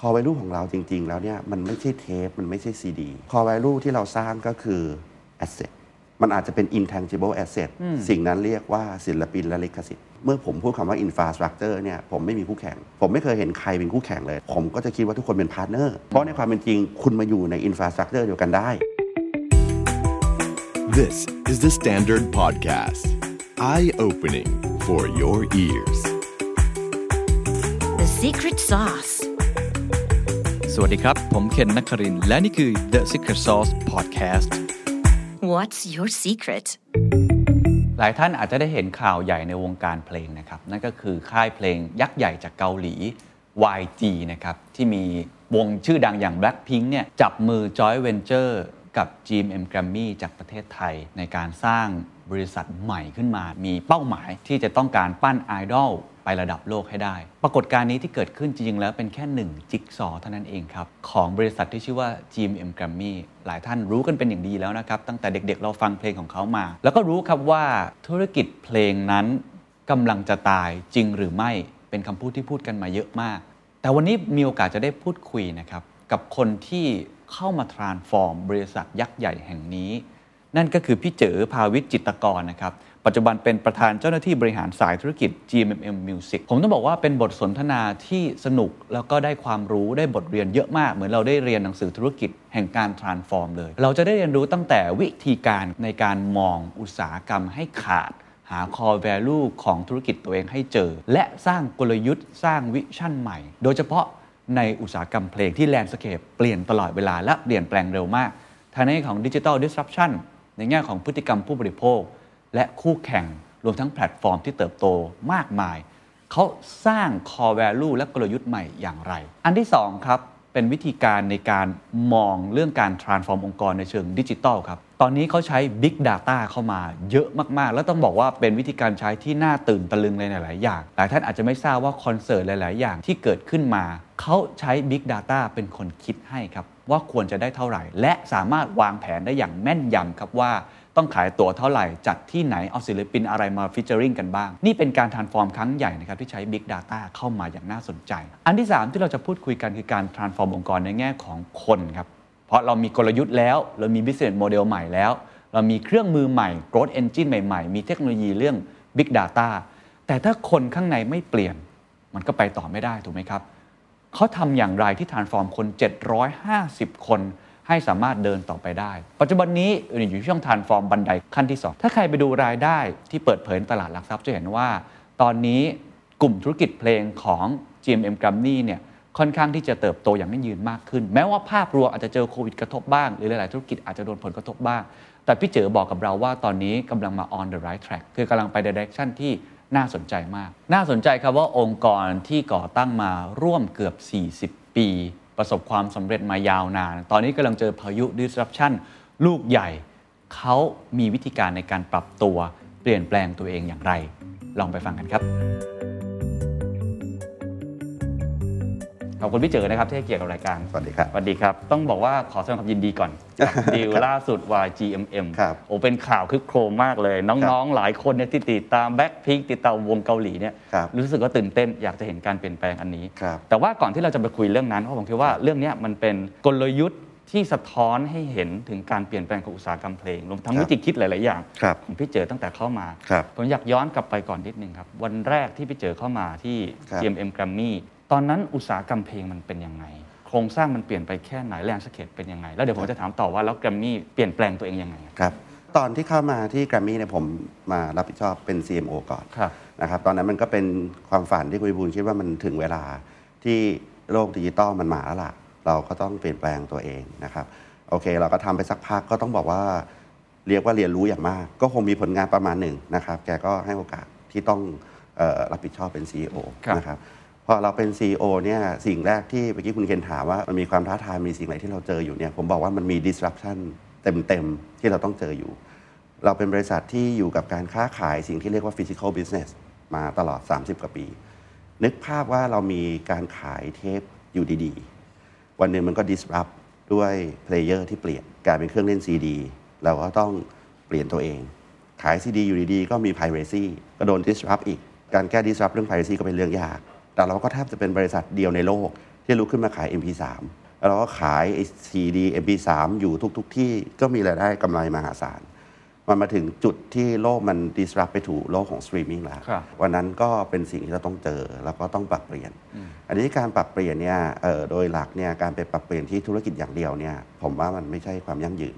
คอ v a ลูของเราจริง ๆ แล้วเนี่ยมันไม่ใช่เทป มันไม่ใช่ซีดีคอ v a ลูที่เราสร้างก็คือ asset มันอาจจะเป็น intangible asset สิ่งนั้นเรียกว่าศิลปินและลิขสิทธิ์ เมื่อผมพูดคำว่า infrastructure เนี่ยผมไม่มีคู่แข่ง ผมไม่เคยเห็นใครเป็นคู่แข่งเลย ผมก็จะคิดว่าทุกคนเป็นพาร์ทเนอร์เพราะในความเป็นจริงคุณมาอยู่ใน infrastructure เดียวกันได้ This is the Standard Podcast. Eye opening for your ears. The secret sauce. สวัสดีครับ ผมเคนนักครินทร์และนี่คือ The Secret Sauce Podcast What's your secret? หลายท่านอาจจะได้เห็นข่าวใหญ่ในวงการเพลงนะครับ นั่นก็คือค่ายเพลงยักษ์ใหญ่จากเกาหลี YG นะครับ ที่มีวงชื่อดังอย่าง Blackpink เนี่ยจับมือ Joy Venture กับ GMM Grammy จากประเทศไทย ในการสร้างบริษัทใหม่ขึ้นมา มีเป้าหมายที่จะต้องการปั้นไอดอลไประดับโลกให้ได้ ปรากฏการณ์นี้ที่เกิดขึ้นจริงๆ แล้วเป็นแค่หนึ่งจิ๊กซอว์เท่านั้นเองครับ ของบริษัทที่ชื่อว่า GMM Grammy หลายท่านรู้กันเป็นอย่างดีแล้วนะครับ ตั้งแต่เด็กๆ เราฟังเพลงของเขามา แล้วก็รู้ครับว่าธุรกิจเพลงนั้นกำลังจะตายจริงหรือไม่เป็นคำพูดที่พูดกันมาเยอะมาก แต่วันนี้มีโอกาสจะได้พูดคุยนะครับกับคนที่เข้ามา transform บริษัทยักษ์ใหญ่แห่งนี้ นั่นก็คือพี่เจอภาวิทจิตรกรนะครับ ปัจจุบันเป็นประธานเจ้าหน้าที่บริหารสายธุรกิจ GMM Music ผมต้องบอกว่าเป็นบทสนทนาที่สนุกแล้วก็ได้ความรู้ได้บทเรียนเยอะมาก เหมือนเราได้เรียนหนังสือธุรกิจแห่งการ transform เลย เราจะได้เรียนรู้ตั้งแต่วิธีการในการมองอุตสาหกรรมให้ขาด หา core value ของธุรกิจตัวเองให้เจอ และสร้างกลยุทธ์สร้างวิชั่นใหม่ โดยเฉพาะในอุตสาหกรรมเพลงที่แลนด์สเคปเปลี่ยนตลอดเวลาและเปลี่ยนแปลงเร็วมากทางในแง่ของดิจิทัลดิสรั t ชันในแง่ของพฤติกรรมผู้บริโภค และคู่แข่งรวมทั้งแพลตฟอร์มที่เติบโตมากมาย เขาสร้าง core value และกลยุทธ์ใหม่อย่างไร อันที่ 2 ครับ เป็นวิธีการในการมองเรื่องการ transform องค์กรในเชิงดิจิทัลครับ ตอนนี้เขาใช้ Big Data เข้ามาเยอะมาก ๆ แล้วต้องบอกว่าเป็นวิธีการใช้ที่น่าตื่นตะลึงเลยหลาย ๆ อย่าง หลายท่านอาจจะไม่ทราบว่าคอนเสิร์ตหลาย ๆ อย่างที่เกิดขึ้นมา เขาใช้ Big Data เป็นคนคิดให้ครับ ว่าควรจะได้เท่าไหร่ และสามารถวางแผนได้อย่างแม่นยำครับว่า ต้องขายตั๋วเท่าไหร่ จัดที่ไหน เอาศิลปินอะไรมาฟิชเจอริงกันบ้าง นี่เป็นการทานฟอร์มครั้งใหญ่นะครับ ที่ใช้ Big Data เข้ามาอย่างน่าสนใจ อันที่ 3 ที่เราจะพูดคุยกันคือการทานฟอร์มองค์กรในแง่ของคนครับ เพราะเรามีกลยุทธ์แล้ว เรามี business model ใหม่แล้ว เรามีเครื่องมือใหม่ growth engine ใหม่ๆ มีเทคโนโลยีเรื่อง Big Data แต่ถ้าคนข้างในไม่เปลี่ยน มันก็ไปต่อไม่ได้ถูกไหมครับ เขาทำอย่างไรที่ transform คน 750 คน ให้สามารถเดินต่อไปได้ ปัจจุบันนี้อยู่ในช่วง transform บันไดขั้นที่ 2 ถ้าใครไปดูรายได้ที่เปิดเผยในตลาดหลักทรัพย์จะเห็นว่า ตอนนี้กลุ่มธุรกิจเพลงของ GMM Grammy เนี่ยค่อนข้างที่จะเติบโตอย่างยั่งยืนมากขึ้น แม้ว่าภาพรวมอาจจะเจอโควิดกระทบบ้าง หรือหลาย ๆ ธุรกิจอาจจะโดนผลกระทบบ้าง แต่พี่เจอบอกกับเราว่าตอนนี้กำลังมา on the right track คือกำลังไป direction ที่น่าสนใจมาก น่าสนใจครับว่าองค์กรที่ก่อตั้งมาร่วมเกือบ 40 ปี ประสบความสำเร็จมายาวนาน ตอนนี้กำลังเจอพายุ disruption ลูกใหญ่ เขามีวิธีการในการปรับตัว เปลี่ยนแปลงตัวเองอย่างไร ลองไปฟังกันครับ ขอบคุณพี่เจอนะครับที่ให้เกียรติกับรายการ สวัสดีครับ สวัสดีครับ ต้องบอกว่าขอแสดงความยินดีก่อนกับดีลล่าสุด YGMM ครับ โอ้เป็นข่าวคึกโครมมากเลย น้องๆ หลายคนเนี่ยที่ติดตามแบ็คพิงติดตามวงเกาหลีเนี่ย ครับ รู้สึกว่าตื่นเต้นอยากจะเห็นการเปลี่ยนแปลงอันนี้ ครับ แต่ว่าก่อนที่เราจะไปคุยเรื่องนั้นเพราะผมคิดว่าเรื่องเนี้ยมันเป็นกลยุทธ์ที่สะท้อนให้เห็นถึงการเปลี่ยนแปลงของอุตสาหกรรมเพลงรวมทั้ง ครับ วิธีคิดหลาย ๆ อย่าง ครับ ของพี่เจอตั้งแต่เข้ามา ครับ ผมอยากย้อนกลับไปก่อนนิดนึงครับวันแรกที่พี่เจอเข้ามาที่ ครับ GMM Grammy ตอนนั้นอุตสาหกรรมเพลงมันเป็นยังไง โครงสร้างมันเปลี่ยนไปแค่ไหนแลนด์สเคปเป็นยังไง แล้วเดี๋ยวผมจะถามต่อว่า แล้วแกรมมี่เปลี่ยนแปลงตัวเองยังไง ครับตอนที่เข้ามาที่แกรมมี่เนี่ยผมมารับผิดชอบเป็น CMO ก่อน ครับ นะครับตอนนั้นมันก็เป็นความฝันที่คุณวิบูลย์คิดว่ามันถึงเวลาที่โลกดิจิตอลมันมาแล้วล่ะ เราก็ต้องเปลี่ยนแปลงตัวเองนะครับโอเค เราก็ทำไปสักพักก็ต้องบอกว่าเรียกว่าเรียนรู้อย่างมาก ก็คงมีผลงานประมาณหนึ่งนะครับแกก็ให้โอกาสที่ต้องเออรับผิดชอบเป็น CEO ครับ นะครับพอเราเป็น CEO เนี่ยสิ่งแรกที่เมื่อกี้คุณเคนถามว่ามันมีความท้าทายมีสิ่งไหนที่เราเจออยู่เนี่ยผมบอกว่ามันมี disruption เต็มๆ ที่เราต้องเจออยู่ เราเป็นบริษัทที่อยู่กับการค้าขายสิ่งที่เรียกว่า physical business มาตลอด 30 กว่าปี นึกภาพว่าเรามีการขายเทปอยู่ดีๆ วันหนึ่งมันก็ disrupt ด้วยเพลเยอร์ที่เปลี่ยนกลายเป็นเครื่องเล่นซีดีเราก็ต้องเปลี่ยนตัวเอง ขายซีดีอยู่ดีๆ ก็มี piracy ก็โดน disrupt อีก การแก้ disrupt เรื่อง piracy ก็เป็นเรื่องยาก แต่เราก็แทบจะเป็นบริษัทเดียวในโลก ที่ ที่ลุกขึ้นมาขาย MP3 แล้วเราก็ขายไอ้ซีดี MP3 อยู่ทุก ๆที่ก็มีรายได้กำไรมหาศาล มันมาถึงจุดที่โลกมัน disrupt ไปถูกโลกของสตรีมมิ่งแล้ว ครับ วันนั้นก็เป็นสิ่งที่เราต้องเจอแล้วก็ต้องปรับเปลี่ยน อันนี้การปรับเปลี่ยนเนี่ยเอ่อโดยหลักเนี่ยการไปปรับเปลี่ยนที่ธุรกิจอย่างเดียวเนี่ยผมว่ามันไม่ใช่ความยั่งยืน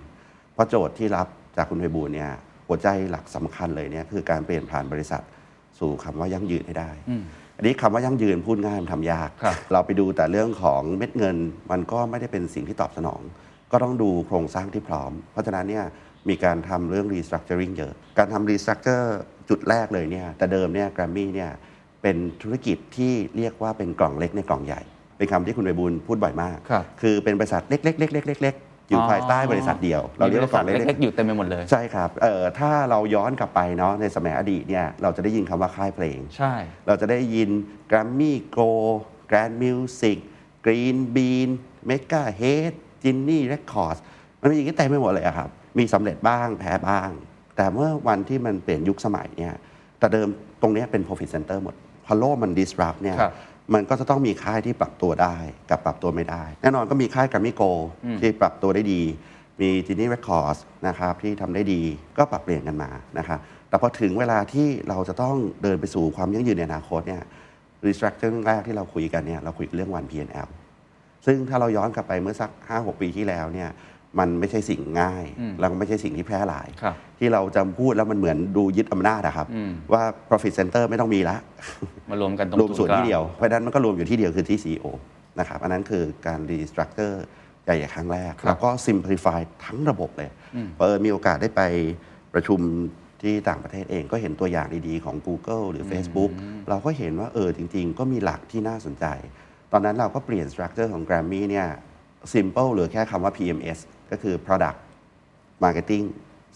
เพราะโจทย์ที่รับจากคุณไพบูลย์เนี่ยหัวใจหลักสำคัญเลยเนี่ยคือการเปลี่ยนผ่านบริษัทสู่คำว่ายั่งยืนให้ได้ อันนี้คำว่ายั่งยืนพูดง่ายมันทำยาก ครับ เราไปดูแต่เรื่องของเม็ดเงินมันก็ไม่ได้เป็นสิ่งที่ตอบสนอง ก็ต้องดูโครงสร้างที่พร้อม เพราะฉะนั้นเนี่ยมีการทำเรื่อง restructuring เยอะ การทำ restructure จุดแรกเลยเนี่ยแต่เดิมเนี่ยแกรมมี่เนี่ยเป็นธุรกิจที่เรียกว่าเป็นกล่องเล็กในกล่องใหญ่ เป็นคำที่คุณไบบูลย์พูดบ่อยมาก ครับ อเป็นบริษัทเล็กๆเล็กๆเล็กๆอยู่ภายใต้บริษัทเดียว เราเรียกว่ากล่องเล็กๆ เล็กๆอยู่เต็มไปหมดเลย ใช่ครับเอ่อถ้าเราย้อนกลับไปเนาะในสมัยอดีตเนี่ยเราจะได้ยินคำว่าค่ายเพลง ใช่ เราจะได้ยิน Grammy Go Grand Music Green Bean Mega Head Ginny Records มันมีอย่างนี้เต็มไปหมดเลยอะครับ มีสำเร็จบ้างแพ้บ้าง แต่เมื่อวันที่มันเปลี่ยนยุคสมัยเนี่ยแต่เดิมตรงเนี้ยเป็น profit center หมด พอโลกมัน disrupt เนี่ย ครับ มันก็จะต้องมีค่ายที่ปรับตัวได้กับปรับตัวไม่ได้ แน่นอนก็มีค่ายกรมมิโกที่ปรับตัวได้ดี มีจินนี่เรคคอร์สนะครับที่ทำได้ดีก็ปรับเปลี่ยนกันมานะครับแต่พอถึงเวลาที่เราจะต้องเดินไปสู่ความยั่งยืนในอนาคตเนี่ยรีสตรัคเจอร์แรกที่เราคุยกันเนี่ยเราคุยเรื่องวัน P&L ซึ่งถ้าเราย้อนกลับไปเมื่อสัก 5-6 ปีที่แล้วเนี่ยมันไม่ใช่สิ่งง่าย แล้วก็ไม่ใช่สิ่งที่แพร่หลาย ครับ ที่เราจะพูดแล้วมันเหมือนดูยึดอำนาจอะครับว่า profit center ไม่ต้องมีละ มารวมกันตรง รวมส่วน กลาง ที่เดียว เพราะฉะนั้นมันก็รวมอยู่ที่เดียวคือที่ CEO นะครับ อันนั้นคือการรีสตรัคเจอร์ใหญ่ๆครั้งแรก ครับ แล้วก็ simplify ทั้งระบบเลยเพอเออมีโอกาสได้ไปประชุมที่ต่างประเทศเองก็เห็นตัวอย่างดีๆ ของ Google หรือ Facebook เราก็เห็นว่าเออจริงๆ ก็มีหลักที่น่าสนใจ ตอนนั้นเราก็เปลี่ยนสตรัคเจอร์ของ Grammy เนี่ย simple เหรือแค่คำว่า PMS ก็คือ product marketing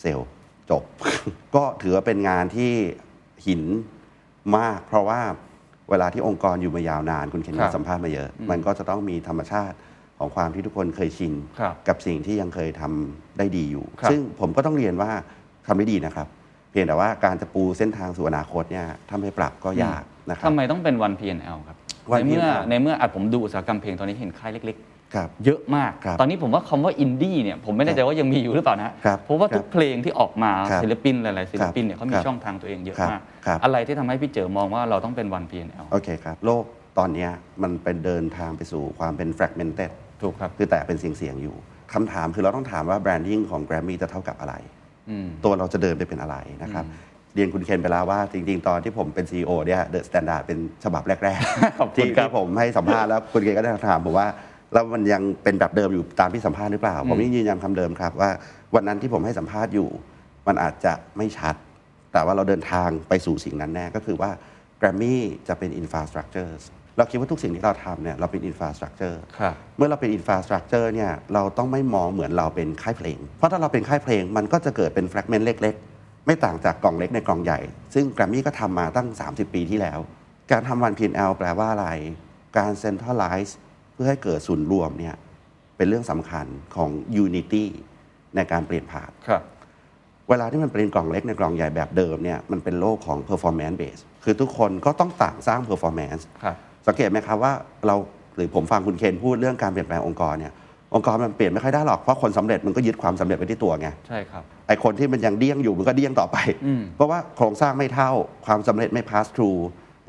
sales จบ ก็ถือว่าเป็นงานที่หินมาก เพราะว่าเวลาที่องค์กรอยู่มายาวนาน คุณเข็น ครับ สัมภาษณ์มาเยอะ มันก็จะต้องมีธรรมชาติของความที่ทุกคนเคยชิน ครับ กับสิ่งที่ยังเคยทำได้ดีอยู่ ครับ ซึ่งผมก็ต้องเรียนว่าทำได้ดีนะครับ เพียงแต่ว่าการจะปูเส้นทางสู่อนาคตเนี่ยถ้าไม่ปรับก็ยากนะครั ทำ บ ไมต้องเป็นวัน P&L ครับ วัน ในเมื่อ P&L ในเมื่ออาจผมดูอุตสาหกรรมเพลงตอนนี้เห็นค่ายเล็ก ครับ ๆ เยอะมาก ครับ ตอนนี้ผมว่าคำว่าอินดี้เนี่ยผมไม่แน่ใจว่ายังมีอยู่หรือเปล่านะครับ เพราะว่าทุคกรับ เพลงที่ออกมา ครับ ศิลปินหลายๆศิลปินเนี่ยเขามี ครับ ช่องทางตัวเองเยอะ ครับ มาก ครับ อะไรที่ทำให้พี่เจอมองว่าเราต้องเป็นวัน P&L โอเคครับ โลกตอนเนี้ยมันเป็นเดินทางไปสู่ความเป็น fragmented ถูกครับ คือแตกเป็นเสียงๆอยู่คำถามคือเราต้องถามว่าแบรนดิ้งของแกรมมี่จะเท่ากับอะไร อืม ตัวเราจะเดินไปเป็นอะไรนะครับ เรียนคุณเคนไปแล้วว่าจริงๆ ตอนที่ผมเป็น CEO เนี่ยเดอะสแตนดาร์ดเป็นฉบับแรก ขอบ ๆ คุ ที่ ณครับ ที่ผมให้สัมภาษณ์แล้วคุณเคนก็ได้ถามผมว่าแล้วมันยังเป็นแบบเดิมอยู่ตามที่สัมภาษณ์หรือเปล่า ผมยังยืนยันคำเดิมครับว่าวันนั้นที่ผมให้สัมภาษณ์อยู่ มันอาจจะไม่ชัด แต่ว่าเราเดินทางไปสู่สิ่งนั้นแน่ก็คือว่าแกรมมี่จะเป็น infrastructure เราคิดว่าทุกสิ่งที่เราทำเนี่ยเราเป็น infrastructure ครับ เมื่อเราเป็นอินฟราสตรักเจอร์เนี่ยเราต้องไม่มองเหมือนเราเป็นค่ายเพลง เพราะถ้าเราเป็นค่ายเพลงมันก็จะเกิดเป็นแฟกเมนต์เล็ก ๆ ไม่ต่างจากกล่องเล็กในกล่องใหญ่ ซึ่งแกรมมี่ก็ทำมาตั้ง 30 ปีที่แล้ว การทำวันพีเอลแปลว่าอะไร การเซ็นทรัลไลซ์เพื่อให้เกิดศูนย์รวมเนี่ยเป็นเรื่องสำคัญของยูนิตี้ในการเปลี่ยนผ่าน ครับ เวลาที่มันเป็นกล่องเล็กในกล่องใหญ่แบบเดิมเนี่ยมันเป็นโลกของ performance base คือทุกคนก็ต้องต่างสร้าง performance ครับ สังเกตไหมครับว่าเราหรือผมฟังคุณเคนพูดเรื่องการเปลี่ยนแปลงองค์กรเนี่ยองค์กรมันเปลี่ยนไม่ค่อยได้หรอก เพราะคนสำเร็จมันก็ยึดความสำเร็จไว้ที่ตัวไง ใช่ ครับ ไอคนที่มันยังเดี้ยงอยู่มันก็เดี้ยงต่อไป อืม เพราะว่าโครงสร้างไม่เท่าความสำเร็จไม่ pass through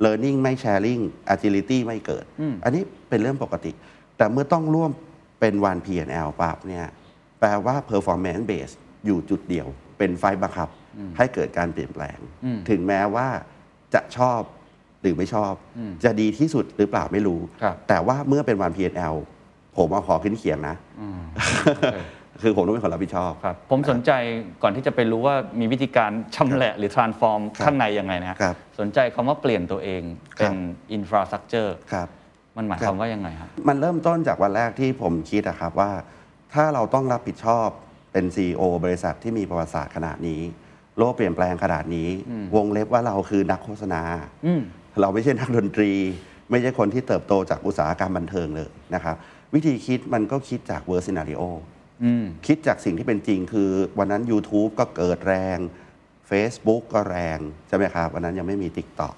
learning ไม่ sharing agility ไม่เกิด อันนี้เป็นเรื่องปกติ แต่เมื่อต้องร่วมเป็นวัน P&L ปั๊บเนี่ยแปลว่า performance base อยู่จุดเดียวเป็นไฟบังคับ ให้เกิดการเปลี่ยนแปลง ถึงแม้ว่าจะชอบหรือไม่ชอบ จะดีที่สุดหรือเปล่าไม่รู้ ครับ แต่ว่าเมื่อเป็นวัน P&L ผมเอาขอขึ้นเขียงนะ คือผมต้องเป็นคนรับผิดชอบ ครับ ผมสนใจก่อนที่จะไปรู้ว่ามีวิธีการชำแหละหรือ transform ครับ ข้างในยังไงนะฮะ ครับ สนใจคำว่าเปลี่ยนตัวเอง ครั เป็ บ น infrastructure ครับ มันหมาย ครั ค บ วามว่ายังไงฮะ มันเริ่มต้นจากวันแรกที่ผมคิดอะครับว่า ถ้าเราต้องรับผิดชอบเป็น CEO บริษัทที่มีประวัติศาสตร์ขนาดนี้ โลกเปลี่ยนแปลงขนาดนี้ วงเล็บว่าเราคือนักโฆษณา อืม เราไม่ใช่นักดนตรี ไม่ใช่คนที่เติบโตจากอุตสาหกรรมบันเทิงเลยนะครับ วิธีคิดมันก็คิดจากเวอร์ซินาริโอ อืม คิดจากสิ่งที่เป็นจริงคือวันนั้น YouTube ก็เกิดแรง Facebook ก็แรง ใช่ไหมครับ วันนั้นยังไม่มี TikTok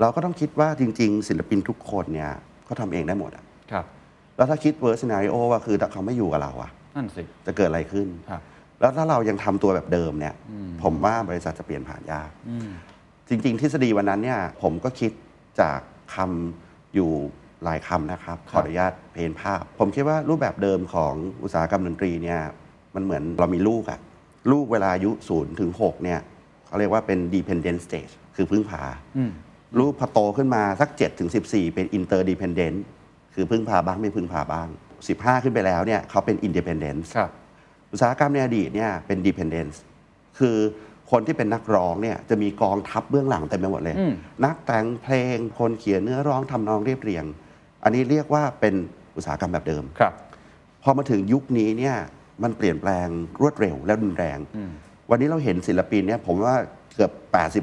เราก็ต้องคิดว่าจริง ๆ ศิลปินทุกคนเนี่ยเขาทำเองได้หมดอะ ครับ แล้วถ้าคิดเวอร์สนาริโอว่าคือถ้าเขาไม่อยู่กับเราอะ นั่นสิ จะเกิดอะไรขึ้น ครับ แล้วถ้าเรายังทำตัวแบบเดิมเนี่ย ผมว่าบริษัทจะเปลี่ยนผ่านยาก อืม จริง ๆ ทฤษฎีวันนั้นเนี่ย ผมก็คิดจากคำอยู่หลายคำนะครับ ขออนุญาตเพนภาพ ผมคิดว่ารูปแบบเดิมของอุตสาหกรรมดนตรีเนี่ย มันเหมือนเรามีลูกอะลูกเวลาอายุ0ถึง6เนี่ยเขาเรียกว่าเป็น dependent stage คือพึ่งพา อืม ลูกพอโตขึ้นมาสัก7ถึง14 เป็น interdependent คือพึ่งพาบ้างไม่พึ่งพาบ้าง 15 ขึ้นไปแล้วเนี่ยเขาเป็น independence ครับ อุตสาหกรรมในอดีตเนี่ยเป็น dependence คือคนที่เป็นนักร้องเนี่ยจะมีกองทัพเบื้องหลังเต็มไปหมดเลย อืม นักแต่งเพลงคนเขียนเนื้อร้องทำนองเรียบเรียง อันนี้เรียกว่าเป็นอุตสาหกรรมแบบเดิม ครับ พอมาถึงยุคนี้เนี่ยมันเปลี่ยนแปลงรวดเร็วและรุนแรง อืม วันนี้เราเห็นศิลปินเนี่ยผมว่าเกือ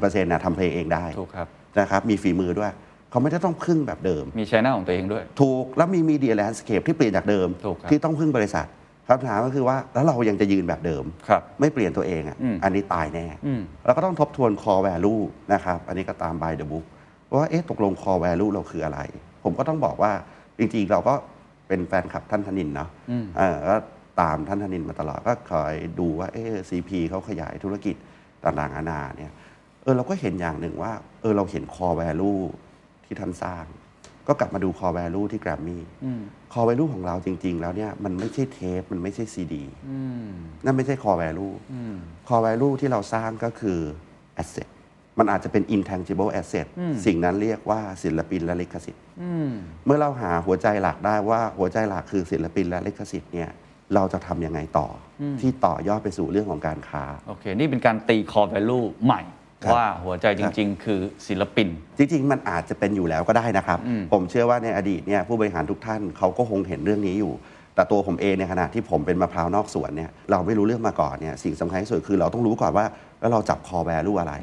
บ 80%นะทำเพลงเองได้ ถูกครับ นะครับมีฝีมือด้วย เขาไม่ได้ต้องพึ่งแบบเดิม มีช่องของตัวเองด้วย ถูกแล้วมีมีเดียแลนด์สเคปที่เปลี่ยนจากเดิม ถูกครับ ที่ต้องพึ่งบริษัทคำถามก็คือว่าแล้วเรายังจะยืนแบบเดิม ครับ ไม่เปลี่ยนตัวเองอ่ะ อืม อันนี้ตายแน่ อืม แล้วก็ต้องทบทวน core value นะครับ อันนี้ก็ตาม by the book ว่า เอ๊ะ ตกลง core value เราคืออะไร ผมก็ต้องบอกว่า จริงๆ เราก็เป็นแฟนคลับท่านธนินเนาะเออก็ตามท่านธนินมาตลอด ก็คอยดูว่า เอ๊ะ CP เขาขยายธุรกิจต่างๆนานาเนี่ย เออ เราก็เห็นอย่างหนึ่งว่า เออ เราเห็น core value ที่ท่านสร้าง ก็กลับมาดู core value ที่แกรมมี่ core value ของเราจริง ๆ แล้วเนี่ย มันไม่ใช่เทป มันไม่ใช่ซีดี อืม นั่นไม่ใช่ core value อืม core value ที่เราสร้างก็คือ asset มันอาจจะเป็น intangible asset อืม สิ่งนั้นเรียกว่าศิลปินและลิขสิทธิ์ อืม เมื่อเราหาหัวใจหลักได้ว่าหัวใจหลักคือศิลปินและลิขสิทธิ์เนี่ยเราจะทำยังไงต่ออที่ต่อยอดไปสู่เรื่องของการค้า โอเค นี่เป็นการตีคอ value ใหม่ ครับ ว่าหัวใจจริง ๆ คือศิลปิน จริงๆ มันอาจจะเป็นอยู่แล้วก็ได้นะครับ ผมเชื่อว่าในอดีตเนี่ยผู้บริหารทุกท่านเขาก็คงเห็นเรื่องนี้อยู่ แต่ตัวผมเองในยขณะที่ผมเป็นมะพร้าวนอกสวนเนี่ยเราไม่รู้เรื่องมาก่อนเนี่ยสิ่งสำคัญที่สุดคือเราต้องรู้ก่อนว่า แล้วเราจับคอแวลูอะไร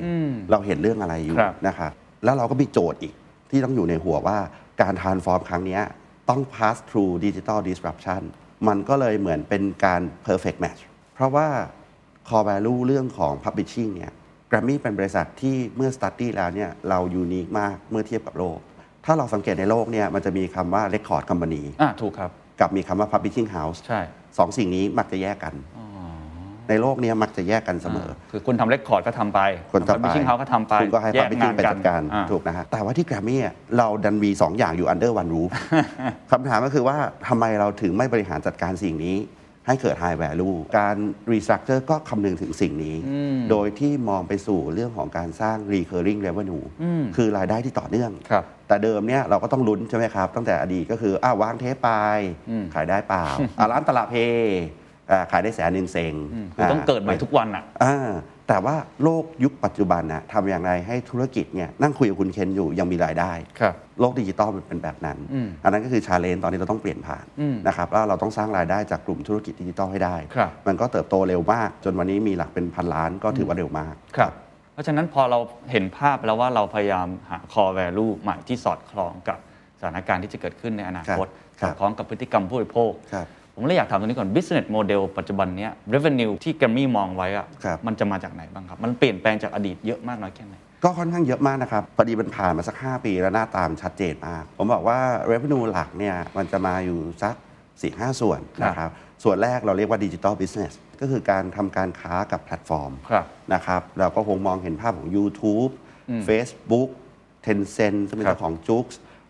เราเห็นเรื่องอะไรอยู่ ครับ นะครับแล้วเราก็มีโจทย์อีกที่ต้องอยู่ในหัวว่าการทานฟอร์มครั้งเนี้ยต้อง pass through digital disruption มันก็เลยเหมือนเป็นการ perfect match เพราะว่า core value เรื่องของ publishing เนี่ย Grammy เป็นบริษัทที่เมื่อ study แล้วเนี่ยเรายูนิคมากเมื่อเทียบกับโลก ถ้าเราสังเกตในโลกเนี่ยมันจะมีคำว่า record company อ่ะถูกครับ กับมีคำว่า publishing house ใช่ สองสิ่งนี้มักจะแยกกัน ในโลกเนี่ยมักจะแยกกันเสมอ คือคุณทำเรคคอร์ดก็ทำไป คนจะ ทำ ไป พิชิ่งเขาก็ทำไป คุณก็ให้ แย พาไปจิ้งไป งา จัดการ อ่ะ ถูกนะฮะแต่ว่าที่แกรมมี่อะเราดันมี 2 อย่างอยู่ under one roof คำถามก็คือว่าทำไมเราถึงไม่บริหารจัดการสิ่งนี้ ให้เกิด high value การ restructure ก็คำนึงถึงสิ่งนี้ โดยที่มองไปสู่เรื่องของการสร้าง recurring revenue คือรายได้ที่ต่อเนื่อง ครับ แต่เดิมเนี่ยเราก็ต้องลุ้นใช่ไหมครับตั้งแต่อดีตก็คืออ้าววางเทปไป ขายได้เปล่าอ่ะร้านตลาดเพอ่าขายได้แสนหนึ่งเซง คือต้องเกิดใหม่ า ทุกวันอ่ะ อ่าแต่ว่าโลกยุคปัจจุบันนะทำอย่างไรให้ธุรกิจเนี่ยนั่งคุยกับคุณเคนอยู่ยังมีรายได้ ครับ โลกดิจิตอลมันเป็นแบบนั้น อันนั้นก็คือชาเลนจ์ตอนนี้เราต้องเปลี่ยนผ่าน อืม นะครับแล้วเราต้องสร้างรายได้จากกลุ่มธุรกิจดิจิตอลให้ได้ ครับ มันก็เติบโตเร็วมาก จนวันนี้มีหลักเป็นพันล้านก็ถือว่าเร็วมาก ครับ เพราะฉะนั้นพอเราเห็นภาพแล้วว่าเราพยายามหา core value ใหม่ที่สอดคล้องกับสถานการณ์ที่จะเกิดขึ้นในอนาคต ค ส รับ อดคล้องกับพฤติกรรมผู้บริโภค ครับ ผมเลยอยากถามตรงนี้ก่อน business model ปัจจุบันเนี้ย revenue ที่แกรมมี่มองไว้อะ ครับ มันจะมาจากไหนบ้างครับ มันเปลี่ยนแปลงจากอดีตเยอะมากน้อยแค่ไหน ก็ค่อนข้างเยอะมากนะครับพอดีมันผ่านมาสัก 5 ปีแล้วหน้าตามนชัดเจนมาก ผมบอกว่า revenue หลักเนี่ยมันจะมาอยู่สัก 4 5 ส่วนนะครับ ส่วนแรกเราเรียกว่า digital business ก็คือการทำการค้ากับแพลตฟอร์ม ครับ นะครับ เราก็คงมองเห็นภาพของ YouTube Facebook Tencent ซึ่งเป็นเจ้าของ j o o x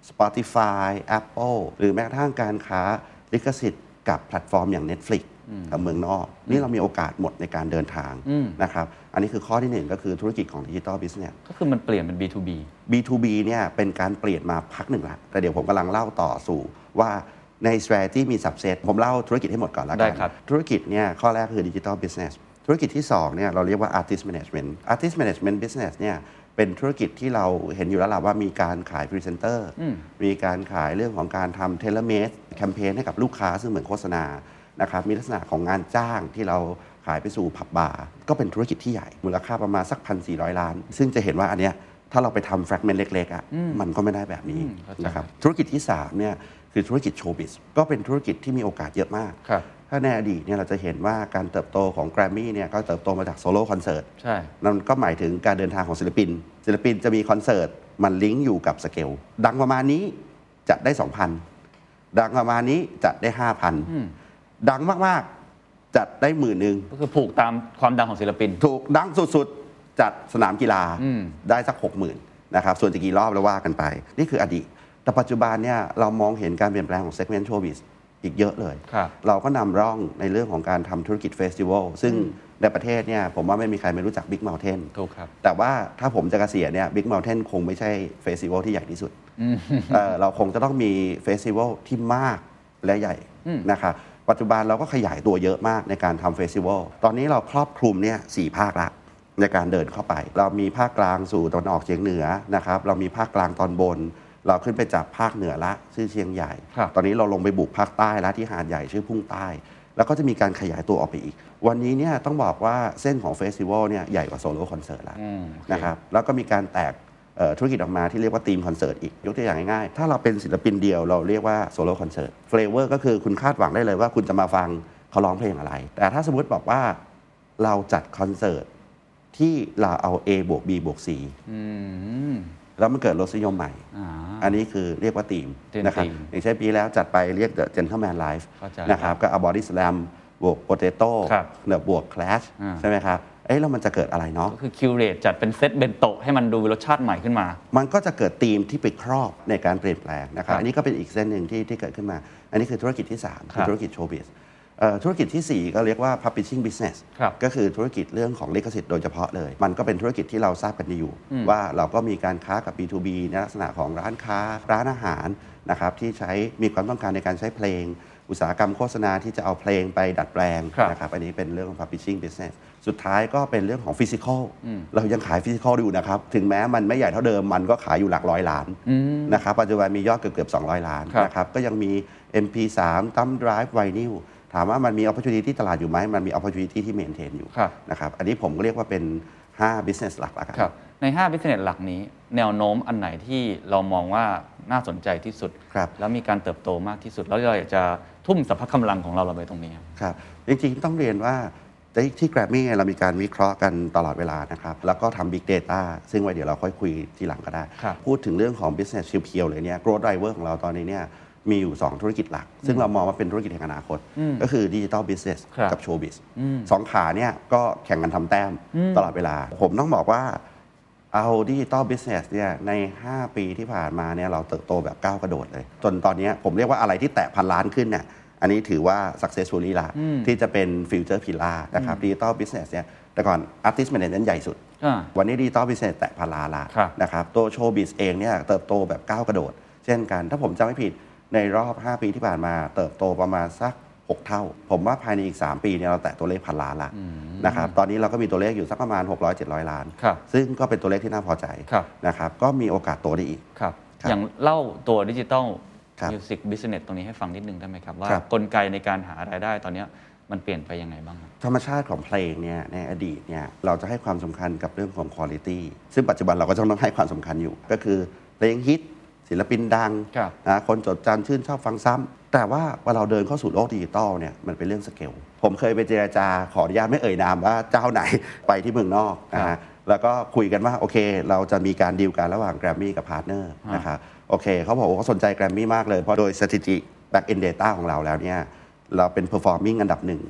Spotify Apple หรือแม้กระทั่งการค้าลิขสิทธิ์กับแพลตฟอร์มอย่าง Netflix กับเมืองนอก นี่เรามีโอกาสหมดในการเดินทางนะครับอันนี้คือข้อทีหนึ่งก็คือธุรกิจของ Digital Business ก็คือมันเปลี่ยนเป็น B2B B2B เนี่ยเป็นการเปลี่ยนมาพักหนึ่งละแต่เดี๋ยวผมกำลังเล่าต่อสู่ว่าใน strategy มี subset ผมเล่าธุรกิจให้หมดก่อนละ ได้ กัน ครับ ธุรกิจเนี่ยข้อแรกคือ Digital Business ธุรกิจที่2เนี่ยเราเรียกว่า Artist Management Artist Management Business เนี่ยเป็นธุรกิจที่เราเห็นอยู่แล้วล่ะว่ามีการขายพรีเซนเตอร์มีการขายเรื่องของการทำเทเลเมสแคมเปญให้กับลูกค้าซึ่งเหมือนโฆษณานะครับมีลักษณะของงานจ้างที่เราขายไปสู่ผับบาร์ก็เป็นธุรกิจที่ใหญ่ มูลค่าประมาณสัก 1,400 ล้าน ซึ่งจะเห็นว่าอันเนี้ยถ้าเราไปทำแฟกเมนต์เล็กๆอ่ะมันก็ไม่ได้แบบนี้นะครับธุรกิจที่สามเนี่ยคือธุรกิจโชว์บิสก็เป็นธุรกิจที่มีโอกาสเยอะมาก ครับ ถ้าในอดีตเนี่ยเราจะเห็นว่าการเติบโตของแกรมมี่เนี่ยก็เติบโตมาจากโซโล่คอนเสิร์ต ใช่ นั่นก็หมายถึงการเดินทางของศิลปิน ศิลปินจะมีคอนเสิร์ต มันลิงก์อยู่กับสเกลดังประมาณนี้จัดได้ 2,000 ดังประมาณนี้จัดได้ห้าพันดังมากๆจัดได้หมื่นหนึ่ง ก็คือผูกตามความดังของศิลปิน ถูกดังสุดๆ จัดสนามกีฬา อืม ได้สัก 6 0,000นะครับส่วนจะกี่รอบแล้วว่ากันไป นี่คืออดีต แต่ปัจจุบันเนี่ยเรามองเห็นการเปลี่ยนแปลงของเซกเมนต์โชว์บิสอีกเยอะเลย ครับ เราก็นำร่องในเรื่องของการทำธุรกิจเฟสติวัลซึ่งในประเทศเนี่ยผมว่าไม่มีใครไม่รู้จัก Big Mountain ถูกครับ แต่ว่าถ้าผมจะเกษียณเนี่ยบิ๊กเมลเทนคงไม่ใช่เฟสติวัลที่ใหญ่ที่สุดเอ่อเราคงจะต้องมีเฟสติวัลที่มากและใหญ่นะครับปัจจุบันเราก็ขยายตัวเยอะมากในการทำเฟสติวัลตอนนี้เราครอบคลุมเนี่ยสี่ภาคละในการเดินเข้าไป เรามีภาคกลางสู่ตะวันออกเฉียงเหนือนะครับเรามีภาคกลางตอนบน เราขึ้นไปจับภาคเหนือละชื่อเชียงใหญ่ ครับ ตอนนี้เราลงไปบุกภาคใต้ละที่หาดใหญ่ชื่อพุ่งใต้ แล้วก็จะมีการขยายตัวออกไปอีก วันนี้เนี่ยต้องบอกว่าเส้นของเฟสติวัลเนี่ยใหญ่กว่าโซโล่คอนเสิร์ตละ อืมโอเ นะครับแล้วก็มีการแตกเอ่อธุรกิจออกมาที่เรียกว่าทีมคอนเสิร์ตอีก ยกตัวอย่างง่ายๆ ถ้าเราเป็นศิลปินเดียวเราเรียกว่าโซโล่คอนเสิร์ตเฟลเวอร์ก็คือคุณคาดหวังได้เลยว่าคุณจะมาฟังเขาร้องเพลงอะไร แต่ถ้าสมมติบอกว่าเราจัดคอนเสิร์ตที่เราเอา A บวก B บวก C อืม แล้วมันเกิดรสนิยมใหม่ อ่า อันนี้คือเรียกว่าทีม เป็น นะครับ ธีม อย่างเช่นปีแล้วจัดไปเรียก The Gentleman Live เข้าใจ นะครับก็เอาบอดี้สแลมบวกโปเตโต้ ครับ เนือบวกแคลช อ่า ใช่ไหมครับเอ๊ะแล้วมันจะเกิดอะไรเนาะ ก็คือคิวเรตจัดเป็นเซตเบนโตะให้มันดูรสชาติใหม่ขึ้นมา มันก็จะเกิดธีมที่ไปครอบในการเปลี่ยนแปลงนะครั ครับ บ อันนี้ก็เป็นอีกเส้นหนึ่งที่ที่เกิดขึ้นมา อันนี้คือธุรกิจที่3 ครับ ธุรกิจโชว์บิสเอ่อธุรกิจทีสี่ 4 ก็เรียกว่า publishing business ครับ ก็คือธุรกิจเรื่องของลิขสิทธิ์โดยเฉพาะเลย มันก็เป็นธุรกิจที่เราทราบกันดีอยู่ ว่าเราก็มีการค้ากับ B2B ในลักษณะของร้านค้า ร้านอาหารนะครับที่ใช้มีความต้องการในการใช้เพลง อุตสาหกรรมโฆษณาที่จะเอาเพลงไปดัดแปลง ครับ นะครับอันนี้เป็นเรื่องของ publishing business สุดท้ายก็เป็นเรื่องของ physical เรายังขาย physical อยู่นะครับ ถึงแม้มันไม่ใหญ่เท่าเดิมมันก็ขายอยู่หลักร้อยล้านนะครับปัจจุบันมียอดเกือบเกือบ200 ล้าน ครับ นะครับก็ยังมี MP3 ตั้ม drive vinyl ถามว่ามันมี opportunity ที่ตลาดอยู่ไหมมันมี opportunity ที่ maintain อยู่ ครับ นะครับอันนี้ผมก็เรียกว่าเป็น 5 business หลักละกัน ครับใน5 business หลักนี้ แนวโน้มอันไหนที่เรามองว่าน่าสนใจที่สุด ครับ แล้วมีการเติบโตมากที่สุด แล้วเราอยากจะทุ่มสรรพกำลังของเราลงไปตรงนี้ครับ ครับจริงๆ ต้องเรียนว่าที่ที่แกรมมี่ยเรามีการวิเคราะห์กันตลอดเวลานะครับ แล้วก็ทำ Big Data ซึ่งไว้เดี๋ยวเราค่อยคุยทีหลังก็ได้ ครับ พูดถึงเรื่องของ Business เพียวๆเลยเนี่ย Growth Driver ของเราตอนนี้เนี่ยมีอยู่ 2 ธุรกิจหลัก ซึ่งเรามองว่าเป็นธุรกิจแห่งอนาคต ก็คือ Digital Business ครับ กับ Show Biz สองขาเนี่ยก็แข่งกันทำแต้มตลอดเวลา ผมต้องบอกว่าเอาดิจิตอลบิสเนสเนี่ยใน 5 ปีที่ผ่านมาเนี่ยเราเติบโตแบบก้าวกระโดดเลย จนตอนเนี้ยผมเรียกว่าอะไรที่แตะพันล้านขึ้นเนี่ยอันนี้ถือว่า successfully ละที่จะเป็นฟิวเจอร์พิล่านะครับดิจิตอลบิสเนสเนี่ยแต่ก่อน artist management ใหญ่สุด อ่า วันนี้ดิจิตอลบิสเนสแตะพันล้านละ ครับ นะครับตัวโชว์บิสเองเนี่ยเติบโตแบบก้าวกระโดด เช่นกัน ถ้าผมจำไม่ผิดในรอบ 5 ปีที่ผ่านมา เติบโตประมาณสัก 6 เท่า ผมว่าภายในอีก 3 ปีเนี่ยเราแตะตัวเลขพันล้านละนะครับตอนนี้เราก็มีตัวเลขอยู่สักประมาณ 600-700 ล้าน ครับ ซึ่งก็เป็นตัวเลขที่น่าพอใจ ครับ นะครับก็มีโอกาสโตได้อีก ครับ ครับ อย่างเล่าตัวดิจิตอล ครับ มิวสิกบิสเนสตรงนี้ให้ฟังนิดนึงได้ไหมครับ ว่า ครับ กลไกในการหารายได้ตอนเนี้ยมันเปลี่ยนไปยังไงบ้างครับ ธรรมชาติของเพลงเนี่ยในอดีตเนี่ยเราจะให้ความสำคัญกับเรื่องของคุณภาพซึ่งปัจจุบันเราก็ต้องให้ความสำคัญอยู่ ก็คือเพลงฮิตศิลปินดัง ครับ นะคนจดจำชื่นชอบฟังซ้ำแต่ว่าเวลาเราเดินเข้าสู่โลกดิจิตอลเนี่ยมันเป็นเรื่องสเกล ผมเคยไปเจราจาขออนุญาตไม่เอ่ยนามว่าเจ้าไหน ไปที่เมืองนอกนะ ครั ฮะ บ แล้วก็คุยกันว่าโอเค เราจะมีการดีลกันระหว่างแกรมมี่กับพาร์ทเนอร์นะครับโอเคเขาบอกว่าเขาสนใจแกรมมี่มากเลยเพราะโดยสถิติ back end data ของเราแล้วเนี่ยเราเป็น performing อันดับหนึ่ง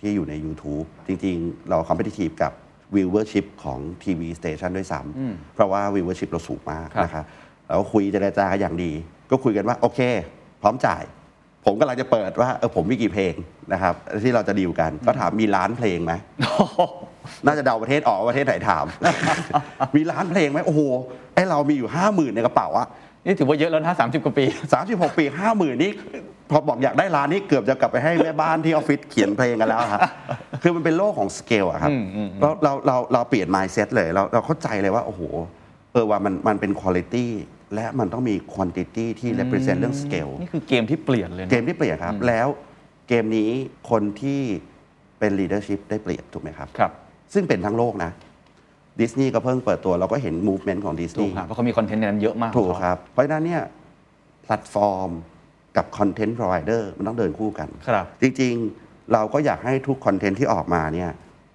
ที่อยู่ใน YouTube จริงๆ เราคอมเพ t ติ i ีฟกับ viewership ของทีวีสเตชันด้วยซ้ำเพราะว่า viewership เราสูงมาก ครับ นะครับแล้วคุยเจรจากันอย่างดี ก็คุยกันว่า โอเค พร้อมจ่าย ผมกำลังจะเปิดว่า เออผมมีกี่เพลงนะครับที่เราจะดีลกัน ก็ถามมีล้านเพลงไหม น่าจะเดาประเทศออกว่าประเทศไหนถาม มีล้านเพลงไหมโอ้โหไอเรามีอยู่ห้าหมื่นในกระเป๋าอะ นี่ถือว่าเยอะแล้วนะสามสิบกว่าปี 36 ปี 50,000 นี่พอบอกอยากได้ร้านนี้เกือบจะกลับไปให้แม่บ้านที่ออฟฟิศเขียนเพลงกันแล้วครับ คือมันเป็นโลกของสเกลอะครับเราเราเราเราเปลี่ยน mindset เลยเราเราเข้าใจเลยว่า โอ้โห เออว่ามันมันเป็น quality และมันต้องมี quantity ที่ represent เรื่อง scale นี่คือเกมที่เปลี่ยนเลยนะ เกมที่เปลี่ยนครับ แล้วเกมนี้คนที่เป็น leadership ได้เปรียบถูกไหมครับ ครับ ซึ่งเป็นทั้งโลกนะดิสนีย์ก็เพิ่งเปิดตัวเราก็เห็น movement ของดิส ถู นี ก ย์ ครับเพราะเขามีคอนเทนต์ในนั้นเยอะมาก ถูก ของเขา ครับ เพราะฉะนั้นเนี่ยแพลตฟอร์มกับคอนเทนต์พรอไวเดอร์มันต้องเดินคู่กัน ครับ จริงๆ เราก็อยากให้ทุกคอนเทนต์ที่ออกมาเนี่ย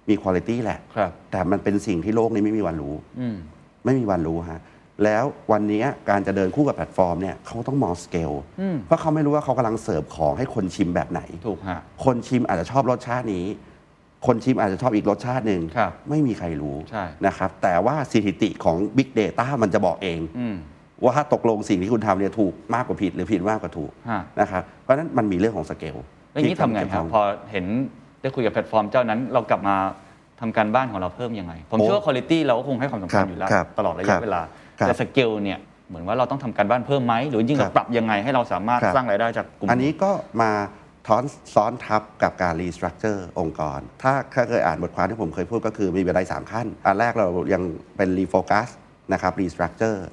มีคุณภาพแหละ ครับ แต่มันเป็นสิ่งที่โลกนี้ไม่มีวันรู้ อืม ไม่มีวันรู้ฮะ แล้ววันนี้การจะเดินคู่กับแพลตฟอร์มเนี่ยเขาต้องมองสเกลเพราะเขาไม่รู้ว่าเขากำลังเสิร์ฟของให้คนชิมแบบไหน ถูกฮะ คนชิมอาจจะชอบรสชาตินี้ คนชิมอาจจะชอบอีกรสชาติหนึ่ง ครับ ไม่มีใครรู้ ใช่ นะครับ แต่ว่าสถิติของ Big Data มันจะบอกเอง อืม ว่าตกลงสิ่งที่คุณทำเนี่ยถูกมากกว่าผิดหรือผิดมากกว่าถูก ฮะ นะครับเพราะฉะนั้นมันมีเรื่องของสเกล แล้วอย่างนี้ทำไงครับ พอเห็นได้คุยกับแพลตฟอร์มเจ้านั้น เรากลับมาทำการบ้านของเราเพิ่มยังไง ผมเชื่อว่าคุณภาพเราก็คงให้ความสำคัญอยู่แล้ว ครับ ตลอดระ ค ยะ บ เวลา ครับ แต่สเกลเนี่ยเหมือนว่าเราต้องทำการบ้านเพิ่มไหมหรือยิ่งเรา ครับ ปรับยังไงให้เราสามารถ ครับ สร้างรายได้จากกลุ่ม อันนี้ก็มาท้อนซ้อนทับกับการรีสตรั c เจอร์องค์กร ถ้าถ้าเคยอ่านบทความที่ผมเคยพูดก็คือมีบันไดสามขั้น อันแรกเรายังเป็นรีโฟกัสนะครับรีสตรั c เจอร์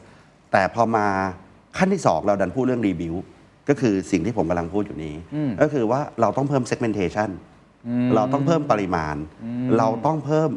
แต่พอมาขั้นที่ 2 เราดันพูดเรื่องรีบิวก็คือสิ่งที่ผมกำลังพูดอยู่นี้ อืม ก็คือว่าเราต้องเพิ่ม segmentation อืม เราต้องเพิ่มปริมาณ อืม เราต้องเพิ่ม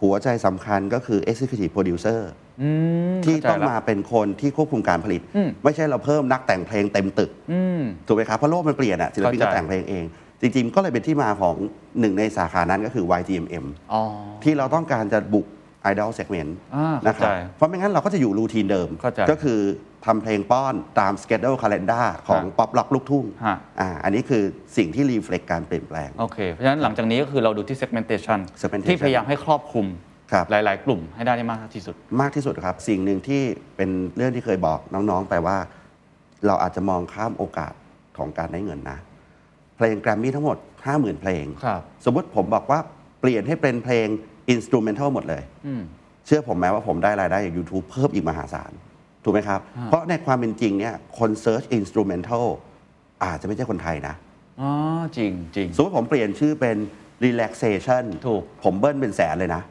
หัวใจสำคัญก็คือ executive producer อืม ที่ เข้ใจ ต้อง ละ มาเป็นคนที่ควบคุมการผลิต อืม ไม่ใช่เราเพิ่มนักแต่งเพลงเต็มตึก อืม ถูกไหมครับ เพราะโลกมันเปลี่ยนอะศิลปินก็ เข้าใจ แต่งเพลงเอง จริงๆ ก็เลยเป็นที่มาของหนึ่งในสาขานั้นก็คือ YTMM อ๋อ ที่เราต้องการจะบุก Idol Segment อ่า นะคเข้ารับ ใจ เพราะไม่งั้นเราก็จะอยู่รูทีนเดิม เข้าใจ ก็คือทำเพลงป้อนตาม Schedule Calendar ของ ฮะ ป๊อปล็อกลูกทุ่ง ฮะ อ่าอันนี้คือสิ่งที่รีเฟล็กการเปลี่ยนแปลง โอเค เพราะฉะนั้นหลังจากนี้ก็คือเราดูที่ segmentation segmentation ที่พยายามให้ครอบคลุม ครับ หลาย ๆ กลุ่มให้ได้ได้มากที่สุด มากที่สุดครับ สิ่งหนึ่งที่เป็นเรื่องที่เคยบอกน้องๆไปว่า เราอาจจะมองข้ามโอกาสของการได้เงินนะ เพลงแกรมมี่ทั้งหมด 50,000 เพลง ครับ สมมติผมบอกว่าเปลี่ยนให้เป็นเพลงอินสตูเมนทัลหมดเลย อืม เชื่อผมไหมว่าผมได้รายได้จาก YouTube เพิ่มอีกมหาศาล ถูกไหมครับ เพราะในความเป็นจริงเนี่ยคนเซิร์ชอินสตูเมนทัลอาจจะไม่ใช่คนไทยนะ อ๋อ จริงจริง สมมติผมเปลี่ยนชื่อเป็น relaxation ถูก ผมเบิ้ลเป็นแสนเลยนะ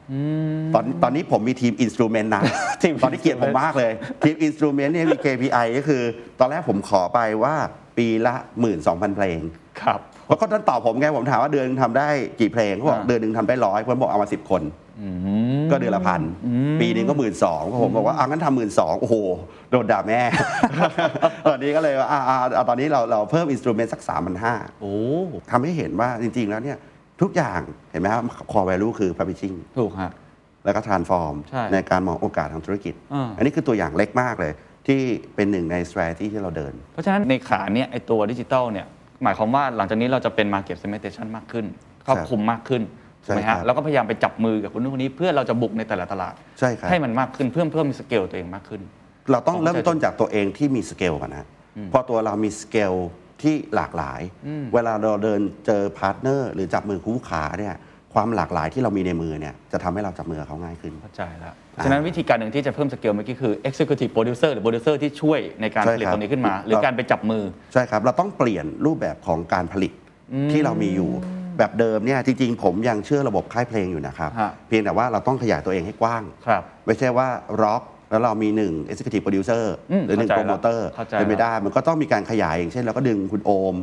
ตอนตอนนี้ผมมีทีมอินสตูเมนต์นะ ตอนนี้เกลียดผมมากเลย ทีมอินสตูเมนต์เนี่ยมี KPI ก็คือ ตอนแรกผมขอไปว่าปีละ 12,000 เพลง ครับ เพราะเขาท่านตอบผมไง ผมถามว่าเดือนหนึ่งทำได้กี่เพลงเขาบอกเดือนหนึ่งทำได้ร้อยผมบอกเอามาสิบคน ก็เดือนละพัน ปีหนึงก็หมื่นสองผมบอกว่าอ่ะงั้นทำหมื่นสองโอ้โห โดนด่าแม่ ตอนนี้ก็เลยว่าอ่ะอ่ะอ่ะตอนนี้เราเราเพิ่มอินสตูเมนต์สักสามพันห้า โอ้ ทำให้เห็นว่าจริง ๆ แล้วเนี่ย ทุกอย่างเห็นไหมครับ core value คือ publishing ถูกฮะ แล้วก็ transform ใช่ ในการมองโอกาสทางธุรกิจ อ่า อันนี้คือตัวอย่างเล็กมากเลย ที่เป็นหนึ่งใน strategy ที่เราเดิน เพราะฉะนั้นในขาเนี่ยไอตัวดิจิตอลเนี่ย หมายความว่าหลังจากนี้เราจะเป็น Market Segmentation มากขึ้น ครอบคลุมมากขึ้น ใช่ ถูกไหม ครั ฮะ บ แล้วก็พยายามไปจับมือกับคนนู้นคนนี้เพื่อเราจะบุกในแต่ละตลาด ใช่ครับ ให้มันมากขึ้นเพิ่มเพิ่มสเกลตัวเองมากขึ้น เราต้อง อ๋อ เริ่มต้นจากตัวเองที่มีสเกลก่อนนะพอตัวเรามีสเกลที่หลากหลาย เวลาเราเดินเจอพาร์ทเนอร์ หรือจับมือคู่ค้าเนี่ยความหลากหลายที่เรามีในมือเนี่ยจะทำให้เราจับมือกับเขาง่ายขึ้น เข้าใจแล้วฉะนั้นวิธีการหนึ่งที่จะเพิ่มสเกลเมื่อกี้คือ executive producer หรือ producer ที่ช่วยในการ ใช่ ผลิต ครับ ตรงนี้ขึ้นมา หรือ ครับ การไปจับมือ ใช่ครับ เราต้องเปลี่ยนรูปแบบของการผลิตที่เรามีอยู่ แบบเดิมเนี่ยจริงๆ ผมยังเชื่อระบบค่ายเพลงอยู่นะครับ ฮะ เพียงแต่ว่าเราต้องขยายตัวเองให้กว้าง ครับ ไม่ใช่ว่าร็อกแล้วเรามีหนึ่ง Executive Producer อืม หรือหนึ่งโปเข้ารใจโมเตอร์ ละเข้าใจ เป็นไม่ ละ ได้ มันก็ต้องมีการขยายอย่างเช่นเราก็ดึงคุณโอม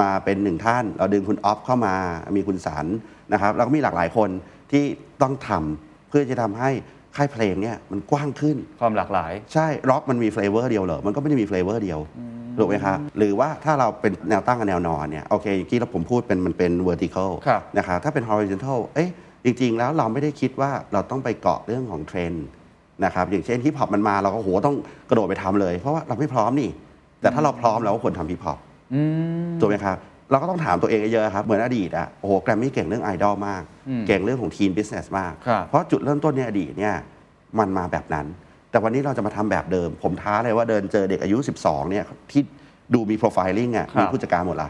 มาเป็นหนึ่งท่าน เราดึงคุณออฟเข้ามามีคุณสันนะครับแล้วก็มีหลากหลายคนที่ต้องทำเพื่อจะทำให้ค่ายเพลงเนี่ยมันกว้างขึ้น ความหลากหลาย ใช่ร็อกมันมีเฟลเวอร์เดียวเหรอ มันก็ไม่ได้มีเฟลเวอร์เดียวถูกไหมครับหรือว่าถ้าเราเป็นแนวตั้งกับแนวนอนเนี่ยโอเคอย่างที่เราผมพูดเป็นมันเป็น vertical ครับ นะครับถ้าเป็น horizontal เอ๊ะจริง ๆ แล้วเราไม่ได้คิดว่าเราต้องไปเกาะเรื่องของเทรนด์นะครับอย่างเช่นฮิปฮอปมันมาเราก็โหต้องกระโดดไปทำเลย เพราะว่าเราไม่พร้อมนี่ แต่ถ้าเราพร้อมเราก็ควรทำฮิปฮอปถูกไหมครับเราก็ต้องถามตัวเองเยอะๆครับเหมือนอดีตอะโอ้โหแกรมมี่เก่งเรื่องไอดอลมาก เก่งเรื่องของทีนบิสเนสมาก ครับ เพราะจุดเริ่มต้นในอดีตเนี่ยมันมาแบบนั้น แต่วันนี้เราจะมาทำแบบเดิม ผมท้าเลยว่าเดินเจอเด็กอายุ 12เนี่ยที่ดูมีโปรไฟลิ่งอ่ะ ครับ มีผู้จัดการหมดละ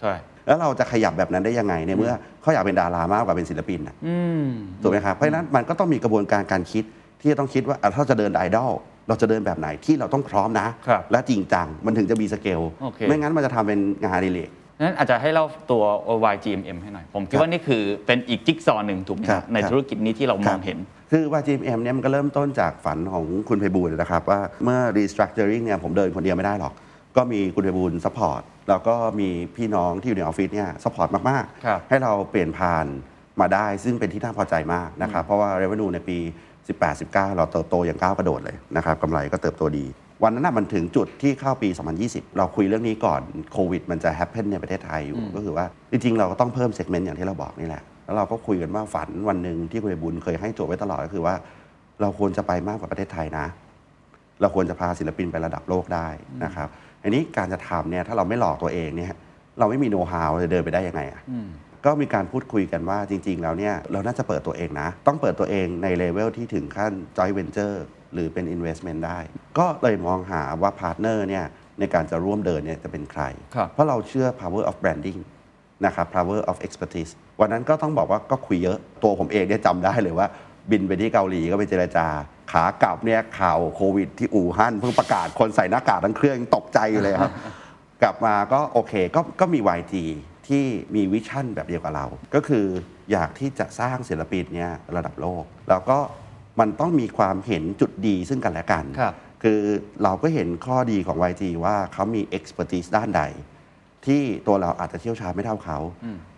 ใช่ แล้วเราจะขยับแบบนั้นได้ยังไงในเมื่อเขาอยากเป็นดารามากกว่าเป็นศิลปินน่ะ อืม ถูกไหมครับเพราะฉะนั้นมันก็ต้องมีกระบวนการการคิดที่จะต้องคิดว่าอ่ะถ้าจะเดินไอดอลเราจะเดินแบบไหนที่เราต้องพร้อมนะ ครับ และจริงจังมันถึงจะมีสเกล โอเค ไม่งั้นมันจะทำเป็นงานอดิเรก นั้นอาจจะให้เล่าตัว OYGMM ให้หน่อย ผมคิดว่านี่คือเป็นอีกจิ๊กซอว์หนึ่งถูกไหม ค ค รั รั บบ ใน ครับ ธุรกิจนี้ที่เรามองเห็น คือ YGMM เนี่ยมันก็เริ่มต้นจากฝันของคุณไพบูลย์นะครับ ว่าเมื่อ restructuring เนี่ยผมเดินคนเดียวไม่ได้หรอก ก็มีคุณไพบูลย์ support แล้วก็มีพี่น้องที่อยู่ในออฟฟิศเนี่ย support มาก ครับ ๆ ให้เราเปลี่ยนผ่านมาได้ซึ่งเป็นที่น่าพอใจมากนะครับ เพราะว่า revenue ในปี 18-19 เราเติบโตอย่างก้าวกระโดดเลยนะครับกำไรก็เติบโตดี วันนั้นนะมันถึงจุดที่เข้าปี 2020 เราคุยเรื่องนี้ก่อนโควิดมันจะ happen ในประเทศไทยอยู่ ก็คือว่าจริง ๆ เราก็ต้องเพิ่ม segment อย่างที่เราบอกนี่แหละ แล้วเราก็คุยกันว่าฝันวันหนึ่งที่คุณไพบุญเคยให้โจทย์ไว้ตลอดก็คือว่า เราควรจะไปมากกว่าประเทศไทยนะ เราควรจะพาศิลปินไประดับโลกได้นะครับอันนี้การจะทำเนี่ยถ้าเราไม่หลอกตัวเองเนี่ยเราไม่มีโน้ตฮาวจะเดินไปได้ยังไงอะ อืม ก็มีการพูดคุยกันว่าจริง ๆ แล้วเนี่ยเราน่าจะเปิดตัวเองนะ ต้องเปิดตัวเองในเลเวลที่ถึงขั้น joint venture หรือเป็น investment ได้ ก็เลยมองหาว่าพาร์ทเนอร์เนี่ยในการจะร่วมเดินเนี่ยจะเป็นใคร ครับ เพราะเราเชื่อ power of branding นะครับ power of expertise วันนั้นก็ต้องบอกว่าก็คุยเยอะตัวผมเองเนี่ยจำได้เลยว่า บินไปที่เกาหลีก็ไปเจรจา ขากลับเนี่ยข่าวโควิดที่อู่ฮั่นเพิ่งประกาศคนใส่หน้ากากทั้งเครื่องยังตกใจอยู่เลยครับ กลับมาก็โอเคก็ก็มี YG ที่มีวิชั่นแบบเดียวกับเรา ก็คืออยากที่จะสร้างศิลปินเนี่ยระดับโลก แล้วก็มันต้องมีความเห็นจุดดีซึ่งกันและกัน ครับ คือเราก็เห็นข้อดีของ YG ว่าเขามี expertise ด้านใด ที่ตัวเราอาจจะเชี่ยวชาญไม่เท่าเขา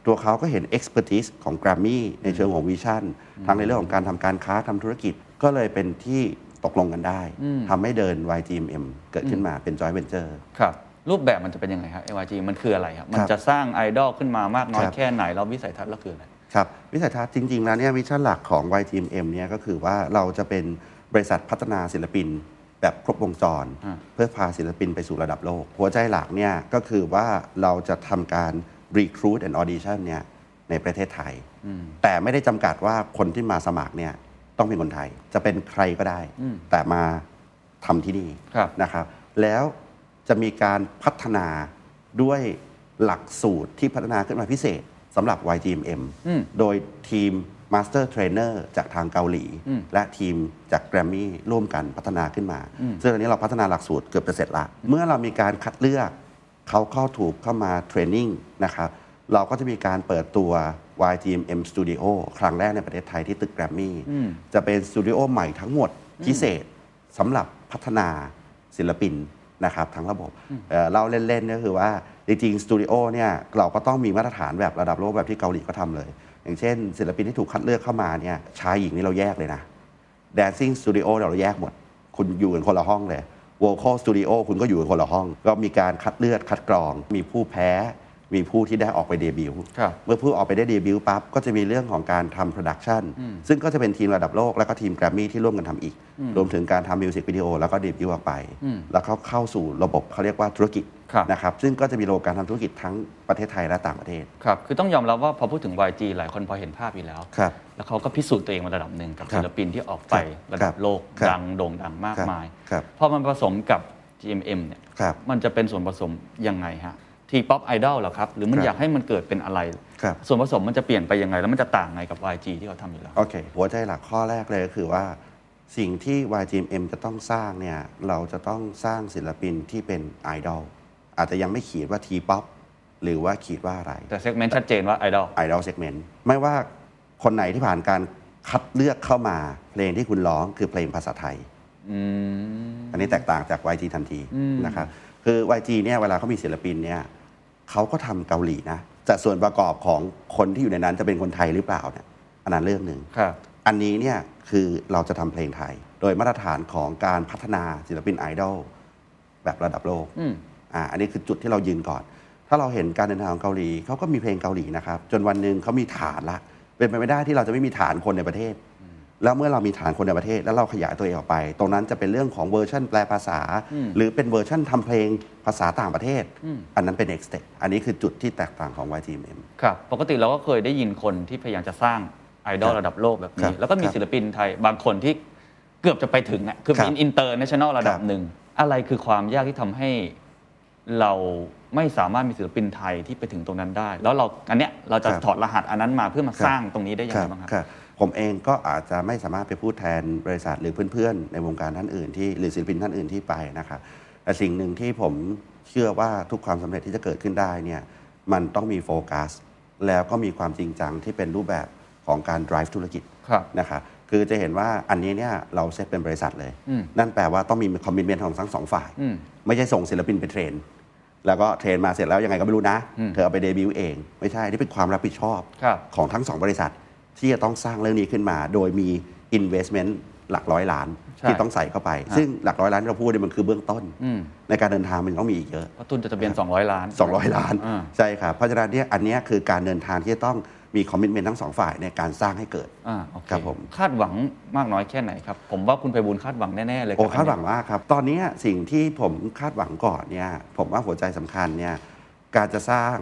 ตัวเขาก็เห็น expertise ของ Grammy ในเชิงของวิชั่นทั้งในเรื่องของการทำการค้าทำธุรกิจก็เลยเป็นที่ตกลงกันได้ทำให้เดิน YGMM เกิดขึ้นมาเป็น joint venture ครับ รูปแบบมันจะเป็นยังไงครับ AYG มันคืออะไรครับ มัน ครับ จะสร้างไอดอลขึ้นมามากน้อย ครับ แค่ไหนแล้ววิสัยทัศน์เราคืออะไร ครับวิสัยทัศน์จริง ๆ แล้วเนี่ยวิชั่นหลักของ YTMM เนี่ยก็คือว่าเราจะเป็นบริษัทพัฒนาศิลปินแบบครบวงจร อ่า เพื่อพาศิลปินไปสู่ระดับโลก หัวใจหลักเนี่ยก็คือว่าเราจะทำการ Recruit and Audition เนี่ยในประเทศไทย แต่ไม่ได้จำกัดว่าคนที่มาสมัครเนี่ยต้องเป็นคนไทย จะเป็นใครก็ได้ แต่มาทำที่นี่ ครับ นะครับแล้วจะมีการพัฒนาด้วยหลักสูตรที่พัฒนาขึ้นมาพิเศษสำหรับ YGMM อืม โดยทีม Master Trainer จากทางเกาหลี อืม และทีมจากแกรมมี่ร่วมกันพัฒนาขึ้นมา ซึ่งอันนี้เราพัฒนาหลักสูตรเกือบจะเสร็จละ เมื่อเรามีการคัดเลือกเขาเข้าถูกเข้ามาเทรนนิ่งนะครับเราก็จะมีการเปิดตัว YGMM Studio ครั้งแรกในประเทศไทยที่ตึกแกรมมี่ อืม จะเป็นสตูดิโอใหม่ทั้งหมดพิเศษ สำหรับพัฒนาศิลปินนะครับทั้งระบบเอ่อเล่าเล่นๆก็คือว่า จริงๆสตูดิโอเนี่ยเราก็ต้องมีมาตรฐานแบบระดับโลกแบบที่เกาหลีก็ทำเลย อย่างเช่น ศิลปินที่ถูกคัดเลือกเข้ามาเนี่ยชายหญิงนี่เราแยกเลยนะ Dancing Studio เนี่ยเราแยกหมด คุณอยู่กันคนละห้องเลย Vocal Studio คุณก็อยู่กันคนละห้อง ก็มีการคัดเลือดคัดกรอง มีผู้แพ้ มีผู้ที่ได้ออกไปเดบิวต์ ครับ เมื่อผู้ออกไปได้เดบิวต์ปั๊บก็จะมีเรื่องของการทำโปรดักชันซึ่งก็จะเป็นทีมระดับโลก แล้วก็ทีมแกรมมี่ที่ร่วมกันทำอีก รวมถึงการทำมิวสิกวิดีโอแล้วก็เดบิวต์ออกไป แล้วเขาเข้าสู่ระบบเขาเรียกว่าธุรกิจ ครับ นะครับซึ่งก็จะมีระบบการทำธุรกิจทั้งประเทศไทยและต่างประเทศ ครับ คือต้องยอมรับว่าพอพูดถึง YG หลายคนพอเห็นภาพอยู่แล้ว ครับ แล้วเขาก็พิสูจน์ตัวเองมาระดับหนึ่งกับ ครับ ศิลปินที่ออกไป ครับ ระดับโลก ครับ ดังโด่งดังมาก ครับ มาย ครับ พอมันผสมกับ GMM เนี่ย ครับ มันจะเป็นส่วนผสมยังไงฮะทีป๊อปไอดอลเหรอครับ หรือมัน ครับ อยากให้มันเกิดเป็นอะไร ครับ ส่วนผสมมันจะเปลี่ยนไปยังไง แล้วมันจะต่างไงกับ YG ที่เขาทำอยู่แล้ว โอเค หัวใจหลักข้อแรกเลยก็คือว่า สิ่งที่ YGMM จะต้องสร้างเนี่ยเราจะต้องสร้างศิลปินที่เป็นไอดอลอาจจะยังไม่ขีดว่าทีป๊อปหรือว่าขีดว่าอะไร แต่เซกเมนต์ชัดเจนว่าไอดอล ไอดอลเซกเมนต์ไม่ว่าคนไหนที่ผ่านการคัดเลือกเข้ามา เพลงที่คุณร้องคือเพลงภาษาไทย อันนี้แตกต่างจาก YG ทันทีนะครับคือ YG เนี่ยเวลาเขามีศิลปินเนี่ยเขาก็ทำเกาหลีนะแต่ส่วนประกอบของคนที่อยู่ในนั้นจะเป็นคนไทยหรือเปล่าเนี่ยอันนั้นเรื่องหนึ่ง ครับ อันนี้เนี่ยคือเราจะทำเพลงไทย โดยมาตรฐานของการพัฒนาศิลปินไอดอลแบบระดับโลก อืม อ่าอันนี้คือจุดที่เรายืนก่อน ถ้าเราเห็นการเดินทางของเกาหลีเขาก็มีเพลงเกาหลีนะครับ จนวันหนึ่งเขามีฐานละ เป็นไปไม่ได้ที่เราจะไม่มีฐานคนในประเทศ แล้วเมื่อเรามีฐานคนในประเทศ แล้วเราขยายตัวเองออกไป ตรงนั้นจะเป็นเรื่องของเวอร์ชันแปลภาษา หรือเป็นเวอร์ชันทำเพลงภาษาต่างประเทศ อันนั้นเป็น next step อันนี้คือจุดที่แตกต่างของ YTM ครับ ปกติเราก็เคยได้ยินคนที่พยายามจะสร้างไอดอลระดับโลกแบบ ครั นี้ บ แล้วก็คมีรับ ศิลปินไทยบางคนที่เกือบจะไปถึงนะคือ ครับ เป็นอินเตอร์เนชั่นแนลระดับ ครับ หนึ่ง อะไรคือความยากที่ทำให้เราไม่สามารถมีศิลปินไทยที่ไปถึงตรงนั้นได้ แล้วเราอันเนี้ยเราจะถอดรหัสอันนั้นมาเพื่อมาสร้างตรงนี้ได้ยังไงบ้างครับ บผมเองก็อาจจะไม่สามารถไปพูดแทนบริษัทหรือเพื่อนๆ ในวงการท่านอื่นที่หรือศิลปินท่านอื่นที่ไปนะครับแต่สิ่งหนึ่งที่ผมเชื่อว่าทุกความสำเร็จที่จะเกิดขึ้นได้เนี่ยมันต้องมีโฟกัส แล้วก็มีความจริงจังที่เป็นรูปแบบของการ drive ธุรกิจ ครับ นะครับคือจะเห็นว่าอันนี้เนี่ยเราเซตเป็นบริษัทเลย อืม นั่นแปลว่าต้องมีคอมมิชเมนต์ของทั้งสองฝ่าย อืม ไม่ใช่ส่งศิลปินไปเทรน แล้วก็เทรนมาเสร็จแล้วยังไงก็ไม่รู้นะ เธอเอาไปเดบิวต์เอง ไม่ใช่ นี่เป็นความรับผิดชอบ ครับ ของทั้งสองบริษัท ที่จะต้องสร้างเรื่องนี้ขึ้นมา โดยมี Investment หลักร้อยล้าน ใช่ ที่ต้องใส่เข้าไป ซึ่งหลักร้อยล้านที่เราพูดเนี่ยมันคือเบื้องต้น อืม ในการเดินทางมันยังต้องมีอีกเยอะ เพราะทุนจดทะเบียน 200 ล้าน 200 ล้าน อ่า ใช่ครับ เพราะฉะนั้นเนี่ยอันเนี้ยคือการเดินทางที่จะต้อง มีคอมมิชเมนต์ทั้งสองฝ่ายในการสร้างให้เกิด อ่าโอเค ครับผม คาดหวังมากน้อยแค่ไหนครับ ผมว่าคุณไพบูลย์คาดหวังแน่ ๆ เลย โอ้ รับ คาดหวังมากครับ ตอนนี้สิ่งที่ผมคาดหวังก่อนเนี่ยผมว่าหัวใจสำคัญเนี่ยการจะสร้าง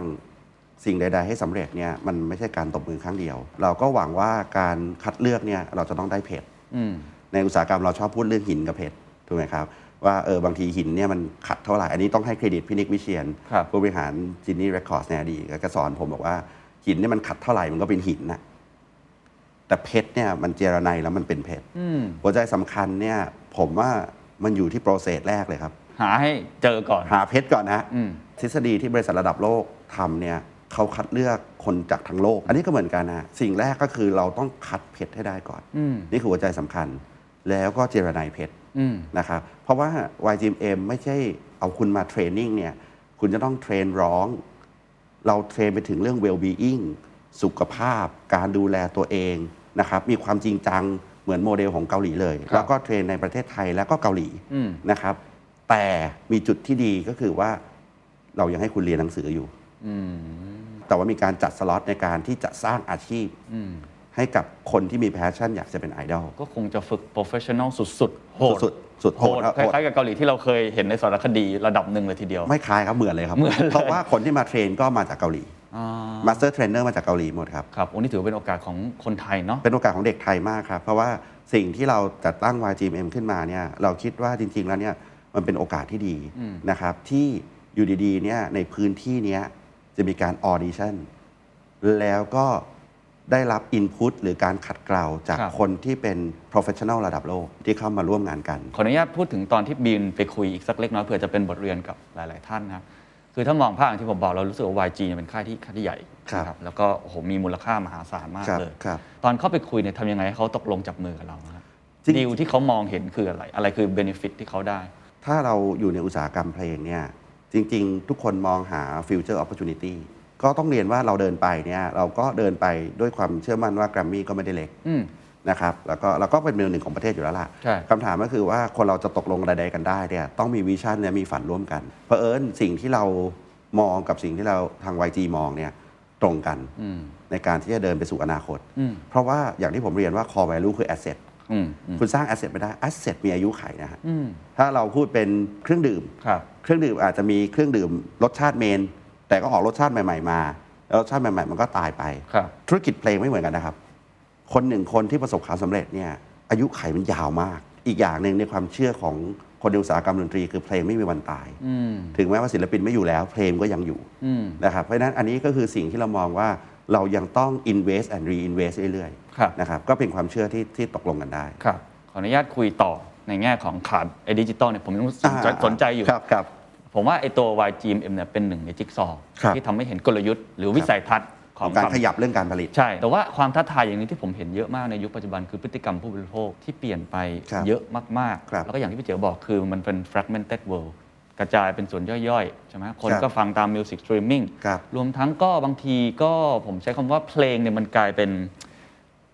สิ่งใด ๆ ให้สำเร็จเนี่ยมันไม่ใช่การตบมือครั้งเดียว เราก็หวังว่าการคัดเลือกเนี่ยเราจะต้องได้เพจ อืม ในอุตสาหกรรมเราชอบพูดเรื่องหินกับเพชรถูกไหมครับ ว่าเออบางทีหินเนี่ยมันขัดเท่าไหร่ อันนี้ต้องให้เครดิตพี่นิกวิเชียน ครับ ผู้บริหารจินนี่เรคคอร์ดในอดีตก็สอนผมบอกว่าหินเนี่ยมันขัดเท่าไหร่มันก็เป็นหินนะแต่เพชรเนี่ยมันเจรไนแล้วมันเป็นเพชร อืม หัวใจสำคัญเนี่ยผมว่ามันอยู่ที่โปรเซสแรกเลยครับ หาให้เจอก่อน หาเพชรก่อนนะ อืม ทฤษฎีที่บริษัทระดับโลกทำเนี่ยเขาคัดเลือกคนจากทั้งโลก อันนี้ก็เหมือนกันนะสิ่งแรกก็คือเราต้องคัดเพชรให้ได้ก่อน อืม นี่คือหัวใจสำคัญ แล้วก็เจรไนเพชร อืม นะครับเพราะว่า YGMM ไม่ใช่เอาคุณมาเทรนนิ่งเนี่ยคุณจะต้องเทรนร้อง เราเทรนไปถึงเรื่อง well-being สุขภาพ การดูแลตัวเองนะครับมีความจริงจังเหมือนโมเดลของเกาหลีเลย ครับ แล้วก็เทรนในประเทศไทยแล้วก็เกาหลี อืม นะครับแต่มีจุดที่ดีก็คือว่าเรายังให้คุณเรียนหนังสืออยู่ อืม แต่ว่ามีการจัดสล็อตในการที่จะสร้างอาชีพ อืม ให้กับคนที่มีแพชชั่นอยากจะเป็นไอดอล ก็คงจะฝึกโปรเฟชชั่นอลสุดๆโหด สุดๆสุดโหดครับ ค โหด ล้ายๆกับเกาหลีที่เราเคยเห็นในสารคดีระดับหนึ่งเลยทีเดียว ไม่คล้ายครับเหมือนเลยครับ เหมือนเลย เพราะว่าคนที่มาเทรนก็มาจากเกาหลี อ่า มาสเตอร์เทรนเนอร์มาจากเกาหลีหมดครับ ครับ วันนี้ถือว่าเป็นโอกาสของคนไทยเนาะ เป็นโอกาสของเด็กไทยมากครับ เพราะว่าสิ่งที่เราจัดตั้ง YGMM ขึ้นมาเนี่ยเราคิดว่าจริง ๆ แล้วเนี่ยมันเป็นโอกาสที่ดี อืม นะครับที่อยู่ดีๆเนี่ยในพื้นที่เนี้ยจะมีการออดิชั่นแล้วก็ได้รับอินพุตหรือการขัดเกลาจากคนที่เป็น professional ระดับโลกที่เข้ามาร่วมงานกัน ขออนุญาตพูดถึงตอนที่บินไปคุยอีกสักเล็กน้อยเผื่อจะเป็นบทเรียนกับหลาย ๆ ท่านนะครับคือถ้ามองภาพอย่างที่ผมบอกเรารู้สึกว่า YG เนี่ยเป็นค่ายที่ค่ายที่ใหญ่ ครับ นะแล้วก็โอ้โหมีมูลค่ามหาศาลมาก ครับ เลย ครับ ตอนเข้าไปคุยเนี่ยทำยังไงให้เขาตกลงจับมือกับเราครับ จริง ดีลที่เขามองเห็นคืออะไร อะไรคือเบนฟิตที่เขาได้ ถ้าเราอยู่ในอุตสาหกรรมเพลงเนี่ยจริง ๆ ทุกคนมองหา future opportunity ก็ต้องเรียนว่าเราเดินไปเนี่ยเราก็เดินไปด้วยความเชื่อมั่นว่าแกรมมี่ก็ไม่ได้เล็ก อืม นะครับแล้วก็เราก็เป็นมือหนึ่งของประเทศอยู่แล้วล่ะ ใช่ คำถามก็คือว่าคนเราจะตกลงอะไรใดกันได้เนี่ยต้องมีวิชั่นเนี่ยมีฝันร่วมกันเพราะเอิญสิ่งที่เรามองกับสิ่งที่เราทาง YG มองเนี่ยตรงกัน อืม ในการที่จะเดินไปสู่อนาคต อืม เพราะว่าอย่างที่ผมเรียนว่า core value คือ asset อืมอืม คุณสร้าง asset ไม่ได้ asset มีอายุไขนะฮะ อืม ถ้าเราพูดเป็นเครื่องดื่ม ครับ เครื่องดื่มอาจจะมีเครื่องดื่มรสชาติเมน แต่ก็ออกรสชาติใหม่ ๆ มา แล้วรสชาติใหม่ ๆ มันก็ตายไป ครับ ธุรกิจเพลงไม่เหมือนกันนะครับ คนหนึ่งคนที่ประสบความสำเร็จเนี่ยอายุไขมันยาวมาก อีกอย่างหนึ่งในความเชื่อของคนในอุตสาหกรรมดนตรี คือเพลงไม่มีวันตาย อืม ถึงแม้ว่าศิลปินไม่อยู่แล้ว เพลงก็ยังอยู่ อืม นะครับเพราะฉะนั้นอันนี้ก็คือสิ่งที่เรามองว่าเรายังต้อง invest and reinvest เรื่อย ครับ ๆนะครับก็เป็นความเชื่อที่ที่ตกลงกันได้ ครับ ขออนุญาตคุยต่อในแง่ของขาดไอ้ดิจิตอลเนี่ยผมยังสนใจ อ่า สนใจอยู่ ครับครับ ผมว่าไอ้ตัว YGMM เนี่ยเป็นหนึ่งในจิ๊กซอว์ ครับ ที่ทำให้เห็นกลยุทธ์ หรือวิสัยทัศน์ข ข อ อง งการ ความ ขยับเรื่องการผลิต ใช่ แต่ว่าความท้าทายอย่างนี้ที่ผมเห็นเยอะมากในยุคปัจจุบันคือพฤติกรรมผู้บริโภคที่เปลี่ยนไป ครับ เยอะมาก ครับ ๆ แล้วก็อย่างที่พี่เจ๋อบอกคือมันเป็น fragmented world กระจายเป็นส่วนย่อยๆ ใช่ไหมคน ครับ ก็ฟังตาม music streaming ครับ รวมทั้งก็บางทีก็ผมใช้คำว่าเพลงเนี่ยมันกลายเป็น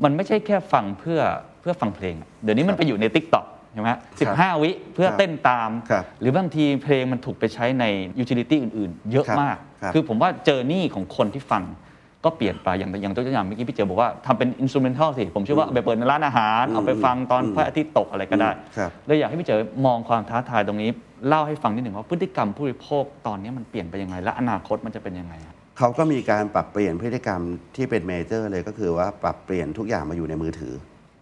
มันไม่ใช่แค่ฟังเพื่อเพื่อฟังเพลงอะเดี๋ยวนี้มันไปอยู่ใน t ิ k t o k ใช่ไหมสิบห้าวิเพื่อเต้นตาม ครับ หรือบางทีเพลงมันถูกไปใช้ในยูทิลิตี้อื่นๆ เยอะมาก ครับ คือผมว่าเจอร์นี่ของคนที่ฟังก็เปลี่ยนไปอย่างอย่างตัวอย่างเมื่อกี้พี่เจอบอกว่าทำเป็นอินสตูเมนทัลสิ ผมเชื่อว่าเอาไปเปิดในร้านอาหาร เอาไปฟังตอนพระอาทิตย์ตกอะไรก็ได้ ครับ เลยอยากให้พี่เจอมองความท้าทายตรงนี้ เล่าให้ฟังนิดหนึ่งว่าพฤติกรรมผู้บริโภคตอนนี้มันเปลี่ยนไปยังไง และอนาคตมันจะเป็นยังไงอะ เขาก็มีการปรับเปลี่ยนพฤติกรรมที่เป็นเมเจอร์เลยก็คือว่าปรับเปลี่ยนทุกอย่างมาอยู่ในมือถือ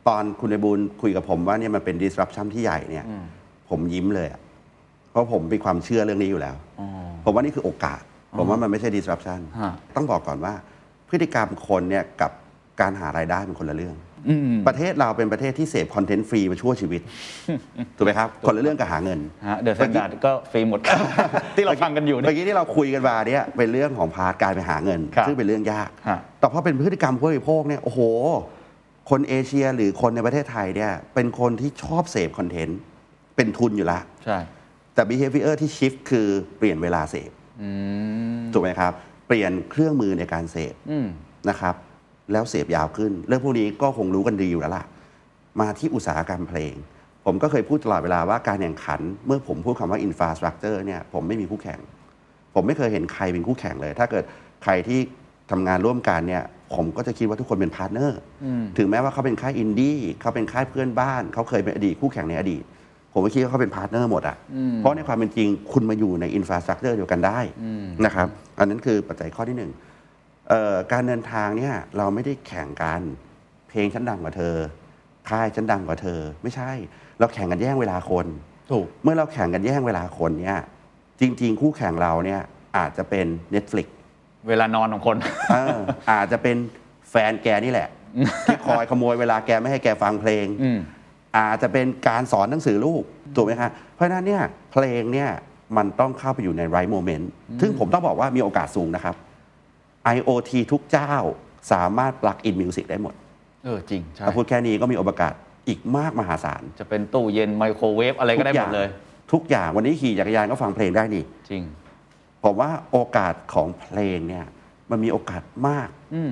ตอนคุณไอบูลย์คุยกับผมว่าเนี่ยมันเป็น disruption ที่ใหญ่เนี่ยผมยิ้มเลยอะเพราะผมมีความเชื่อเรื่องนี้อยู่แล้ว อ๋อ ผมว่านี่คือโอกาส ผมว่ามันไม่ใช่ disruption ฮะ ต้องบอกก่อนว่า พฤติกรรมคนเนี่ยกับการหารายได้เป็นคนละเรื่อง อืม ประเทศเราเป็นประเทศที่เสพคอนเทนต์ฟรีมาชั่วชีวิต ถูกไหมครับคนละเรื่องกับหาเงิน ฮะเดอะสแตนดาร์ดก็ฟรีหมด ที่เราฟังกันอยู่เนี่ เมื่ ย อกี้ที่เราคุยกันมาเนี่ยเป็นเรื่องของพาร์ทการไปหาเงิน ครับ ซึ่งเป็นเรื่องยาก ฮะ แต่พอเป็นพฤติกรรมผู้บริโภคเนี่ยโอ้โห คนเอเชียหรือคนในประเทศไทยเนี่ยเป็นคนที่ชอบเสพคอนเทนต์เป็นทุนอยู่ละ ใช่ แต่ behavior ที่ shift คือเปลี่ยนเวลาเสพ อืม ถูกไหมครับ เปลี่ยนเครื่องมือในการเสพ อืม นะครับ แล้วเสพยาวขึ้น เรื่องพวกนี้ก็คงรู้กันดีอยู่แล้วล่ะ มาที่อุตสาหกรรมเพลง ผมก็เคยพูดตลอดเวลาว่าการแข่งขัน เมื่อผมพูดคำว่า infrastructure เนี่ยผมไม่มีคู่แข่ง ผมไม่เคยเห็นใครเป็นคู่แข่งเลย ถ้าเกิดใครที่ทำงานร่วมกันเนี่ย ผมก็จะคิดว่าทุกคนเป็นพาร์ทเนอร์ถึงแม้ว่าเขาเป็นค่ายอินดี้เขาเป็นค่ายเพื่อนบ้าน เขาเคยเป็นอดีตคู่แข่งในอดีต ผมก็คิดว่าเขาเป็นพาร์ทเนอร์หมดอ่ะเพราะในความเป็นจริงคุณมาอยู่ในอินฟราสตรักเจอร์เดียวกันได้นะครับอันนั้นคือปัจจัยข้อที่หนึ่ง เอ่อการเดินทางเนี่ยเราไม่ได้แข่งกัน เพลงฉันดังกว่าเธอ ค่ายฉันดังกว่าเธอ ไม่ใช่ เราแข่งกันแย่งเวลาคน ถูก เมื่อเราแข่งกันแย่งเวลาคนเนี่ยจริง ๆ คู่แข่งเราเนี่ยอาจจะเป็น Netflix เวลานอนของคน เอออาจจะเป็นแฟนแกนี่ แหละ ที่คอยขโมยเวลาแกไม่ให้แกฟังเพลง อืม อาจจะเป็นการสอนหนังสือลูกถูกไหมฮะเพราะฉะนั้นเนี่ยเพลงเนี่ยมันต้องเข้าไปอยู่ใน right moment ซึ่งผมต้องบอกว่ามีโอกาสสูงนะครับ IoT ทุกเจ้าสามารถ plug in music ได้หมด เออ จริง ใช่ ถ้าพูดแค่นี้ก็มีโอกาสอีกมากมหาศาล จะเป็นตู้เย็นไมโครเวฟอะไรก็ได้หมดเลย ทุกอย่างวันนี้ขี่จักรยานก็ฟังเพลงได้นี่ จริง ผมว่าโอกาสของเพลงเนี่ยมันมีโอกาสมาก อืม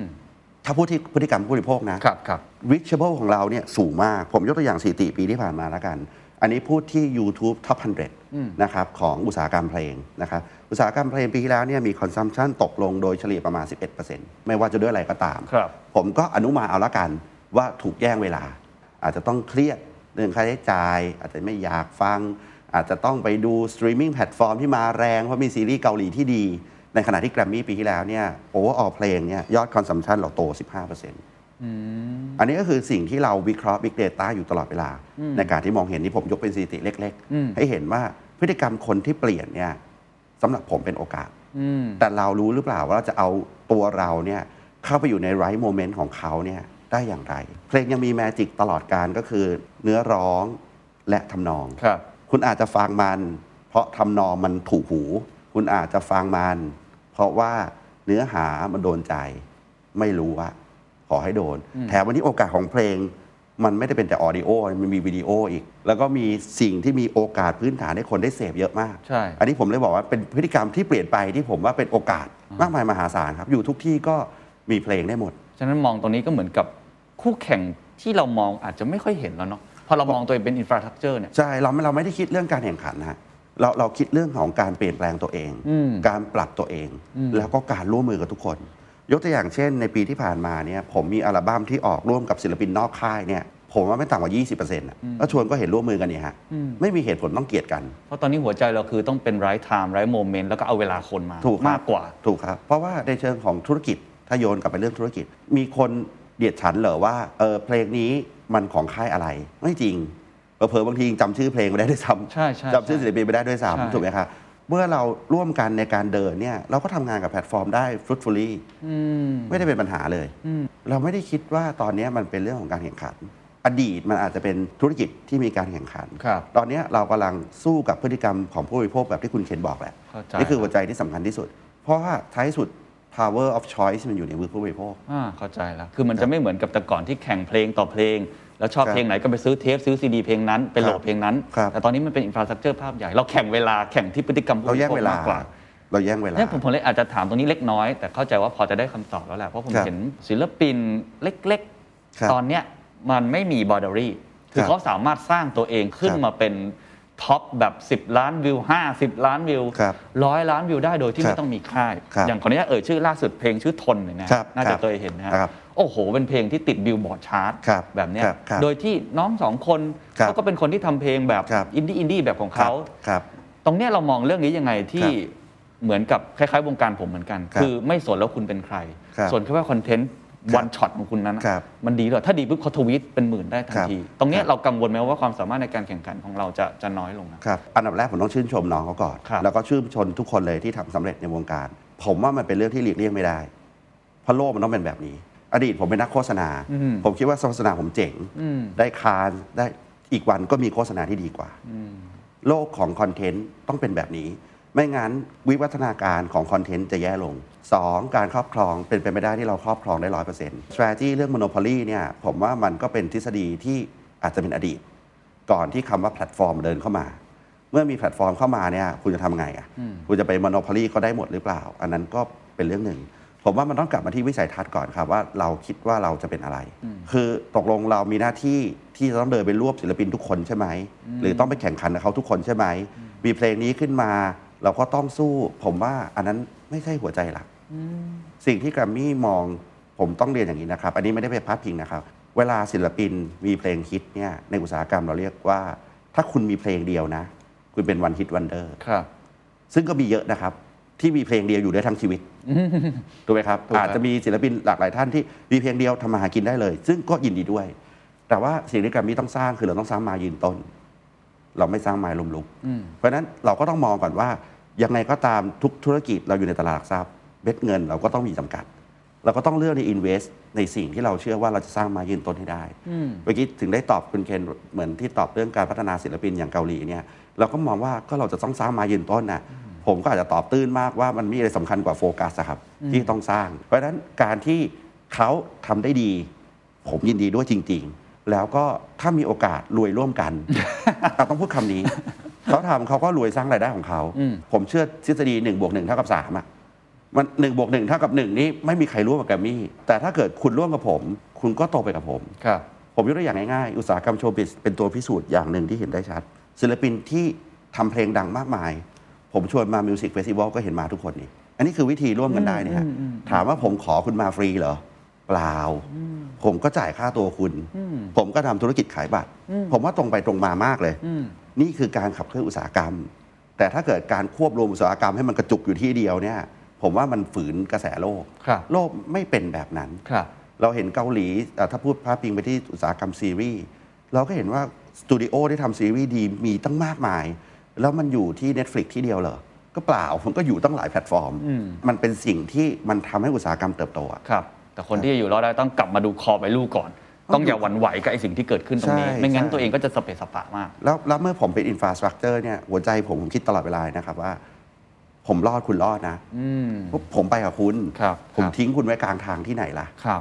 ถ้าพูดที่พฤติกรรมผู้บริโภคนะ ครับครับ reachable ของเราเนี่ยสูงมาก ผมยกตัวอย่างสถิติปีที่ผ่านมาแล้วกัน อันนี้พูดที่ YouTube Top 100 นะครับของอุตสาหกรรมเพลงนะครับ อุตสาหกรรมเพลงปีที่แล้วเนี่ยมี consumption ตกลงโดยเฉลี่ยประมาณ 11%ไม่ว่าจะด้วยอะไรก็ตาม ครับ ผมก็อนุมานเอาละกันว่าถูกแย่งเวลา อาจจะต้องเครียดเรื่องค่าใช้จ่าย อาจจะไม่อยากฟัง อาจจะต้องไปดูสตรีมมิ่งแพลตฟอร์มที่มาแรง เพราะมีซีรีส์เกาหลีที่ดี ในขณะที่แกรมมี่ปีที่แล้วเนี่ยโอเวอร์ออเพลงเนี่ยยอดคอนซัมชันเราโต 15%อันนี้ก็คือสิ่งที่เราวิเคราะห์ Big Data อยู่ตลอดเวลา ในการที่มองเห็นนี่ผมยกเป็นสถิติเล็ก อืม ๆ ให้เห็นว่าพฤติกรรมคนที่เปลี่ยนเนี่ยสำหรับผมเป็นโอกาส อืม แต่เรารู้หรือเปล่าว่าเราจะเอาตัวเราเนี่ยเข้าไปอยู่ในไร g h โมเมนต์ของเขาเนี่ยได้อย่างไร เพลงยังมีแมจิกตลอดการก็คือเนื้อร้องและทำนอง ครับ คุณอาจจะฟังมัน เพราะทำนองมันถูกหู คุณอาจจะฟังมัน เพราะว่าเนื้อหามันโดนใจ ไม่รู้ว่าขอให้โดน แถมวันนี้โอกาสของเพลง มันไม่ได้เป็นแต่ออดิโอ มันมีวิดีโออีก แล้วก็มีสิ่งที่มีโอกาสพื้นฐานให้คนได้เสพเยอะมาก ใช่ อันนี้ผมเลยบอกว่าเป็นพฤติกรรมที่เปลี่ยนไปที่ผมว่าเป็นโอกาสมากมายมหาศาลครับ อยู่ทุกที่ก็มีเพลงได้หมด ฉะนั้นมองตรงนี้ก็เหมือนกับคู่แข่งที่เรามองอาจจะไม่ค่อยเห็นแล้วเนาะพอเรามองตัวเองเป็นอินฟราสตรักเจอร์เนี่ย ใช่เราไม่เราไม่ได้คิดเรื่องการแข่งขันนะฮะเราเราคิดเรื่องของการเปลี่ยนแปลงตัวเอง การปรับตัวเอง แล้วก็การร่วมมือกับทุกคน ยกตัวอย่างเช่น ในปีที่ผ่านมาเนี่ยผมมีอัลบั้มที่ออกร่วมกับศิลปินนอกค่ายเนี่ยผมว่าไม่ต่ำกว่า 20%นะแล้วชวนก็เห็นร่วมมือกันเนี่ยฮะไม่มีเหตุผลต้องเกลียดกัน เพราะตอนนี้หัวใจเราคือต้องเป็นไรท์ไทม์ไรท์โมเมนต์แล้วก็เอาเวลาคนมา ถูกครับ มากกว่า ถูกครับ เพราะว่าในเชิงของธุรกิจ ถ้าโยนกลับไปเรื่องธุรกิจ มีคนเดียดฉันเหรอว่าเออเพลงนี้มันของค่ายอะไร ไม่จริงเผลอๆบางทียังจำชื่อเพลงไม่ได้ด้วยซ้ำ ใช่ใช่ จำชื่อศิลปินไม่ได้ด้วย ใช่ ซ้ำถูกไหมครับเมื่อเราร่วมกันในการเดินเนี่ยเราก็ทำงานกับแพลตฟอร์มได้ฟรุตฟูลี่ไม่ได้เป็นปัญหาเลย เราไม่ได้คิดว่าตอนเนี้ยมันเป็นเรื่องของการแข่งขัน อดีตมันอาจจะเป็นธุรกิจที่มีการแข่งขัน ครับ ตอนเนี้ยเรากำลังสู้กับพฤติกรรมของผู้บริโภคแบบที่คุณเคนบอกแหละ เข้าใจ นี่คือหัวใจที่สำคัญที่สุด เพราะว่าท้ายสุด power of choice มันอยู่ในมือผู้บริโภค อ่าเข้าใจแล้ว คือมันจะไม่เหมือนกับแต่ก่อนที่แข่งเพลงต่อเพลง แล้วชอบ ครับ เพลงไหนก็ไปซื้อเทปซื้อซีดีเพลงนั้นไปโหล ครั ด บ เพลงนั้น ครับ แต่ตอนนี้มันเป็นอินฟราสตรักเจอร์ภาพใหญ่ เราแข่งเวลาแข่งที่พฤติกรรมผู้ เราแย่ง บ เวลาริโภมคากกว่า เราแย่งเวลา เนี่ยผมผมเลยอาจจะถามตรงนี้เล็กน้อย แต่เข้าใจว่าพอจะได้คำตอบแล้วแหละเพราะผม ครับ เห็นศิลปินเล็ก ครับ ๆ ตอนเนี้ยมันไม่มีบอด r รี่คืคอรับ เขาสามารถสร้างตัวเองขึ้คนรับ มาเป็นท็อปแบบ 10 ล้านวิว 50 ล้านวิว ครับ ร้อยล้านวิวได้โดยที่ ครับ ไม่ต้องมีค่าย ครับ อย่างคนนี้เอ่ยชื่อล่าสุดเพลงชื่อทนเนี่ยนะครับน่า ครั จะ บ เคยเห็นนะฮะ ครับ โอ้โห เป็นเพลงที่ติดบิลบอร์ดชาร์ต ครับ แบบเนี้ย ครับครับ โดยที่น้องสองคน ครับ เขาก็เป็นคนที่ทำเพลงแบบ ครับ อินดี้อินดี้แบบของเขา ครับ ตรงเนี้ยเรามองเรื่องนี้ยังไงที่เหมือนกับคล้ายๆ วงการผมเหมือนกัน ครับ คือไม่สนแล้วคุณเป็นใคร ครับ สนแค่ว่าคอนเทนต์ ครับ วันช็อตของคุณนั้นนะครับ มันดีหรอถ้าดีปุ๊บเขาทวีตเป็นหมื่นได้ทัน ครับ ที ตรงเนี้คยรับ เรากังวลไหมว่าความสามารถในการแข่งขันของเราจะจะน้อยลงอะ ครับอันดับแรกผมต้องชื่นชมน้องเขาก่อน ครับ แล้วก็ชื่นชมทุกคนเลยที่ทำสำเร็จในวงการ ผมว่ามันเป็นเรื่องที่หลีกเลี่ยงไม่ได้ เพราะโลกมันต้องเป็นแบบนี้ อดีตผมเป็นนักโฆษณา อืม ผมคิดว่าโฆษณาผมเจ๋ง อืม ได้คานได้อีกวันก็มีโฆษณาที่ดีกว่า โลกของคอนเทนต์ต้องเป็นแบบนี้ ไม่งั้นวิวัฒนาการของคอนเทนต์จะแย่ลง 2. การครอบครองเป็นไปไม่ได้ที่เราครอบครองได้ร้อยเปอร์เซ็นต์ strategy เรื่อง monopoly เนี่ยผมว่ามันก็เป็นทฤษฎีที่อาจจะเป็นอดีต ก่อนที่คำว่าแพลตฟอร์มเดินเข้ามา เมื่อมีแพลตฟอร์มเข้ามาเนี่ยคุณจะทำไงอ่ะคุณจะไปม o น o p o l y ก็ได้หมดหรือเปล่า อันนั้นก็เป็นเรื่องหนึ่ง ผมว่ามันต้องกลับมาที่วิสัยทัศน์ก่อนครับว่าเราคิดว่าเราจะเป็นอะไร คือตกลงเรามีหน้าที่ที่จะต้องเดินไปรวบศิลปินทุกคนใช่ไหม หรือต้องไปแข่งขันกับเขาทุกคนใช่ไหม มีเพลงนี้ขึ้นมา เราก็ต้องสู้ ผมว่าอันนั้นไม่ใช่หัวใจหลัก สิ่งที่แกรมมี่มอง ผมต้องเรียนอย่างนี้นะครับ อันนี้ไม่ได้ไปพัดพิงนะครับ เวลาศิลปินมีเพลงฮิตเนี่ยในอุตสาหกรรมเราเรียกว่า ถ้าคุณมีเพลงเดียวนะ คุณเป็นวันฮิตวันเดอร์ ครับ ซึ่งก็มีเยอะนะครับ ที่มีเพลงเดียวอยู่ได้ทั้งชีวิตถูกไหมครับ ถูกครับ อาจจะมีศิลปินหลากหลายท่านที่มีเพลงเดียวทำมาหากินได้เลย ซึ่งก็ยินดีด้วย แต่ว่าสิ่งที่แกรมมี่ต้องสร้างคือเราต้องสร้างไมายืนต้น เราไม่สร้างไมาลมลุก อืม เพราะฉะนั้นเราก็ต้องมองก่อนว่ายังไงก็ตามทุกธุรกิจเราอยู่ในตลาดหลักทรัพย์เม็ดเงินเราก็ต้องมีจำกัด เราก็ต้องเลือกใน invest ในสิ่งที่เราเชื่อว่าเราจะสร้างมายืนต้นให้ได้ อืม เมื่อกี้ถึงได้ตอบคุณเคนเหมือนที่ตอบเรื่องการพัฒนาศิลปินอย่างเกาหลีเนี่ยเราก็มองว่าก็เราจะต้องสร้างมายืนต้นนะผมก็อาจจะตอบตื้นมากว่ามันมีอะไรสำคัญกว่าโฟกัสอะครับที่ต้องสร้าง เพราะฉะนั้นการที่เขาทำได้ดี ผมยินดีด้วยจริง ๆ แล้วก็ถ้ามีโอกาสรวยร่วม กัน เราต้องพูดคำนี้ เขาทำเขาก็รวยสร้างรายได้ของเขา อืม ผมเชื่อทฤษฎี1นบวกหเท่ากับ3อ่ะ มันหนึ่งบวกหนึ่งเท่ากับหนึ่งนี้ไม่มีใครร่วมกับแกรมมี่ แต่ถ้าเกิดคุณร่วมกับผม คุณก็โตไปกับผม ครับ ผมยกตัวอย่างง่ายๆ อุตสาหกรรมโชว์บิสเป็นตัวพิสูจน์อย่างหนึ่งที่เห็นได้ชัด ศิลปินที่ทำเพลงดังมากมาย ผมชวนมามิวสิกเฟสติวัลก็เห็นมาทุกคนนี่ อันนี้คือวิธีร่วมกันได้นะฮะ ถามว่าผมขอคุณมาฟรีเหรอ เปล่า ผมก็จ่ายค่าตัวคุณ ผมก็ทำธุรกิจขายบัตร ผมว่าตรงไปตรงมามากเลย อืม นี่คือการขับเคลื่อนอุตสาหกรรม แต่ถ้าเกิดการควบรวมอุตสาหกรรมให้มันกระจุกอยู่ที่เดียวเนี่ย ผมว่ามันฝืนกระแสโลก ครับ โลกไม่เป็นแบบนั้น ครับ เราเห็นเกาหลีเอ่อถ้าพูดพาดพิงไปที่อุตสาหกรรมซีรีส์เราก็เห็นว่าสตูดิโอที่ทำซีรีส์ดีมีตั้งมากมาย แล้วมันอยู่ที่ Netflix ที่เดียวเหรอ ก็เปล่า มันก็อยู่ตั้งหลายแพลตฟอร์ม อืม มันเป็นสิ่งที่มันทำให้อุตสาหกรรมเติบโตอะ ครับ แต่คนที่จะอยู่รอดได้ต้องกลับมาดูคอไปลูกก่อน ต้องอย่าหวั่นไหวกับไอ้สิ่งที่เกิดขึ้นตรงนี้ ใช่ ไม่งั้น ใช่ ตัวเองก็จะสเปะสปะมาก แล้วแล้วเมื่อผมเป็นอินฟราสตรักเจอร์เนี่ยหัวใจผมผมคิดตลอดเวลานะครับว่า ผมรอดคุณรอดนะ อืม ผมไปกับคุณ ครับ ผม ครับ ทิ้งคุณไว้กลางทางที่ไหนล่ะ ครับ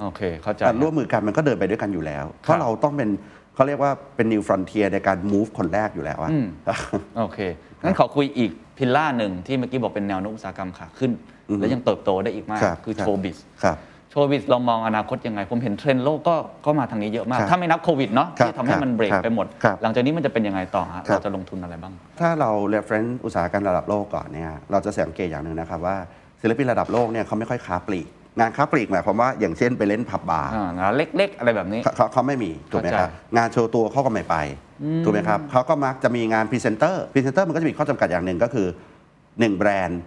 โอเค เข้าใจ การร่วมมือกันมันก็เดินไปด้วยกันอยู่แล้ว เพราะเราต้องเป็นเขาเรียกว่าเป็น new frontier ในการ move คนแรกอยู่แล้วอะ อืม โอเค งั้นขอคุยอีกพิลล่าหนึ่งที่เมื่อกี้บอกเป็นแนวโน้มอุตสาหกรรมขาขึ้น อือฮึ และยังเติบโตได้อีกมาก ครับ คือ ครับ โชว์บิส ครับ โชว์บิสเรามองอนาคตยังไง ผมเห็นเทรนด์โลกก็ก็มาทางนี้เยอะมาก ครับ ถ้าไม่นับโควิดเนาะ ครับ ที่ทำให้มันเบรก ครับ ไปหมด ครับ หลังจากนี้มันจะเป็นยังไงต่อฮะ ครับ เราจะลงทุนอะไรบ้าง ถ้าเรา reference อุตสาหกรรมระดับโลกก่อนเนี่ยเราจะสังเกตอย่างหนึ่งนะครับว่าศิลปินระดับโลกเนี่ยเขาไม่ค่อยค้าปลีก งานค้าปลีกหมายความว่าอย่างเช่นไปเล่นผับบาร์ อ่างานเล็ก ๆ อะไรแบบนี้ เขาเขาเขาไม่มีถูกไหมครับ เข้าใจ งานโชว์ตัวเขาก็ไม่ไปถูกไหมครับเขาก็มักจะมีงานพรีเซนเตอร์พรีเซนเตอร์มันก็จะมีข้อจำกัดอย่างหนึ่งก็คือ 1 แบรนด์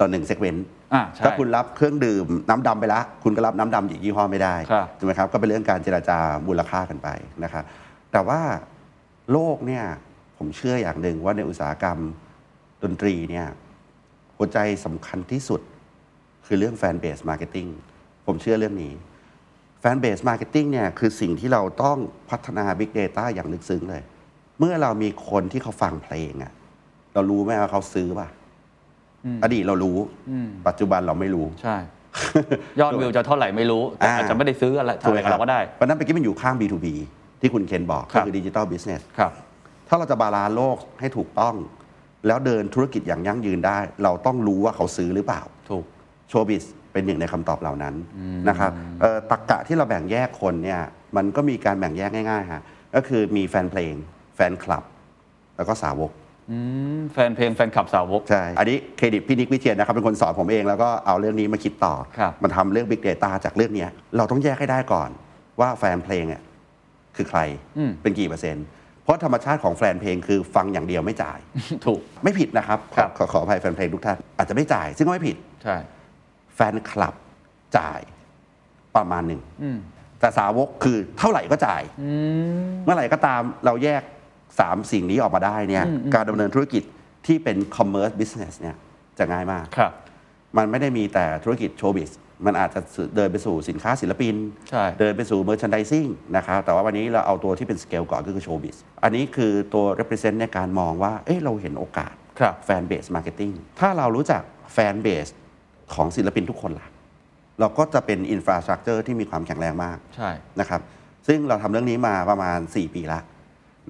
ต่อ1เซกเวนต์ อ่าใช่ ถ้าคุณรับเครื่องดื่มน้ำดำไปละ คุณก็รับน้ำดำอีกยี่ห้อไม่ได้ ครับ ถูกไหมครับก็เป็นเรื่องการเจราจามูลค่ากันไปนะครับแต่ว่าโลกเนี่ยผมเชื่ออย่างหนึ่งว่าในอุตสาหกรรมดนตรีเนี่ยหัวใจสำคัญที่สุด คือเรื่องแฟนเบสมาร์เก็ตติ้งผมเชื่อเรื่องนี้ แฟนเบสมาร์เก็ตติ้งเนี่ยคือสิ่งที่เราต้องพัฒนา Big Data อย่างลึกซึ้งเลย เมื่อเรามีคนที่เขาฟังเพลงอะเรารู้ไหมว่าเขาซื้อป่ะ อดีตเรารู้ ปัจจุบันเราไม่รู้ ใช่ ยอดวิวจะเท่าไหร่ไม่รู้แต่ อ่า อาจจะไม่ได้ซื้ออะไรทำอะไรกับเราก็ได้ เพราะฉะนั้นเมื่อกี้มันอยู่ข้าง B2B ที่คุณเคนบอก ครั ก็ บ คือดิจิทัลบิสเนส ครับ ถ้าเราจะบาลานซ์โลกให้ถูกต้อง แล้วเดินธุรกิจอย่างยั่งยืนได้ เราต้องรู้ว่าเขาซื้อหรือเปล่า ถูก โชว์บิสเป็นหนึ่งในคำตอบเหล่านั้นนะครับเอ่อตรกกะที่เราแบ่งแยกคนเนี่ยมันก็มีการแบ่งแยกง่ายๆฮะก็คือมีแฟนเพลง แฟนคลับ แล้วก็สาวก อืม แฟนเพลงแฟนคลับสาวก ใช่ อันนี้เครดิตพี่นิกวิเชียนนะครับ เป็นคนสอนผมเองแล้วก็เอาเรื่องนี้มาคิดต่อ ครับ มันทำเรื่อง Big Data จากเรื่องเนี้ยเราต้องแยกให้ได้ก่อนว่าแฟนเพลงเนี่ยคือใครเป็นกี่เปอร์เซ็นต์เพราะธรรมชาติของแฟนเพลงคือฟังอย่างเดียวไม่จ่าย ถูก ไม่ผิดนะครับข ครั อบ ขอขออภัยแฟนเพลงทุกท่านอาจจะไม่จ่าย ซึ่งก็ไม่ผิด ใช่ แฟนคลับจ่ายประมาณหนึ่ง แต่สาวกคือเท่าไหร่ก็จ่าย เมื่อไหร่ก็ตามเราแยก 3 สิ่งนี้ออกมาได้เนี่ยการดำเนินธุรกิจที่เป็น commerce business เนี่ยจะง่ายมาก ครับ มันไม่ได้มีแต่ธุรกิจโชว์บิส มันอาจจะเดินไปสู่สินค้าศิลปิน ใช่ เดินไปสู่ merchandising นะครับ แต่ว่าวันนี้เราเอาตัวที่เป็นสเกลก่อนก็คือโชว์บิส อันนี้คือตัว represent ในการมองว่า เอ้เราเห็นโอกาส ครับ แฟนเบสมาร์เก็ตติ้งถ้าเรารู้จักแฟนเบสของศิลปินทุกคนล่ะ เราก็จะเป็นอินฟราสตรักเจอร์ที่มีความแข็งแรงมาก ใช่ นะครับ ซึ่งเราทำเรื่องนี้มาประมาณ 4 ปีละ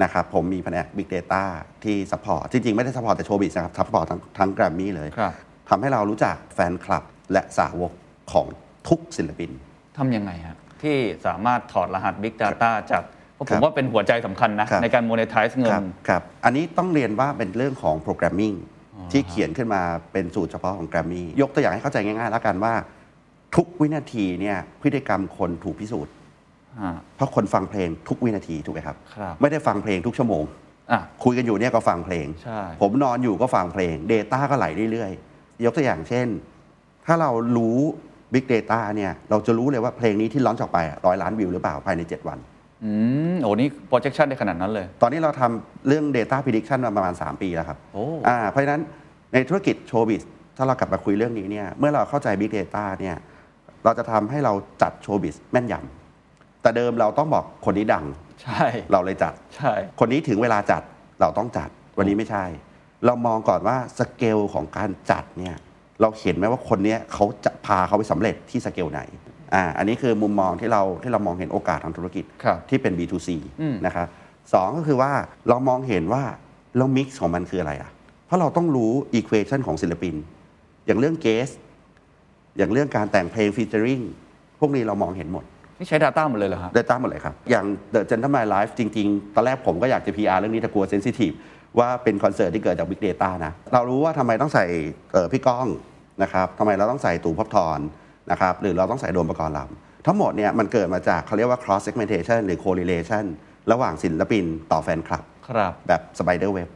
นะครับ ผมมีแผนก Big Data ที่ซัพพอร์ต จริง ๆ ไม่ได้ซัพพอร์ตแต่โชว์บิสนะครับซัพพอร์ตทั้งทั้งแกรมมี่เลย ครับ ทำให้เรารู้จักแฟนคลับและสาวกของทุกศิลปิน ทำยังไงฮะที่สามารถถอดรหัส Big Data จากเพราะผ ครั ม บ ว่าเป็นหัวใจสำคัญนะ ครับ ในการ monetize เงิ คน รับครับ อันนี้ต้องเรียนว่าเป็นเรื่องของโปรแกรมมิ่งที่เขียนขึ้นมาเป็นสูตรเฉพาะของแกรมมี่ยกตัวอย่างให้เข้าใจง่ายๆแล้วกันว่า ทุกวินาทีเนี่ยพฤติกรรมคนถูกพิสูจน์ อ่า เพราะคนฟังเพลงทุกวินาทีถูกไหมครับ ครับ ไม่ได้ฟังเพลงทุกชั่วโมง อ่ะ คุยกันอยู่เนี่ยก็ฟังเพลง ใช่ ผมนอนอยู่ก็ฟังเพลง Data ก็ไหลเรื่อยๆ ยกตัวอย่างเช่น ถ้าเรารู้ Big Data เนี่ยเราจะรู้เลยว่าเพลงนี้ที่ล้อนออกไปร้อยล้านวิวหรือเปล่าภายใน 7 วัน อืมโอ้นี่ projection ได้ขนาดนั้นเลย ตอนนี้เราทำเรื่อง Data Prediction มาประมาณ 3 ปีแล้วครับ โอ้ อ่าเพราะฉะนั้นในธุรกิจโชว์บิสถ้าเรากลับมาคุยเรื่องนี้เนี่ยเมื่อเราเข้าใจ Big Data เนี่ยเราจะทำให้เราจัดโชว์บิสแม่นยำแต่เดิมเราต้องบอกคนนี้ดัง ใช่ เราเลยจัด ใช่ คนนี้ถึงเวลาจัดเราต้องจัดวันนี้ไม่ใช่ เรามองก่อนว่าสเกลของการจัดเนี่ยเราเห็นไหมว่าคนเนี้ยเขาจะพาเขาไปสำเร็จที่สเกลไหนอ่าอันนี้คือมุมมองที่เราที่เรามองเห็นโอกาสทางธุรกิจ ครับ ที่เป็น B2C อืม นะครับสองก็คือว่าเรามองเห็นว่าเรามิกซ์ของมันคืออะไรอ่ะเพราะเราต้องรู้อีควอชันของศิลปิน อย่างเรื่องเกส อย่างเรื่องการแต่งเพลงฟีเจอริงพวกนี้เรามองเห็นหมด นี่ใช้ data หมดเลยเหรอฮะ ได้ตามหมดเลยครับ อย่าง The Gentleman Life จริง ๆ ตอนแรกผมก็อยากจะ PR เรื่องนี้แต่กลัวเซนซิทีฟว่าเป็นคอนเสิร์ตที่เกิดจาก Big Data นะ เรารู้ว่าทำไมต้องใส่เอ่อพี่ก้องนะครับทำไมเราต้องใส่ตู่ภพบทรนะครับ หรือเราต้องใส่โดมประกรณ์ลำทั้งหมดเนี่ยมันเกิดมาจากเขาเรียกว่า cross segmentation หรือ correlation ระหว่างศิลปินต่อแฟนคลับ ครับ แบบสไปเดอร์เว็บ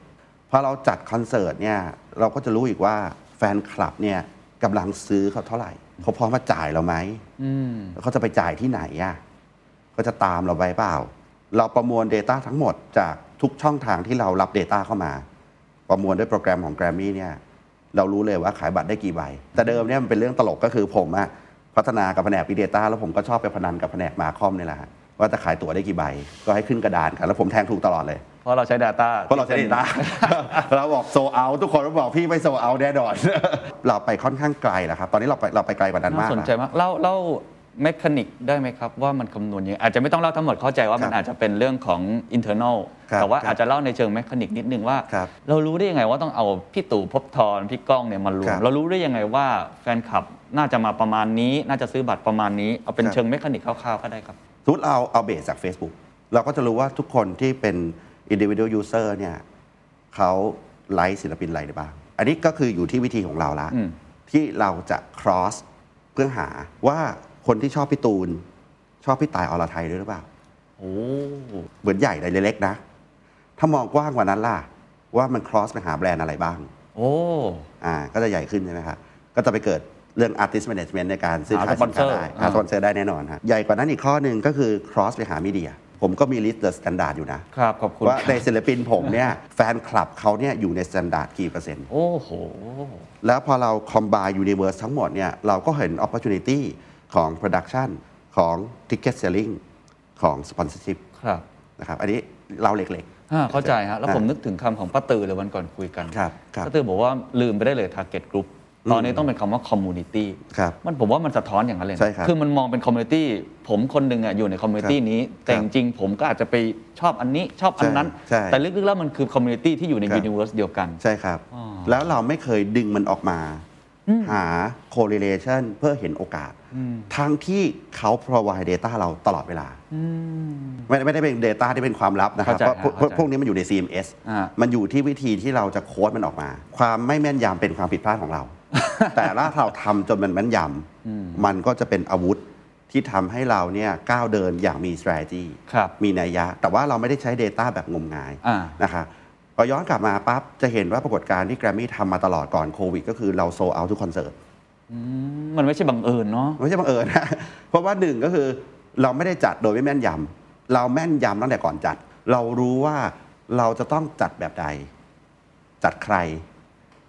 พอเราจัดคอนเสิร์ตเนี่ยเราก็จะรู้อีกว่าแฟนคลับเนี่ยกำลังซื้อเขาเท่าไหร่ เขาพร้อมมาจ่ายเราไหมแล้วเขาจะไปจ่ายที่ไหนอ่ะเขาจะตามเราไปเปล่า เราประมวล Data ทั้งหมดจากทุกช่องทางที่เรารับ Data เข้ามา ประมวลด้วยโปรแกรมของ g r a m m y เนี่ยเรารู้เลยว่าขายบัตรได้กี่ใบ แต่เดิมเนี่ยมันเป็นเรื่องตลกก็คือผมอะพัฒนากับแผนกปีเดต้าแล้วผมก็ชอบไปพนันกับแผนกมาคอมเนี่ยแหละฮะว่าจะขายตั๋วได้กี่ใบ ก็ให้ขึ้นกระดานกันแล้วผมแทงถูกตลอดเลย เพราะเราใช้ data เพราะเราใช้เดต้า เราบอกโซเอา ทุกคนก็บอกพี่ไม่โซเอาแน่น อน เราไปค่อนข้างไกลแล้วครับ ตอนนี้เราไปเราไปไกลกว่านั้น่ามนาก สนใจ แล้ว มากเล่าเล่าเมคานิกได้ไหมครับ ว่ามันคำนวณยังไงอาจจะไม่ต้องเล่าทั้งหมดเข้าใจว่ามัครันบ อาจจะเป็นเรื่องของ internal ครับ แต่ว่า ครับ อาจจะเล่าในเชิงเมคานิกนิดนึงว่า ครับ เรารู้ได้ยังไงว่าต้องเอาพี่ตู่ภพบทรพี่ก้องเนี่ยมารว ค ม รับ เรารู้ได้ยังไงว่าแฟนคลับน่าจะมาประมาณนี้ น่าจะซื้อบัตรประมาณนี้ เอาเป็น ครับ เชิงเมคานิกคร่าวๆก็ได้ครับ สมมุติเราเอาเบสจาก Facebook เราก็จะรู้ว่าทุกคนที่เป็น individual user เนี่ยเขาไลค์ศิลปินอะไรได้บ้าง อันนี้ก็คืออยู่ที่วิธีของเราละ อืม ที่เราจะ cross เพื่อหาว่าคนที่ชอบพี่ตูน ชอบพี่ตายอรไทยด้วยหรือเปล่า โอ้ เหมือนใหญ่ในเล็กๆนะ ถ้ามองกว้างกว่านั้นล่ะ ว่ามัน cross ไปหาแบรนด์อะไรบ้าง โอ้ อ่าก็จะใหญ่ขึ้นใช่ไหมครับ ก็จะไปเกิดเรื่อง artist management ในการซื้อขายสินค้าได้หาสปอนเซอร์ได้แน่นอนฮะใหญ่กว่านั้นอีกข้อหนึ่งก็คือ cross ไปหา media ผมก็มี list the standard อยู่นะ ครับขอบคุณ ว่า ครับ ในศิลปินผมเนี่ย แฟนคลับเขาเนี่ยอยู่ใน standard กี่เปอร์เซ็นต์ โอ้โห แล้วพอเรา combine universe ทั้งหมดเนี่ย เราก็เห็น opportunity ของ production ของ ticket selling ของ sponsorship ครับ นะครับอันนี้เราเล็ก อ่า ๆ เข้าใจฮะแล้วผม อ่า นึกถึงคำของป้าตือเลยวันก่อนคุยกัน ครับครับ ป้าตือบอกว่าลืมไปได้เลย target group ตอนนี้ต้องเป็นคำว่า community ครับ มันผมว่ามันสะท้อนอย่างนั้นเลยนะ ใช่ครับ คือมันมองเป็น community ผมคนหนึ่งอ่ะอยู่ใน community ครับ นี้ แต่จริงๆผมก็อาจจะไปชอบอันนี้ชอบอันนั้น ใช่ใช่ แต่ลึกๆแล้วมันคือ community ที่อยู่ใน ครับ universe เดียวกัน ใช่ครับ อ๋อ แล้วเราไม่เคยดึงมันออกมา หา correlation เพื่อเห็นโอกาส ทั้งที่เขา provide data เราตลอดเวลา ไม่ได้ไม่ได้เป็น data ที่เป็นความลับนะครับ เข้าใจ เพราะพวก เข้าใจ พวกนี้มันอยู่ใน CMS อ่ามั มันอยู่ที่วิธีที่เราจะโค้ดมันออกมา ความไม่แม่นยำเป็นความผิดพลาด ของเรา แต่ถ้าเราทำจนมันแม่นยำมันก็จะเป็นอาวุธที่ทำให้เราเนี่ยก้าวเดินอย่างมี strategy ครับ มีนัยยะ แต่ว่าเราไม่ได้ใช้ Data แบบงมงาย อ่า นะครับพอย้อนกลับมาปั๊บจะเห็นว่าปรากฏการณ์ที่แกรมมี่ทำมาตลอดก่อนโควิด ก็คือเราโซเอาทุกคอนเสิร์ต มันไม่ใช่บังเอิญเนาะ ไม่ใช่บังเอิญนะ เพราะว่าหนึ่งก็คือเราไม่ได้จัดโดยไม่แม่นยำเราแม่นยำตั้งแต่ก่อนจัด เรารู้ว่าเราจะต้องจัดแบบใด จัดใคร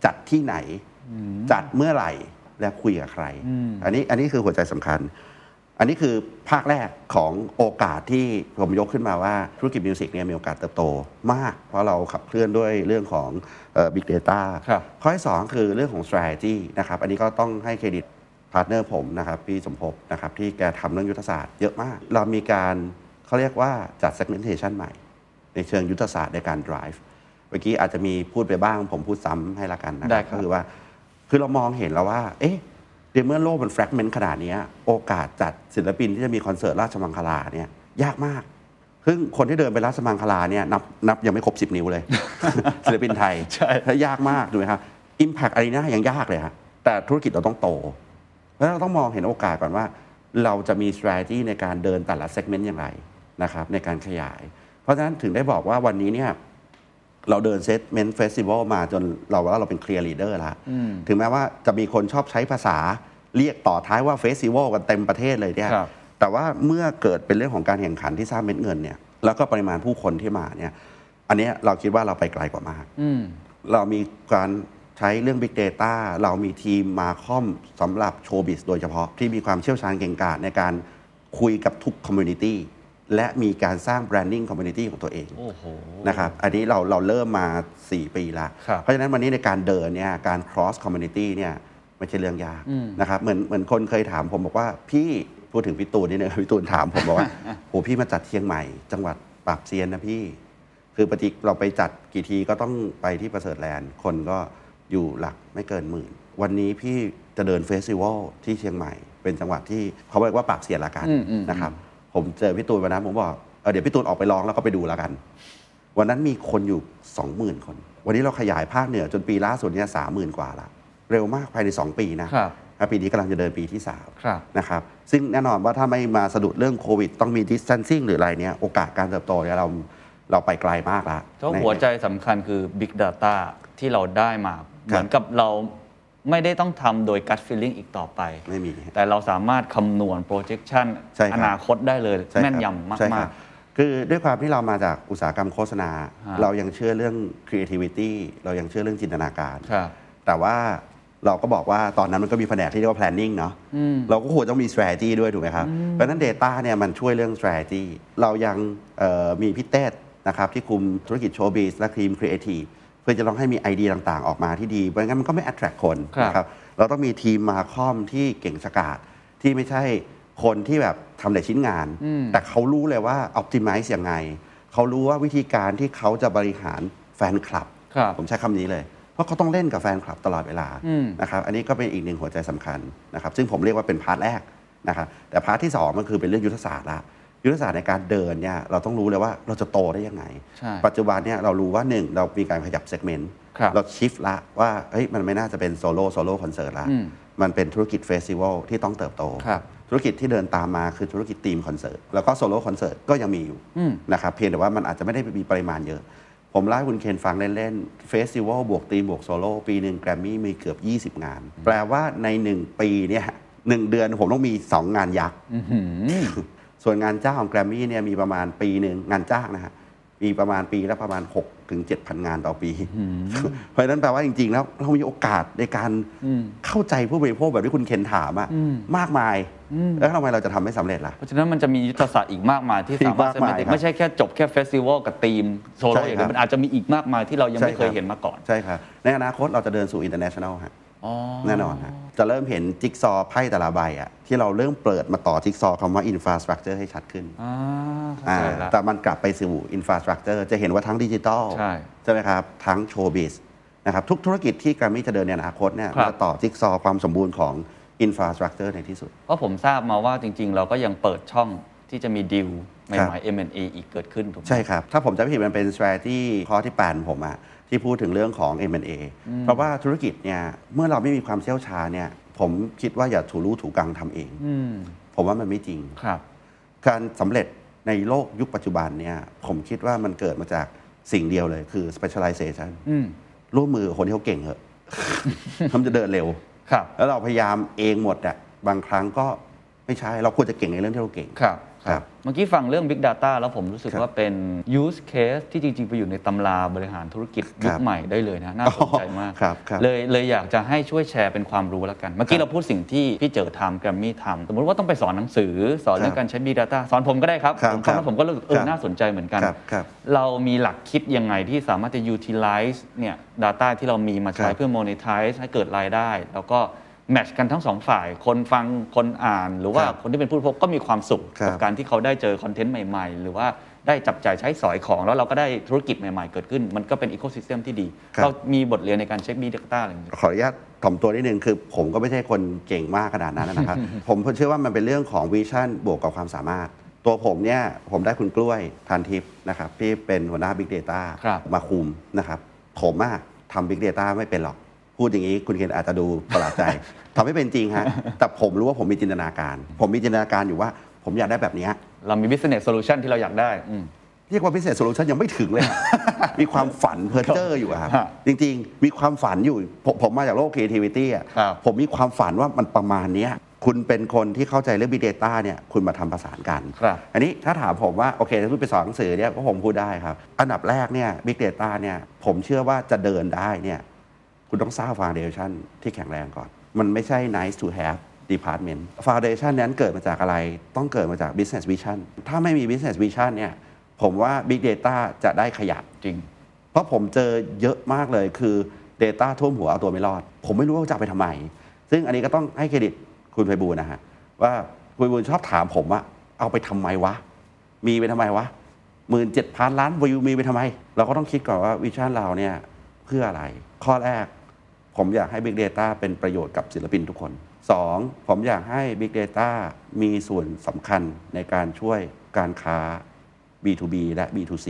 จัดที่ไหน จัดเมื่อไหร่และคุยกับใคร อันนี้อันนี้คือหัวใจสำคัญ อันนี้คือภาคแรกของโอกาสที่ผมยกขึ้นมาว่าธุรกิจมิวสิกเนี่ยมีโอกาสเติบโตมาก เพราะเราขับเคลื่อนด้วยเรื่องของบิ๊กเดต้า ครับ ข้อที่สองคือเรื่องของ strategy นะครับ อันนี้ก็ต้องให้เครดิตพาร์ทเนอร์ผมนะครับพี่สมภพนะครับ ที่แกทำเรื่องยุทธศาสตร์เยอะมาก เรามีการเขาเรียกว่าจัด segmentation ใหม่ ในเชิงยุทธศาสตร์ในการ drive เมื่อกี้อาจจะมีพูดไปบ้าง ผมพูดซ้ำให้ละกันนะค ได้ รับ ครับ ก็คือว่า คือเรามองเห็นแล้วว่า เอ๊ะในเมื่อโลกมันแฟกเมนต์ขนาดเนี้ยโอกาสจัดศิลปินที่จะมีคอนเสิร์ตราชมังคลาเนี่ยยากมาก ซึ่งคนที่เดินไปราชมังคลาเนี่ยนับนับยังไม่ครบ 10 นิ้วเลย ศิลปินไทย ใช่ และยากมากดูไหมครับอิมแพกอารีนายังยากเลยฮะแต่ธุรกิจเราต้องโต เพราะฉะนั้นเราต้องมองเห็นโอกาสก่อนว่า เราจะมี strategy ในการเดินแต่ละ segment อย่างไรนะครับในการขยาย เพราะฉะนั้นถึงได้บอกว่าวันนี้เนี่ย เราเดินเซตเมนต์เฟสติวัลมาจนเราว่าเราเป็นเคลียร์ลีดเดอร์ละถึงแม้ว่าจะมีคนชอบใช้ภาษาเรียกต่อท้ายว่าเฟสติวัลกันเต็มประเทศเลยเนี่ย ครับ แต่ว่าเมื่อเกิดเป็นเรื่องของการแข่งขันที่สร้างเม็ดเงินเนี่ยแล้วก็ปริมาณผู้คนที่มาเนี่ยอันเนี้ยเราคิดว่าเราไปไกลกว่ามาก อืม เรามีการใช้เรื่อง Big Data เรามีทีมมาคอมสำหรับโชว์บิสโดยเฉพาะที่มีความเชี่ยวชาญเก่งกาจในการคุยกับทุกคอมมูนิตี้และมีการสร้างแบรนดิ้งคอมมูนิตี้ของตัวเอง โอ้โห นะครับ อันนี้เราเราเริ่มมา 4 ปีละ ครับ เพราะฉะนั้นวันนี้ในการเดินเนี่ยการ cross community เนี่ยไม่ใช่เรื่องยากนะครับ เหมือนเหมือนคนเคยถามผมบอกว่าพี่พูดถึง พี่ตูนนี่นะพี่ตูนถามผมบอกว่า โหพี่มาจัดเชียงใหม่ จังหวัดปราบเซียนนะพี่ คือปกติเราไปจัดกี่ทีก็ต้องไปที่ประเสริฐแลนด์ คนก็อยู่หลักไม่เกินหมื่น วันนี้พี่จะเดินเฟสติวัลที่เชียงใหม่ เป็นจังหวัดที่เขาเรียกว่าปราบเซียนละกัน อืมอืม นะครับ ผมเจอพี่ตูนวันนั้นผมบอกเออเดี๋ยวพี่ตูนออกไปร้องแล้วก็ไปดูแล้วกัน วันนั้นมีคนอยู่ 20,000 คน วันนี้เราขยายภาคเหนือจนปีล่าสุดเนี่ยสามหมื่นกว่าละ เร็วมากภายใน 2 ปีนะครับ แล้วปีนี้กำลังจะเดินปีที่ ครับ 3 นะครับ ซึ่งแน่นอนว่าถ้าไม่มาสะดุดเรื่องโควิด ต้องมี distancing หรืออะไรเนี่ย โอกาสการเติบโตเนี่ยเราเราไปไกลมากละ เพราะ ใน หัวใจสำคัญคือ Big Data ที่เราได้มา เหมือนกับเราไม่ได้ต้องทำโดย gut feeling อีกต่อไป ไม่มี แต่เราสามารถคำนวณ projection ใช่ครับ อนาคตได้เลย ใช่ครับ แม่นยำมา ใช่ค ก รับคือด้วยความที่เรามาจากอุตสาหกรรมโฆษณา ฮะ เรายังเชื่อเรื่อง creativity เรายังเชื่อเรื่องจินตนาการ ๆ ครับ แต่ว่าเราก็บอกว่าตอนนั้นมันก็มีแผนกที่เรียกว่า planning เนาะเราก็ควรต้องมี strategy ด้วยถูกไหมครับ เพราะฉะนั้น Data เนี่ยมันช่วยเรื่อง strategy เรายังเอ่อมีพี่เต้นะครับที่คุมธุรกิจโชว์บีสและครีม Creative เพื่อจะต้องให้มีไอเดียต่างๆ ออกมาที่ดีเพราะงั้นมันก็ไม่ attract คน ครับ นะครับเราต้องมีทีมมาคอมที่เก่งฉกาจที่ไม่ใช่คนที่แบบทำแต่ชิ้นงาน แต่เขารู้เลยว่า optimize ยังไง เขารู้ว่าวิธีการที่เขาจะบริหารแฟนคลับ ครับ ผมใช้คำนี้เลย เพราะเขาต้องเล่นกับแฟนคลับตลอดเวลา อืม นะครับอันนี้ก็เป็นอีกหนึ่งหัวใจสำคัญนะครับซึ่งผมเรียกว่าเป็นพาร์ทแรกนะครับแต่พาร์ทที่ 2 มันคือเป็นเรื่องยุทธศาสตร์ละยุทธศาสตร์ในการเดินเนี่ยเราต้องรู้เลยว่าเราจะโตได้ยังไง ใช่ ปัจจุบันเนี่ยเรารู้ว่า 1 เรามีการขยับเซกเมนต์ ครับ เราชิฟละว่าเฮ้ยมันไม่น่าจะเป็นโซโล่โซโล่คอนเสิร์ตละ อืม มันเป็นธุรกิจเฟสติวัลที่ต้องเติบโต ครับ ธุรกิจที่เดินตามมาคือธุรกิจทีมคอนเสิร์ต แล้วก็โซโล่คอนเสิร์ตก็ยังมีอยู่ อืม นะครับเพียงแต่ว่ามันอาจจะไม่ได้มีปริมาณเยอะ ผมเล่าให้คุณเคนฟังเล่นๆเฟสติวัลบวกทีมบวกโซโล่ปีหนึ่งแกรมมี่มีเกือบ 20 งาน แปลว่าใน 1 ปีเนี่ยหนึ่งเดือนผมต้องมี 2 งานยักษ์ อื้อหือ ส่วนงานจ้างของแกรมมี่เนี่ยมีประมาณปีหนึ่งงานจ้างนะฮะมีประมาณปีละประมาณ6ถึง7,000 งานต่อปี เพราะฉะนั้นแปลว่าจริง ๆ แล้วเรามีโอกาสในการเข้าใจผู้บริโภคแบบที่คุณเคนถามอะมากมาย แล้วทำไมเราจะทำไม่สำเร็จล่ะ เพราะฉะนั้นมันจะมียุทธศาสตร์อีกมากมายที่ อี สาก มารถ มากมาย เสนอ ครับ ไม่ใช่แค่จบแค่เฟสติวัลกับทีมโซ ใช่ โล่อย่างเดีย ครับวมันอาจจะมีอีกมากมายที่เรายังไม่เคยเห็นมาก่อน ใช่ครับ ในอนาคตเราจะเดินสู่ international ฮะ อ๋อ แน่นอนฮะจะเริ่มเห็นจิ๊กซอว์ไพ่แต่ละใบอะที่เราเริ่มเปิดมาต่อจิ๊กซอว์คำว่า infrastructure ให้ชัดขึ้น อ่าเข้า อ่า ใจละ แต่มันกลับไปสู่อินฟราสตรักเจอร์จะเห็นว่าทั้งดิจิตอล ใช่ ไหมครับ ทั้งโชว์บิสนะครับทุกธุรกิจที่กรมมี่จะเดินในอนาคตเนี่ย ครับ มาต่อจิ๊กซอว์ความสมบูรณ์ของอินฟราสตรักเจอร์ในที่สุด เพราะผมทราบมาว่าจริง ๆ เราก็ยังเปิดช่องที่จะมีดีลให ครั ม่ บ ๆ M&A อีกเกิดขึ้นถูกไหม ใช่ครับ ถ้าผมจำไม่ผิดมันเป็น strategy ข้อที่แปดของผมอะที่พูดถึงเรื่องของ M&A เพราะว่าธุรกิจเนี่ยเมื่อเราไม่มีความเชี่ยวชาญเนี่ยผมคิดว่าอย่าถูรู้ถูกังทำเอง อืม ผมว่ามันไม่จริง ครับ การสำเร็จในโลกยุคปัจจุบันเนี่ยผมคิดว่ามันเกิดมาจากสิ่งเดียวเลยคือ specialization อืม ร่วมมือกับคนที่เขาเก่ง เหอะ มันจะเดินเร็ว ครับ แล้วเราพยายามเองหมดอะบางครั้งก็ไม่ใช่ เราควรจะเก่งในเรื่องที่เราเก่ง ครับ ครับ เมื่อกี้ฟังเรื่อง Big Data แล้วผมรู้สึกว่าเป็น use case ที่จริง ๆ ไปอยู่ในตำราบริหารธุรกิจยุคใหม่ได้เลยนะ น่าสนใจมาก ครับครับ เลยเลยอยากจะให้ช่วยแชร์เป็นความรู้แล้วกัน เมื่อกี้เราพูดสิ่งที่พี่เจอทำแกรมมี่ทำสมมติว่าต้องไปสอนหนังสือ สอนเรื่คองรับ การใช้ Big Data สอนผมก็ได้ครับ ครับ ผมคฟังรั แล้ว บ ผมก็รู้สึกเอ ค อ รับ น่าสนใจเหมือนกัน ครับครับ เรามีหลักคิดยังไงที่สามารถจะ utilize เนี่ย data ที่เรามีมาใช้ ครับ เพื่อ monetize ให้เกิดรายได้ แล้วก็แมทชกันทั้งสองฝ่าย คนฟังคนอ่าน หรือว่า ครับ คนที่เป็นผู้พบก็มีความสุข ครั กับ บการที่เขาได้เจอคอนเทนต์ใหม่ๆ หรือว่าได้จับจ่ายใช้สอยของแล้วเราก็ได้ธุรกิจใหม่ๆ เกิดขึ้น มันก็เป็นอีโคซิสเต็มที่ดี ครับ เรามีบทเรียนในการเช็คบีดักต้าอะไรอย่างเงี้ย ขออนุญาตถ่อมตัวนิดนึงคือ ผมก็ไม่ใช่คนเก่งมากขนาดนั้นนะครับ ผมเชื่อว่ามันเป็นเรื่องของวิชั่นบวกกับความสามารถ ตัวผมเนี่ยผมได้คุณกล้วยทานทิพย์นะครับที่เป็นหัวหน้า Big Data ครับ มาคุมนะครับ ผมอะทำ Big Data ไม่เป็นหรอก พูดอย่างนี้คุณเคนอาจจะดูประห ลาดใจ ทำให้เป็นจริงฮะ แต่ผมรู้ว่าผมมีจินตนาการ ผมมีจินตนาการอยู่ว่า ผมอยากได้แบบเนี้ย เรามี business solution ที่เราอยากได้อืม เรียกว่าพิเศษโซลูชันยังไม่ถึงเลย มีความฝันเพ้อเจ้ออยู่อะครับ ฮะ จริง ๆ มีความฝันอยู่ ผมผมมาจากโลก creativity อะ ครับ ผมมีความฝันว่ามันประมาณเนี้ยคุณเป็นคนที่เข้าใจเรื่อง big data เนี่ยคุณมาทำประสานกัน ครับ อันนี้ถ้าถามผมว่า โอเคถ้าพูดไปสอนหนังสือเนี่ยก็ผมพูดได้ครับ อันดับแรกเนี่ย Big Data เนี่ยผมเชื่อว่าจะเดินได้เนี่ยคุณต้องสร้าง Foundation ที่แข็งแรงก่อน มันไม่ใช่ nice to have department Foundation นั้นเกิดมาจากอะไรต้องเกิดมาจาก business vision ถ้าไม่มี business vision เนี่ยผมว่า Big Data จะได้ขยะ จริง เพราะผมเจอเยอะมากเลยคือ Data ท่วมหัวเอาตัวไม่รอด ผมไม่รู้ว่าจะเอาไปทำไม ซึ่งอันนี้ก็ต้องให้เครดิตคุณไพบูลย์นะฮะ ว่าคุณไพบูลย์ชอบถามผมว่า เอาไปทำไมวะ มีไปทำไมวะหมื่นเจ็ดพันล้านวิวมีไปทำไม เราก็ต้องคิดก่อนว่าวิชั่นเราเนี่ยเพื่ออะไร ข้อแรก ผมอยากให้ Big Data เป็นประโยชน์กับศิลปินทุกคน 2. ผมอยากให้ Big Data มีส่วนสำคัญในการช่วยการค้า B2B และ B2C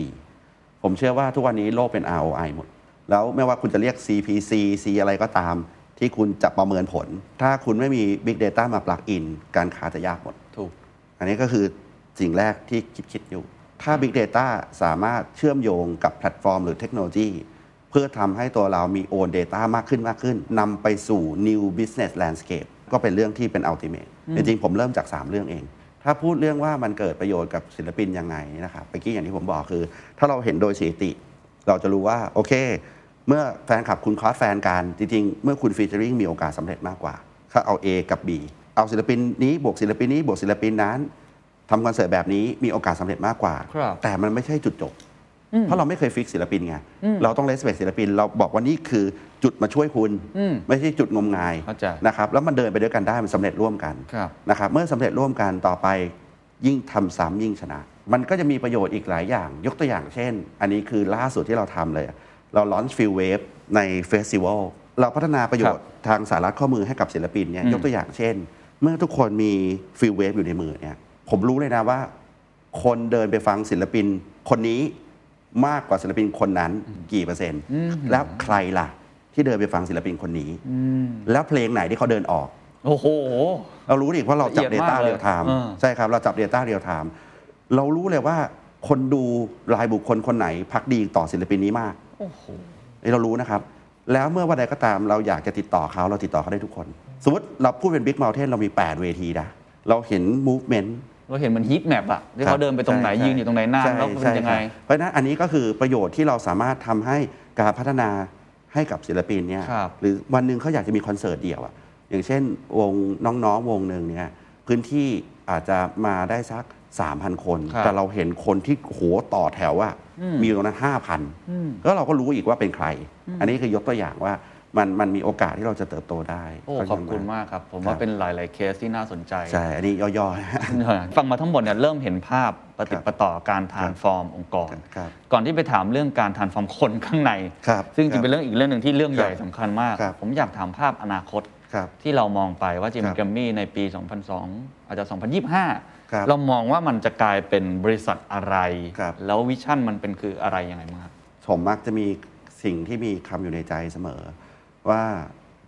ผมเชื่อว่าทุกวันนี้โลกเป็น ROI หมด แล้วไม่ว่าคุณจะเรียก CPC C อะไรก็ตาม ที่คุณจะประเมินผล ถ้าคุณไม่มี Big Data มาปลักอิน การค้าจะยากหมด ถูก อันนี้ก็คือสิ่งแรกที่คิดคิดอยู่ ถ้า Big Data สามารถเชื่อมโยงกับแพลตฟอร์มหรือเทคโนโลยี เพื่อทำให้ตัวเรามี Own Data มากขึ้นมากขึ้นนำไปสู่ New Business Landscape ก็เป็นเรื่องที่เป็น Ultimate จริงๆ ผมเริ่มจาก 3 เรื่องเอง ถ้าพูดเรื่องว่ามันเกิดประโยชน์กับศิลปินยังไงนะครับไปกี้อย่างที่ผมบอกคือ ถ้าเราเห็นโดยสถิติ เราจะรู้ว่าโอเค เมื่อแฟนคลับคุณคอสแฟนกันจริงๆ เมื่อคุณฟีเจอริงมีโอกาสสำเร็จมากกว่า ถ้าเอา A กับ B เอาศิลปินนี้บวกศิลปินนี้บวกศิลปินนั้นทำคอนเสิร์ตแบบนี้มีโอกาสสำเร็จมากกว่า ครับ แต่มันไม่ใช่จุดจบ เพราะเราไม่เคยฟิกศิลปินไงเราต้องเลสเปคศิลปิน เราบอกว่านี่คือจุดมาช่วยคุณ ไม่ใช่จุดงมงาย เข้าใจ นะครับแล้วมันเดินไปด้วยกันได้มันสำเร็จร่วมกัน ครับ นะครับเมื่อสำเร็จร่วมกันต่อไปยิ่งทำซ้ำยิ่งชนะ มันก็จะมีประโยชน์อีกหลายอย่าง ยกตัวอย่างเช่น อันนี้คือล่าสุดที่เราทำเลย เราลอนช์ฟิลเวฟในเฟสติวัลเราพัฒนาประโยชน์ทางสาระข้อมือให้กับศิลปินเนี่ยยกตัวอย่างเช่น เมื่อทุกคนมีฟิลเวฟอยู่ในมือเนี่ยผมรู้เลยนะว่า คนเดินไปฟังศิลปินคนนี้มากกว่าศิลปินคนนั้นกี่เปอร์เซ็นต์ แล้วใครล่ะ ที่เดินไปฟังศิลปินคนนี้ แล้วเพลงไหนที่เขาเดินออก โอ้โห เรารู้ดิว่าเราจับ ละเอียด Data มากเลย เรียลไทม์ อ่า ใช่ครับ เราจับ Data เรียลไทม์เรารู้เลยว่าคนดูรายบุคคลคนไหนพักดีต่อศิลปินนี้มากนี่เรารู้นะครับ แล้วเมื่อวันใดก็ตามเราอยากจะติดต่อเขาเราติดต่อเขาได้ทุกคน สมมติเราพูดเป็น Big Mountain เรามี 8 เวทีนะเราเห็น movement เราเห็นมันฮิตแมปอะที่ ค เขา บ เดินไปตรงไหน ใช่ ยืนอยู่ตรงไหนหน้า ใช่ แล้วเป็น ใช่ ยังคไงรับเพราะฉะนั้นอันนี้ก็คือประโยชน์ที่เราสามารถทำให้การพัฒนาให้กับศิลปินเนี่ย ครับ หรือวันหนึ่งเขาอยากจะมีคอนเสิร์ตเดี่ยวอะอย่างเช่นวงน้องๆวงหนึ่งเนี่ยพื้นที่อาจจะมาได้สัก 3,000 คน ครับ แต่เราเห็นคนที่โหต่อแถวอะมีอยู่ตรงนั้นห้าพันแล้วเราก็รู้อีกว่าเป็นใคร อันนี้คือยกตัวอย่างว่ามันมันมีโอกาสที่เราจะเติบโตได้ โอ้ น ขอ ข้า บ ง คุณมากครับ ผคมรับ ว่าเป็นหลาย ๆ เคสที่น่าสนใจ ใช่อันนี้ย่อๆนะฮะ ฟังมาทั้งหมดเนี่ยเริ่มเห็นภาพปฏิคดรับ ประต่อการทานฟอร์มองค์กร ครับ ก่อนที่ไปถามเรื่องการทานฟอร์มคนข้างใน ครับ ซึ่งจ ครั ริ บ งเป็นเรื่องอีกเรื่องหนึ่งที่เรื่องใหญ่ ครับ สำคัญมาก ครับ ผมอยากถามภาพอนาคต ครับ ที่เรามองไปว่าจิม ครับ แกรมมี่ในปี 2002 อาจจะ ครับ 2025 เรามองว่ามันจะกลายเป็นบริษัทอะไร ครับ แล้ววิชั่นมันเป็นคืออะไรยังไงมาก ผมมักจะมีสิ่งที่มีคำอยู่ในใจเสมอ ว่า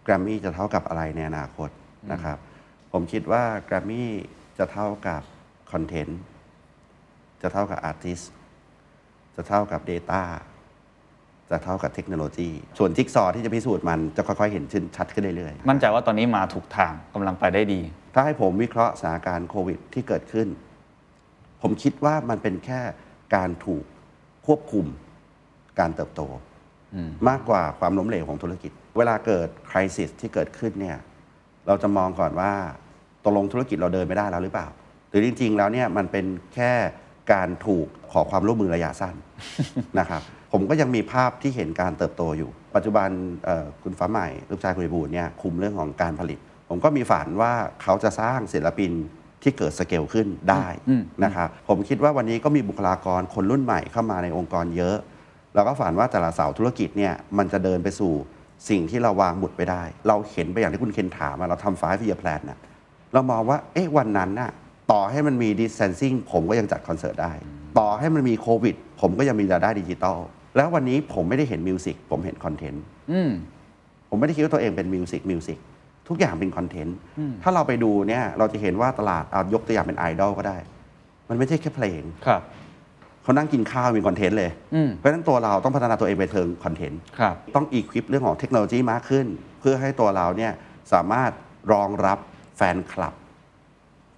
แกรมมี่จะเท่ากับอะไรในอนาคตนะครับ ผมคิดว่าแกรมมี่จะเท่ากับคอนเทนต์จะเท่ากับอาร์ติสจะเท่ากับ Data จะเท่ากับเทคโนโลยี ส่วนจิ๊กซอว์ที่จะพิสูจน์มันจะค่อยๆ เห็นชนชัดขึ้นเรื่อย มั่นใจว่าตอนนี้มาถูกทางกำลังไปได้ดี ๆถ้าให้ผมวิเคราะห์สถานการณ์โควิดที่เกิดขึ้น ผมคิดว่ามันเป็นแค่การถูกควบคุมการเติบโต มากกว่าความล้มเหลวของธุรกิจ เวลาเกิดคริสิสที่เกิดขึ้นเนี่ย เราจะมองก่อนว่าตกลงธุรกิจเราเดินไม่ได้แล้วหรือเปล่า หรือจริง ๆ แล้วเนี่ยมันเป็นแค่การถูกขอความร่วมมือระยะ สั้น นะครับ ผมก็ยังมีภาพที่เห็นการเติบโตอยู่ ปัจจุบันเอ่อคุณฟ้าใหม่ ลูกชายคุณไพบูลย์เนี่ยคุมเรื่องของการผลิต ผมก็มีฝันว่าเขาจะสร้างศิลปินที่เกิดสเกลขึ้นได้นะครับ ผมคิดว่าวันนี้ก็มีบุคลากรคนรุ่นใหม่เข้ามาในองค์กรเยอะ เราก็ฝันว่าแต่ละเสาธุรกิจเนี่ยมันจะเดินไปสู่สิ่งที่เราวางหมุดไปได้ เราเห็นไปอย่างที่คุณเคนถามอะเราทำ five year plan นะเรามองว่าเอ๊ะวันนั้นน่ะต่อให้มันมี distancing ผมก็ยังจัดคอนเสิร์ตได้ ต่อให้มันมีโควิด ผมก็ยังมีรายได้ดิจิตอลแล้ววันนี้ผมไม่ได้เห็นมิวสิกผมเห็นคอนเทนต์ ผมไม่ได้คิดว่าตัวเองเป็นมิวสิกมิวสิกทุกอย่างเป็นคอนเทนต์ ถ้าเราไปดูเนี่ยเราจะเห็นว่าตลาดเอายกตัวอย่างเป็นไอดอลก็ได้ มันไม่ใช่แค่เพลง ครับ เขานั่งกินข้าวมีคอนเทนต์เลย อืม เพราะฉะนั้นตัวเราต้องพัฒนาตัวเองไปเทิงคอนเทนต์ ครับ ต้องอีควิปเรื่องของเทคโนโลยีมากขึ้น เพื่อให้ตัวเราเนี่ยสามารถรองรับแฟนคลับ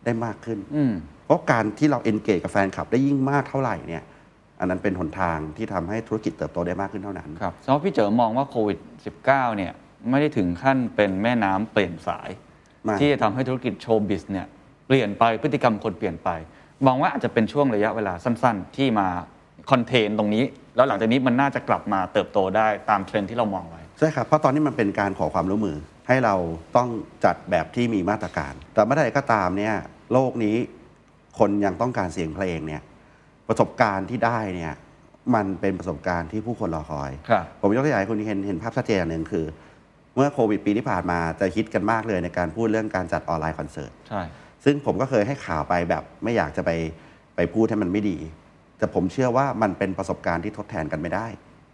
ได้มากขึ้น อืม เพราะการที่เราเอนเกจกับแฟนคลับได้ยิ่งมากเท่าไหร่เนี่ย อันนั้นเป็นหนทางที่ทำให้ธุรกิจเติบโตได้มากขึ้นเท่านั้น ครับสำหรับพี่เจ๋อมองว่าโควิด -19 เนี่ยไม่ได้ถึงขั้นเป็นแม่น้ำเปลี่ยนสาย ไม่ ที่จะทำให้ธุรกิจโชว์บิสเนี่ยเปลี่ยนไปพฤติกรรมคนเปลี่ยนไป มองว่าอาจจะเป็นช่วงระยะเวลาสั้นๆ ที่มาคอนเทนตรงนี้ แล้วหลังจากนี้มันน่าจะกลับมาเติบโตได้ตามเทรนด์ที่เรามองไว้ ใช่ครับ เพราะตอนนี้มันเป็นการขอความร่วมมือ ให้เราต้องจัดแบบที่มีมาตรการ แต่เมื่อใดก็ตามเนี่ยโลกนี้คนยังต้องการเสียงเพลงเนี่ยประสบการณ์ที่ได้เนี่ยมันเป็นประสบการณ์ที่ผู้คนรอคอย ครับ ผมยกตัวอย่างให้คุณเห็นเห็นภาพชัดเจนอย่างหนึ่งคือ เมื่อโควิดปีที่ผ่านมาจะฮิตกันมากเลยในการพูดเรื่องการจัดออนไลน์คอนเสิร์ต ใช่ ซึ่งผมก็เคยให้ข่าวไปแบบไม่อยากจะไปไปพูดให้มันไม่ดี แต่ผมเชื่อว่ามันเป็นประสบการณ์ที่ทดแทนกันไม่ได้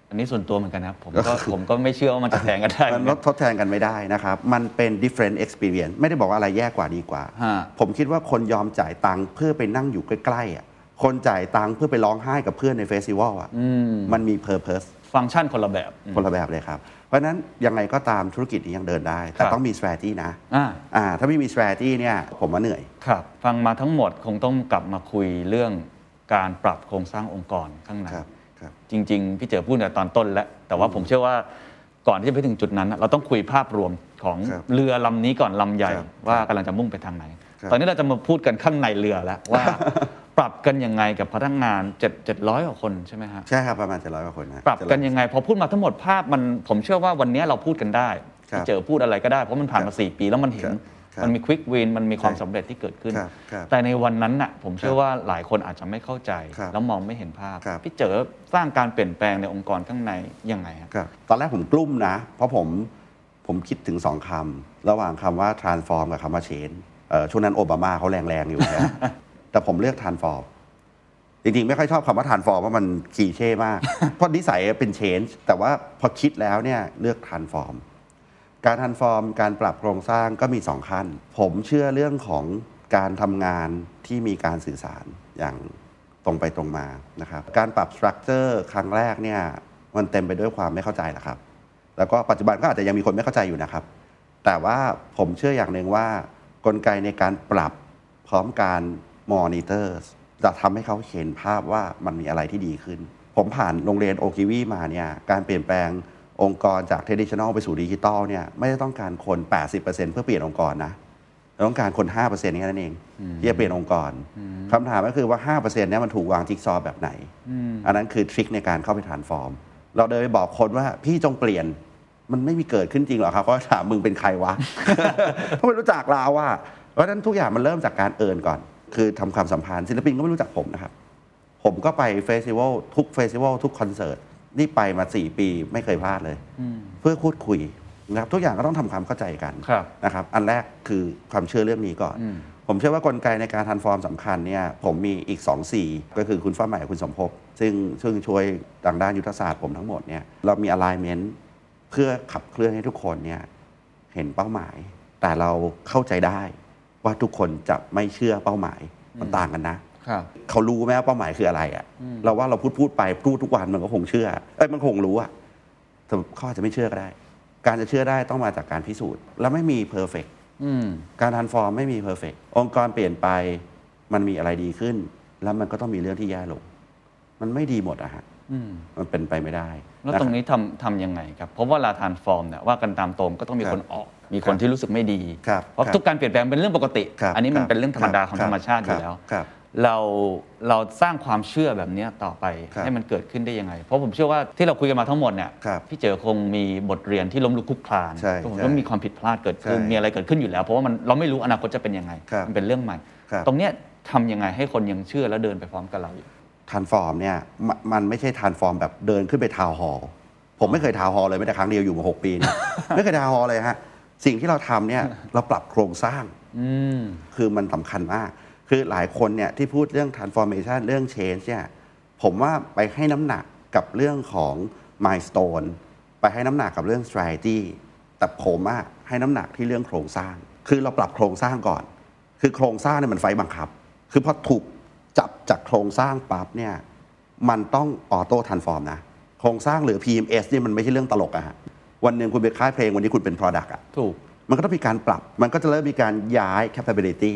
อันนี้ส่วนตัวเหมือนกันนะครับผมก็ ผมก็ไม่เชื่อว่ามันจะแสงกันได้เห มั อน น ล กั ด น ทดแทนกันไม่ได้นะครับ มันเป็น different experience ไม่ได้บอกว่าอะไรแย่กว่าดีกว่า ฮะ ผมคิดว่าคนยอมจ่ายตังค์เพื่อไปนั่งอยู่ใกล้ๆอ่ะ คนจ่ายตังค์เพื่อไปร้องไห้กับเพื่อนในเฟสติวัลอ่ะ มันมี purpose ฟังก์ชันคนละแบบอืม คนละแบบเลยครับ เพราะฉะนั้นยังไงก็ตามธุรกิจนี้ยังเดินได้ แต่ ครับ ต้องมี strategy นะ อ่า อ่าถ้าไม่มี strategy เนี่ยผมว่าเหนื่อย ครับฟังมาทั้งหมดคงต้องกลับมาคุยเรื่องการปรับโครงสร้างองค์กรข้างใน ครับครับ จริง ๆ พี่เจอพูดแต่ตอนต้นแล้ว แต่ว่าผมเชื่อว่าก่อนที่จะไปถึงจุดนั้นน่ะเราต้องคุยภาพรวมของ ครับ เรือลำนี้ก่อนลำใหญ่ ครับ ว่ากำลังจะมุ่งไปทางไหน ครับ ตอนนี้เราจะมาพูดกันข้างในเรือแล้วว่า ปรับกันยังไงกับพนักงาน7 700กว่าคนใช่ไหมฮะ ใช่ครับประมาณ700กว่าคนนะ ปรับกันยังไงพอพูดมาทั้งหมดภาพมันผมเชื่อว่าวันนี้เราพูดกันได้ ครับ เจอพูดอะไรก็ได้ เพราะมันผ่านมา 4 ปีแล้วมันเห็คนรับครับ มันมีควิกวินมันมีความ ใช่ สำเร็จที่เกิดขึ้น ครับครับ แต่ในวันนั้นน่ะผมเชื่อ ครับ ว่าหลายคนอาจจะไม่เข้าใจ ครับ แล้วมองไม่เห็นภาพ ครับ พี่เจอสร้างการเปลี่ยนแปลงในองค์กรข้างในยังไงฮะ ครับตอนแรกผมกลุ้มนะ เพราะผมผมคิดถึงสองคำ ระหว่างคำว่า transform กับคำว่า change เอ่อช่วงนั้นโอบามาเขาแรงๆ อยู่นะ แต่ผมเลือก transform จริงๆ ไม่ค่อยชอบคำว่า transform เพราะมันขีเช่มาก เพราะนิสัยเป็น change แต่ว่าพอคิดแล้วเนี่ยเลือก transform การ transform การปรับโครงสร้างก็มีสองขั้น ผมเชื่อเรื่องของการทำงานที่มีการสื่อสารอย่างตรงไปตรงมานะครับ การปรับ structure ครั้งแรกเนี่ยมันเต็มไปด้วยความไม่เข้าใจแหละครับ แล้วก็ปัจจุบันก็อาจจะยังมีคนไม่เข้าใจอยู่นะครับ แต่ว่าผมเชื่ออย่างหนึ่งว่ากลไกในการปรับพร้อมการมอนิเตอร์ จะทำให้เขาเห็นภาพว่ามันมีอะไรที่ดีขึ้น ผมผ่านโรงเรียนโอคิวีมาเนี่ยการเปลี่ยนแปลงองค์กรจากเทดิช i o น a ลไปสู่ดิจิตอลเนี่ยไม่ได้ต้องการคน 80%เพื่อเปลี่ยนองค์กรนะต้องการคน 5%แค่นั้นเองที่จะเปลี่ยนองค์กรคำถามก็คือว่า 5%เนี่ยมันถูกวางจิ๊กซอว์แบบไหน อันนั้นคือทริคในการเข้าไปฐานฟอร์ม เราเดินไปบอกคนว่าพี่จงเปลี่ยน มันไม่มีเกิดขึ้นจริงหรอกครับเพราะถามมึงเป็นใครวะ เพราะไม่รู้จักเราอะเพราะฉะนั้นทุกอย่างมันเริ่มจากการเอินก่อน คือทำความสัมพันธ์ศิลปินก็ไม่รู้จักผมนะครับ ผมก็ไปเฟสติวัลทุกเฟสติวัลทุกคอนเสิร์ต นี่ไปมา 4 ปีไม่เคยพลาดเลย เพื่อพูดคุยนะครับทุกอย่างก็ต้องทำความเข้าใจกัน ครับ นะครับ อันแรกคือความเชื่อเรื่องนี้ก่อน ผมเชื่อว่ากลไกในการทันฟอร์มสำคัญเนี่ยผมมีอีก 2 4 ก็คือคุณฟ้าใหม่กับคุณสมภพซึ่งซึ่งช่วยทางด้านยุทธศาสตร์ผมทั้งหมดเนี่ยเรามี alignment เพื่อขับเคลื่อนให้ทุกคนเนี่ยเห็นเป้าหมาย แต่เราเข้าใจได้ว่าทุกคนจะไม่เชื่อเป้าหมายมันต่างกันนะ ครับ เขารู้ไหมว่าเป้าหมายคืออะไรอะ่ะ เราว่าเราพูดพูดไปพูดทุกวันมันก็คงเชื่อเอ้ยมันคงรู้อะ่ะแต่เขาอาจจะไม่เชื่อก็ได้ การจะเชื่อได้ต้องมาจากการพิสูจน์ แล้วไม่มีเพอร์เฟก อืม การทันฟอร์มไม่มีเพอร์เฟกองค์กรเปลี่ยนไปมันมีอะไรดีขึ้น แล้วมันก็ต้องมีเรื่องที่แย่ลง มันไม่ดีหมดอะฮะ อืม มันเป็นไปไม่ได้ แล้ว ะคบ ตรงนี้ทำทำยังไงครับเพราะว่าเวลาทานฟอร์มเนี่ยว่ากันตามตรงก็ต้องมี ครับ คนออก มีคคนรับ ที่รู้สึกไม่ดี ครับ เพราะ ครับ ทุกการเปลี่ยนแปลงเป็นเรื่องปกติ ครับ อันนี้มั คน บ เป็นเรื่องธรรมดาของ คบ ธรรมชาติอยู่แล้ว ครับ เราเราสร้างความเชื่อแบบเนี้ยต่อไป ครับ ให้มันเกิดขึ้นได้ยังไง เพราะผมเชื่อว่าที่เราคุยกันมาทั้งหมดเนี่ย ครับ พี่เจอคงมีบทเรียนที่ล้มลุกคลุกคลาน ใช่ ผม ใช่ ก็มีความผิดพลาดเกิดขึ้น ใช่ มีอะไรเกิดขึ้นอยู่แล้ว เพราะว่ามันเราไม่รู้อนาคตจะเป็นยังไง ครับ มัเป็นเรื่องใหม่ ครับ ตรงเนี้ยทำยังไงให้คนยังเชื่อแล้วเดินไปพร้อมกับเราอยู่ ทันฟอร์มเนี่ยมมันไม่ใช่ทันฟอร์มแบบเดินขึ้นไปทาวน์ฮอลล์ผมไม่เคยทาวน์ฮอลล์เลยแม้แต่ครั้งเดียวอยู่มาหกปีเนี่ย ไม่เคยทาวน์ฮอลล์เลยฮะสิ่งที่เราทำเนี่ย เราปรับโครงสร้าง อืม คือมันสำคัญมาก คือหลายคนเนี่ยที่พูดเรื่อง transformation เรื่อง change เนี่ย ผมว่าไปให้น้ำหนักกับเรื่องของ milestone ไปให้น้ำหนักกับเรื่อง strategy แต่ผมอะให้น้ำหนักที่เรื่องโครงสร้าง คือเราปรับโครงสร้างก่อน คือโครงสร้างเนี่ยมันไฟบังคับ คือพอถูกจับจากโครงสร้างปั๊บเนี่ย มันต้องออโต้ทันฟอร์มนะ โครงสร้างหรือ PMS นี่มันไม่ใช่เรื่องตลกอะฮะ วันหนึ่งคุณเป็นค่ายเพลง วันนี้คุณเป็น Product อะ ถูก มันก็ต้องมีการปรับ มันก็จะเริ่มมีการย้าย capability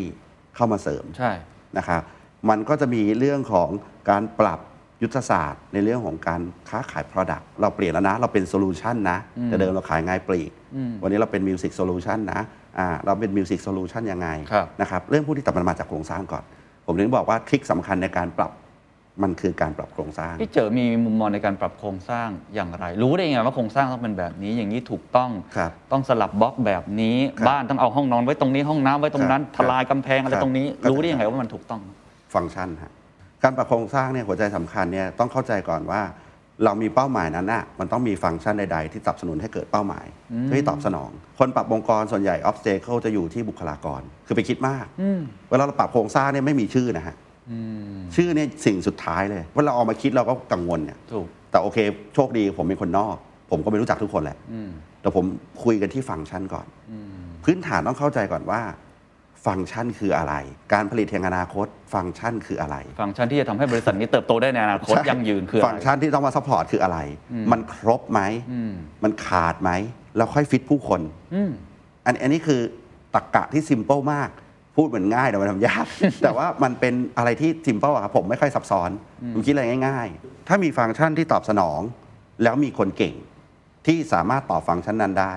เข้ามาเสริม ใช่ นะครับมันก็จะมีเรื่องของการปรับยุทธศาสตร์ ในเรื่องของการค้าขาย Product เราเปลี่ยนแล้วนะ เราเป็นโซลูชันนะ แต่เดิมเราขายง่ายปลีก วันนี้เราเป็นมิวสิกโซลูชันนะอ่าเราเป็นมิวสิกโซลูชันยังไง ครับ นะครับเรื่องพวกที่แต่มันมาจากโครงสร้างก่อน ผมถึงบอกว่าทริคสำคัญในการปรับมันคือการปรับโครงสร้าง พี่เจอมีมุมมองในการปรับโครงสร้างอย่างไร รู้ได้ยังไงว่าโครงสร้างต้องเป็นแบบนี้อย่างนี้ถูกต้อง ครับ ต้องสลับบล็อกแบบนี้ ครับ บ้านต้องเอาห้องนอนไว้ตรงนี้ห้องน้ำไว้ตรงนั้น ครับ ทลายกำแพงอะไร ครับ ตรงนี้ ครับ รู้ได้ยังไงว่ามันถูกต้อง ฟังก์ชันฮะการปรับโครงสร้างเนี่ยหัวใจสำคัญเนี่ยต้องเข้าใจก่อนว่า เรามีเป้าหมายนั้นน่ะมันต้องมีฟังก์ชันใดๆ ที่สนับสนุนให้เกิดเป้าหมายเพื่อให้ตอบสนอง คนปรับองค์กรส่วนใหญ่ออฟสเตเคิลจะอยู่ที่บุคลากร คือไปคิดมากเวลาเราปรับโครงสร้างเนี่ยไม่มีชื่อนะฮะชื่อเนี่ยสิ่งสุดท้ายเลยเว่าเราเออกมาคิดเราก็กังวลเนี่ย ถูก แต่โอเค โชคดีผมเป็นคนนอก ผมก็ไม่รู้จักทุกคนแหละแต่ผมคุยกันที่ฟังก์ชันก่อน พื้นฐานต้องเข้าใจก่อนว่า ฟังก์ชันคืออะไร การผลิตแห่งอนาคต ฟังก์ชันคืออะไร ฟังก์ชันที่จะทำให้บริษัทนี้เติบโตได้ในอนาคต ใช่ ยั่งยืนคืออะไร ฟังก์ชันที่ต้องมาซัพพอร์ตคืออะไร มันครบไหม มันขาดไหม แล้วค่อยฟิตผู้คนอันอันนี้คือตรกกะที่ซิมเ l ิลมาก พูดเหมือนง่ายแต่มันทำยาก แต่ว่ามันเป็นอะไรที่ซิมเ l ิลอะครับผมไม่ค่อยซับซ้อน ผมคิดอะไรง่าย ๆ ถ้ามีฟังก์ชันที่ตอบสนอง แล้วมีคนเก่ง ที่สามารถตอบฟังก์ชันนั้นได้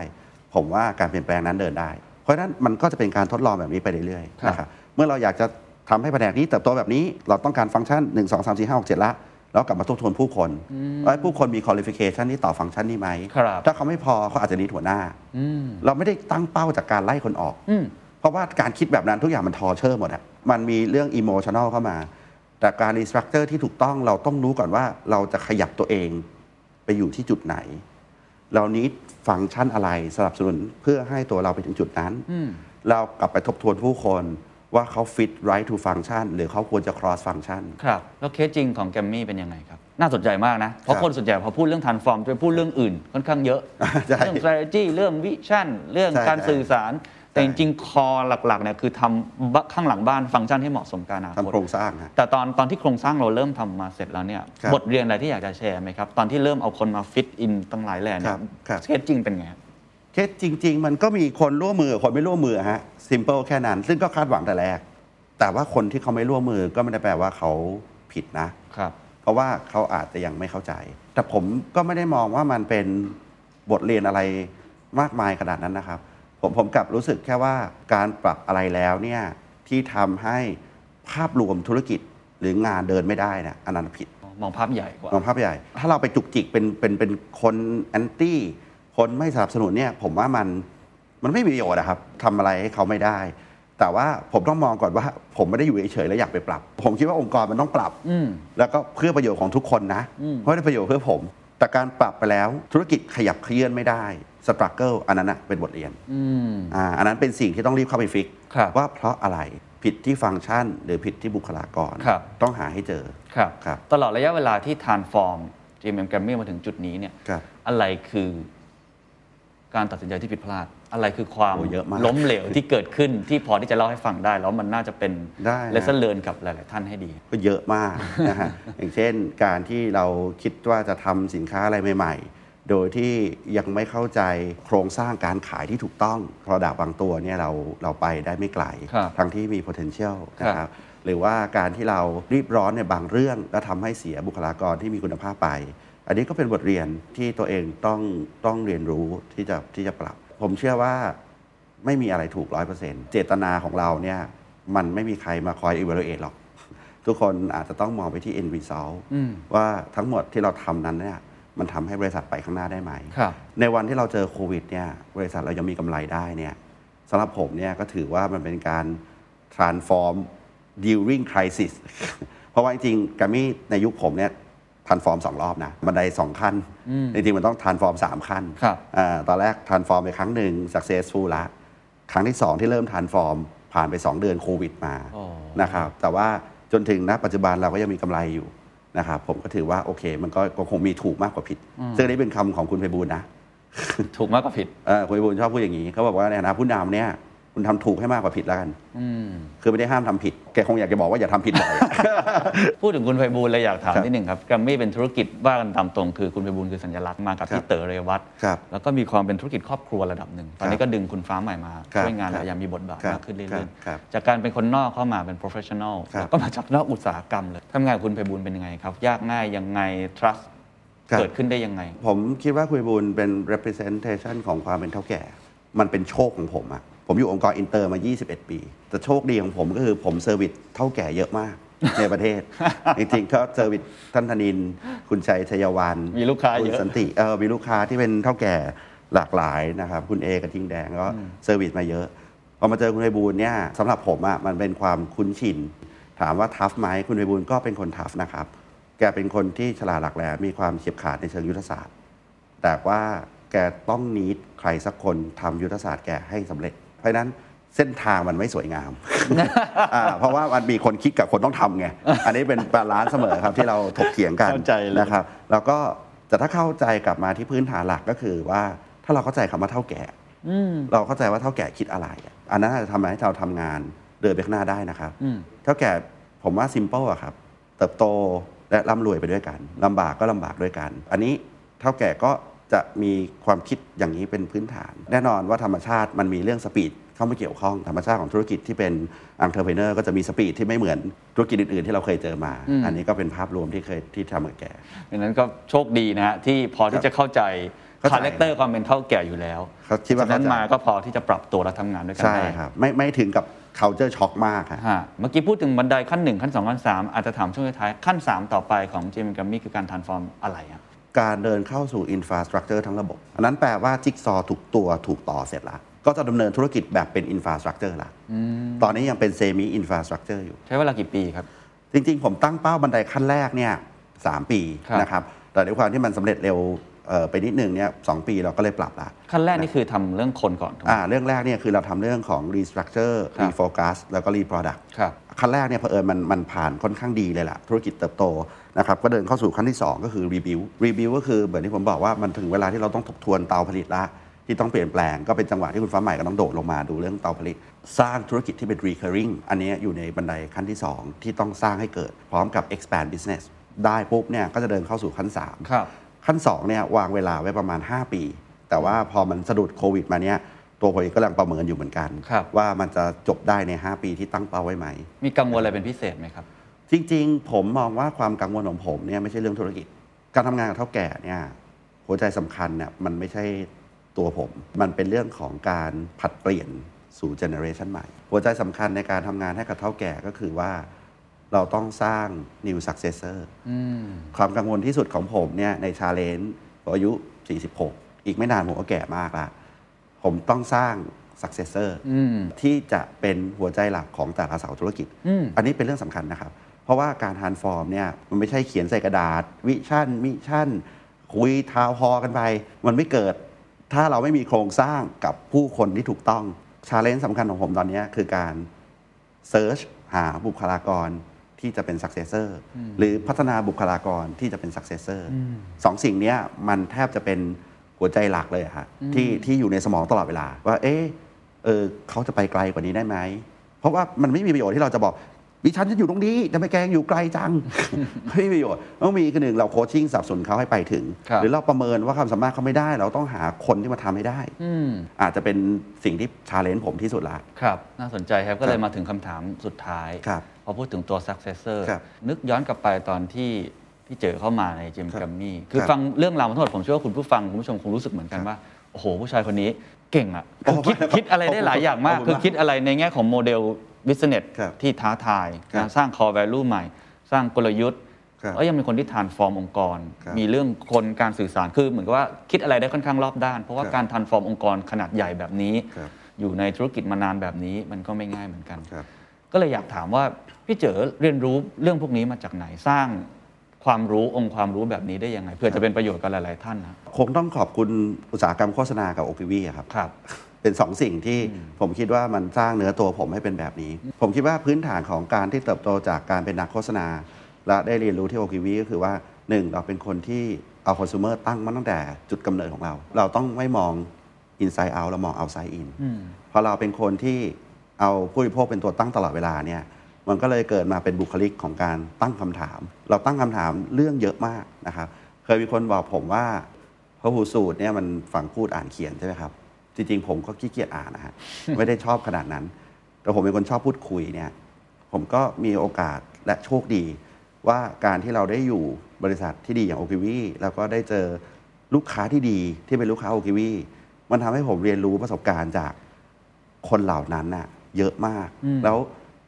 ผมว่าการเปลี่ยนแปลงนั้นเดินได้ เพราะฉะนั้นมันก็จะเป็นการทดลองแบบนี้ไปเรื่อย คๆรับนะครับ เมื่อเราอยากจะทำให้แผนกนี้เติบโตแบบนี้ เราต้องการฟังก์ชัน 1 2 3 4 5 6 7 ละ แล้วกลับมาทบทวนผู้คนว่าผู้คนมี qualification ที่ต่อฟังก์ชันนี้ไหม ครับ ถ้าเขาไม่พอเขาอาจจะนิดหัวหน้า เราไม่ได้ตั้งเป้าจากการไล่คนออก อืม เพราะว่าการคิดแบบนั้นทุกอย่างมันทอเชอร์หมดอะมันมีเรื่องอิโมชัน a ลเข้ามา แต่การรีสตรั c เจอร์ที่ถูกต้องเราต้องรู้ก่อนว่าเราจะขยับตัวเองไปอยู่ที่จุดไหน เรานี้ฟังก์ชันอะไรสนับสนุนเพื่อให้ตัวเราไปถึงจุดนั้น เรากลับไปทบทวนผู้คนว่าเขาฟิตไรท์ทูฟังก์ชันหรือเขาควรจะ cross function ครับ แล้วเคสจริงของแกมมี่เป็นยังไงครับ น่าสนใจมากนะ เพราะ ครับ คนส่วนใหญ่พอพูดเรื่อง transform จะพูดเรื่องอื่นค่อนข้างเยอะ ใช่ เรื่อง strategy เรื่อง vision เรื่อง ใช่ การ ใช่ สื่อสาร แต่ ใช่ จริงๆ คอหลักๆเนี่ยคือทำบข้างหลังบ้านฟังก์ชันให้เหมาะสมกับอนาค ทำ ต โครงสร้างฮะ แต่ตอนตอนที่โครงสร้างเราเริ่มทำมาเสร็จแล้วเนี่ย ครับ บทเรียนอะไรที่อยากจะแชร์ไหมครับ ตอนที่เริ่มเอาคนมาฟิตอินตั้งหลายแหล่คเนี่รั ย บครับ เคสจริงเป็นไงครับ เคสจริง ๆ มันก็มีคนร่วมมือกับคนไม่ร่วมมือฮะ simple แค่นั้น ซึ่งก็คาดหวังแต่แรก แต่ว่าคนที่เขาไม่ร่วมมือก็ไม่ได้แปลว่าเขาผิดนะ ครับ เพราะว่าเขาอาจจะยังไม่เข้าใจ แต่ผมก็ไม่ได้มองว่ามันเป็นบทเรียนอะไรมากมายขนาดนั้นนะครับ ผมผมกลับรู้สึกแค่ว่าการปรับอะไรแล้วเนี่ยที่ทำให้ภาพรวมธุรกิจหรืองานเดินไม่ได้นะอันนั้นผิด มองภาพใหญ่กว่า มองภาพใหญ่ ถ้าเราไปจุกจิกเป็นเป็นเป็นคนแอนตี้ คนไม่สนับสนุนเนี่ย ผมว่ามันมันไม่มีประโยชน์นะครับทำอะไรให้เขาไม่ได้ แต่ว่าผมต้องมองก่อนว่า ผมไม่ได้อยู่เฉยๆแล้วอยากไปปรับ ผมคิดว่าองค์กรมันต้องปรับ อืม แล้วก็เพื่อประโยชน์ของทุกคนนะ อืม เพราะได้ประโยชน์เพื่อผม แต่การปรับไปแล้วธุรกิจขยับเคลื่อนไม่ได้สตรัคเกิลอันนั้นนะเป็นบทเรียน อืม อ่าอันนั้นเป็นสิ่งที่ต้องรีบเข้าไปฟิก ครับ ว่าเพราะอะไรผิดที่ฟังก์ชัน หรือผิดที่บุคลากร ครับ ต้องหาให้เจอ ครับ ครับ ตลอดระยะเวลาที่ transform GMM Grammy มาถึงจุดนี้เนี่ย ครับ อะไรคือการตัดสินใจที่ผิดพลาด อะไรคือความ โอ้เยอะมาก ล้มเหลวที่เกิดขึ้นที่พอที่จะเล่าให้ฟังได้ แล้วมันน่าจะเป็น ได้นะ lesson learn กับหลาย ๆ ท่านให้ดี ก็เยอะ มากนะฮะ อย่างเช่นการที่เราคิดว่าจะทำสินค้าอะไรใหม่ ๆ โดยที่ยังไม่เข้าใจโครงสร้างการขายที่ถูกต้อง p r o d u c t บางตัวเนี่ยเราเราไปได้ไม่ไกล ครับ ทั้งที่มี potential นะค ครั รั บบ หรือว่าการที่เรารีบร้อนในบางเรื่อง แล้วทำให้เสียบุคลากรที่มีคุณภาพไป อันนี้ก็เป็นบทเรียนที่ตัวเองต้องต้องเรียนรู้ที่จะที่จะปรับ ผมเชื่อว่า ไม่มีอะไรถูกร้อยเปอร์เซ็นต์เจตนาของเราเนี่ย มันไม่มีใครมาคอย evaluate หรอก ทุกคนอาจจะต้องมองไปที่ end result อืม ว่าทั้งหมดที่เราทำนั้นเนี่ยมันทำให้บริษัทไปข้างหน้าได้ไหม ครับ ในวันที่เราเจอโควิดเนี่ยบริษัทเรายังมีกำไรได้เนี่ยสำหรับผมเนี่ยก็ถือว่ามันเป็นการ transform during crisis เพราะว่าจริงๆกามี่ในยุคผมเนี่ย transform สองรอบนะบันไดสองขั้นจริงๆมันต้อง transform สามขั้น ครับ อ่าตอนแรก transform ไปครั้งหนึ่ง successful ละ ครั้งที่ 2 ที่เริ่ม transform ผ่านไป 2 เดือนโควิดมา อ๋อ นะครับแต่ว่าจนถึงณปัจจุบันเราก็ยังมีกำไรอยู่นะครับผมก็ถือว่าโอเค มันก็ก็คงมีถูกมากกว่าผิด ซึ่งอันนี้เป็นคำของคุณไพบูลย์นะ ถูกมากกว่าผิด เอ่อคุณไพบูลย์ชอบพูดอย่างนี้เขาบอกว่าในฐานะผู้นำเนี่ยคุณทำถูกให้มากกว่าผิดแล้วกันคือไม่ได้ห้ามทำผิด แกคงอยากจะบอกว่าอย่าทำผิดบ่อย พูดถึงคุณไพบูลย์เลยอยากถาม ครับ นิดหนึ่งครับแกรมมี่เป็นธุรกิจว่ากันตามตรงคือคุณไพบูลย์คือสัญลักษณ์มากับ ครับ พี่เต๋อเรวัต ครับ แล้วก็มีความเป็นธุรกิจครอบครัวระดับหนึ่ง ตอนคนี้รับ ก็ดึงคุณฟ้าใหม่มา ครับ ช่วยงาน ครับ และยังมีบทบาท ครับ มากขึ้นเรื่ ครั อย บครับ ๆจากการเป็นคนนอกเข้ามาเป็น professional ครับ แล้วก็มาจากนอกอุตสาหกรรมเลยทำงานกับคุณไพบูลย์เป็นยังไงครับ ยากง่ายยังไง trust ครับ เกิดขึ้นได้ยังไง ผมคิดว่าคุณไพบูลย์เป็น representation ของความเป็นเท่าแก่ มันเป็นโชคของผมอะผมอยู่องค์กรอินเตอร์มา 21 ปี แต่โชคดีของผมก็คือผมเซอร์วิสเท่าแก่เยอะมาก ในประ เทศ จริงๆก็เซอร์วิสท่านธนิน คุณชัยชัยวาน มีลูกค้าเยอะ ณสันติเออมีลูกค้าที่เป็นเท่าแก่หลากหลายนะครับ คุณเอกับทิงแดงก็เซอร์วิสมาเยอะ พอมาเจอคุณไพบูลย์เนี่ยสำหรับผมอะมันเป็นความคุ้นชิน ถามว่าทัฟไหมคุณไพบูลย์ก็เป็นคนทัฟนะครับ แกเป็นคนที่ฉลาดหลักแหลมมีความเฉียบขาดในเชิงยุทธศาสตร์ แต่ว่าแกต้องนิดใครสักคนทำยุทธศาสตร์แกให้สำเร็จ เพราะฉะนั้นเส้นทางมันไม่สวยงาม อ่าเพราะว่ามันมีคนคิดกับคนต้องทำไง อันนี้เป็นบาลานซ์เสมอครับที่เราถกเถียงกัน เข้าใจเลย นะครับ แล้วก็แต่ถ้าเข้าใจกลับมาที่พื้นฐานหลักก็คือว่าถ้าเราเข้าใจคำว่าเท่าแก่ เราเข้าใจว่าเท่าแก่คิดอะไรอะอันนั้นอาจจะทำให้เราทำงานเดินไปข้างหน้าได้นะครับ อืม เท่าแก่ผมว่าซิมเปิลอะครับ เติบโตและร่ำรวยไปด้วยกันลำบากก็ลำบากด้วยกัน อันนี้เท่าแก่ก็จะมีความคิดอย่างนี้เป็นพื้นฐาน แน่นอนว่าธรรมชาติมันมีเรื่องสปีดเข้ามาเกี่ยวข้องธรรมชาติของธุรกิจที่เป็นอังเทอร์เพเนอร์ก็จะมีสปีดที่ไม่เหมือนธุรกิจอื่นๆที่เราเคยเจอมา อันนี้ก็เป็นภาพรวมที่เคยที่ทำกับแก ดังนั้นก็โชคดีนะฮะที่พอที่จะเข้าใจ เข้าใจ คาแรคเตอร์ความเป็นเท่าแก่อยู่แล้ว ครับคิดว่า จากนั้น เข้าใจ มาก็พอที่จะปรับตัวและทำงานด้วยกัน ใช่ ได้ ครับไม่ไม่ถึงกับ culture shock มากฮะ ฮะเมื่อกี้พูดถึงบันไดขั้น 1 ขั้น 2 ขั้น 3 อาจจะถามช่วงท้ายๆขั้น 3 ต่อไปของเจมส์กัมมี่คือการ transform อะไรอะ การเดินเข้าสู่อินฟราสตรักเจอร์ทั้งระบบ อันนั้นแปลว่าจิ๊กซอว์ถูกตัวถูกต่อเสร็จละก็จะดำเนินธุรกิจแบบเป็นอินฟราสตรักเจอร์ละตอนนี้ยังเป็นเซมิอินฟราสตรักเจอร์อยู่ ใช้เวลากี่ปีครับ จริง ๆ ผมตั้งเป้าบันไดขั้นแรกเนี่ยสามปี ครับ นะครับ แต่ด้วยความที่มันสำเร็จเร็วเอ่อไปนิดนึงเนี่ยสองปีเราก็เลยปรับละ ขั้นแรกนี่คือทำเรื่องคนก่อนถูกไหม อ่าเรื่องแรกเนี่ยคือเราทำเรื่องของ restructure ครับ refocus แล้วก็ reproduct ครับ ขั้นแรกเนี่ยเผอิญมันมันผ่านค่อนข้างดีเลยล่ะ ธุรกิจเติบโตนะครับก็เดินเข้าสู่ขั้นที่ 2 ก็คือ rebuild rebuild ก็คือเหมือนที่ผมบอกว่ามันถึงเวลาที่เราต้องทบทวนเตาผลิตละ ที่ต้องเปลี่ยนแปลงก็เป็นจังหวะที่คุณฟ้าใหม่ก็ต้องโดดลงมาดูเรื่องเตาผลิต สร้างธุรกิจที่เป็น recurring อันเนี้ยอยู่ในบันไดขั้นที่สองที่ต้องสร้างให้เกิด พร้อมกับ expand business ได้ปุ๊บเนี่ยก็จะเดินเข้าสู่ขั้นสาม ครับ ขั้น2เนี่ยวางเวลาไว้ประมาณ 5 ปี แต่ว่าพอมันสะดุดโควิดมาเนี่ยตัวผมเองกำลังประเมินอยู่เหมือนกัน ครับ ว่ามันจะจบได้ใน 5 ปีที่ตั้งเป้าไว้ไหม มีกังวลอะไรเป็นพิเศษไหมครับ จริงๆ ผมมองว่าความกังวลของผมเนี่ยไม่ใช่เรื่องธุรกิจ การทำงานกับเท่าแก่เนี่ยหัวใจสำคัญเนี่ยมันไม่ใช่ตัวผม มันเป็นเรื่องของการผลัดเปลี่ยนสู่เจเนอเรชันใหม่ หัวใจสำคัญในการทำงานให้กับเท่าแก่ก็คือว่าเราต้องสร้าง new successor ความกังวลที่สุดของผมเนี่ยในชาเลนจ์อายุ 46 อีกไม่นานผมก็แก่มากละ ผมต้องสร้าง successor ที่จะเป็นหัวใจหลักของแต่ละเสาธุรกิจ อันนี้เป็นเรื่องสำคัญนะครับ เพราะว่าการ transform เนี่ยมันไม่ใช่เขียนใส่กระดาษ วิชั่นมิชั่น คุยทาวน์ฮอลล์กันไป มันไม่เกิด ถ้าเราไม่มีโครงสร้างกับผู้คนที่ถูกต้องชาเลนจ์สำคัญของผมตอนเนี้ยคือการ เซิร์ชหาบุคลากรที่จะเป็นซักเซสเซอร์หรือพัฒนาบุคลากรที่จะเป็นซักเซสเซอร์สองสิ่งเนี้ยมันแทบจะเป็นหัวใจหลักเลยอะฮะที่ที่อยู่ในสมองตลอดเวลา ว่าเอ๊ะเออเขาจะไปไกลกว่านี้ได้ไหม เพราะว่ามันไม่มีประโยชน์ที่เราจะบอกดิฉันจะอยู่ตรงนี้ทำไมแกยังอยู่ไกลจัง ไม่มีประโยชน์ต้องมีคือหนึ่งเราโคชชิ่งสนับสนุนเขาให้ไปถึง ครับ หรือเราประเมินว่าความสามารถเขาไม่ได้ เราต้องหาคนที่มาทำให้ได้ อาจจะเป็นสิ่งที่ชาเลนจ์ผมที่สุดละ ครับ น่าสนใจครับก็เลคยรับ มาถึงคำถามสุดท้าย ครับ พอพูดถึงตัว successor ครับ นึกย้อนกลับไปตอนที่พี่เจอเข้ามาในเจมส์ ครับ กัมมี่คือ ครับ ฟังเรื่องราวมาทั้งหมดผมเชื่อว่าคุณผู้ฟังคุณผู้ชมคงรู้สึกเหมือนกันว่า โอ้โห ผู้ชายคนนี้เก่งอะ โอ้ คือคิด ครับ คิดอะไรได้หลายอย่างมาก ขอบคุณมาก คือคิดอะไรในแง่ของโมเดล business ครับ ที่ท้าทาย ครับ นะสร้าง core value ใหม่ สร้างกลยุทธ์ ครับ แล้วยังเป็นคนที่ทานฟอร์มองค์กร ครับ มีเรื่องคนการสื่อสารคือเหมือนกับว่าคิดอะไรได้ค่อนข้างรอบด้าน เพราะว่า ครับ การทานฟอร์มองค์กรขนาดใหญ่แบบนี้ ครับ อยู่ในธุรกิจมานานแบบนี้มันก็ไม่ง่ายเหมือนกัน ครับ ก็เลยอยากถามว่าพี่เจอเรียนรู้เรื่องพวกนี้มาจากไหนสร้างความรู้องค์ความรู้แบบนี้ได้ยังไง เพื่อจะเป็นประโยชน์กับหลาย ๆ ท่านนะ คงต้องขอบคุณอุตสาหกรรมโฆษณากับโอกิวีอะครับ ครับ เป็นสองสิ่งที่ผมคิดว่ามันสร้างเนื้อตัวผมให้เป็นแบบนี้ ผมคิดว่าพื้นฐานของการที่เติบโตจากการเป็นนักโฆษณา และได้เรียนรู้ที่โอกิวีก็คือว่าหนึ่งเราเป็นคนที่ เอาคอน sumer ตั้งมาตั้งแต่จุดกำเนิดของเรา เราต้องไม่มอง inside out เรามอง outside in พอเราเป็นคนที่เอาผู้บริโภคเป็นตัวตั้งตลอดเวลาเนี่ยมันก็เลยเกิดมาเป็นบุคลิกของการตั้งคำถาม เราตั้งคำถามเรื่องเยอะมากนะครับเคยมีคนบอกผมว่าพระหูสูตรเนี่ยมันฝังพูดอ่านเขียนใช่ไหมครับ จริงๆ ผมก็ขี้เกียจอ่านนะฮะ ไม่ได้ชอบขนาดนั้น แต่ผมเป็นคนชอบพูดคุยเนี่ย ผมก็มีโอกาสและโชคดี ว่าการที่เราได้อยู่บริษัทที่ดีอย่างโอคิวีแล้วก็ได้เจอลูกค้าที่ดีที่เป็นลูกค้าโอคิวีมันทำให้ผมเรียนรู้ประสบการณ์จากคนเหล่านั้นน่ะ เยอะมาก แล้ว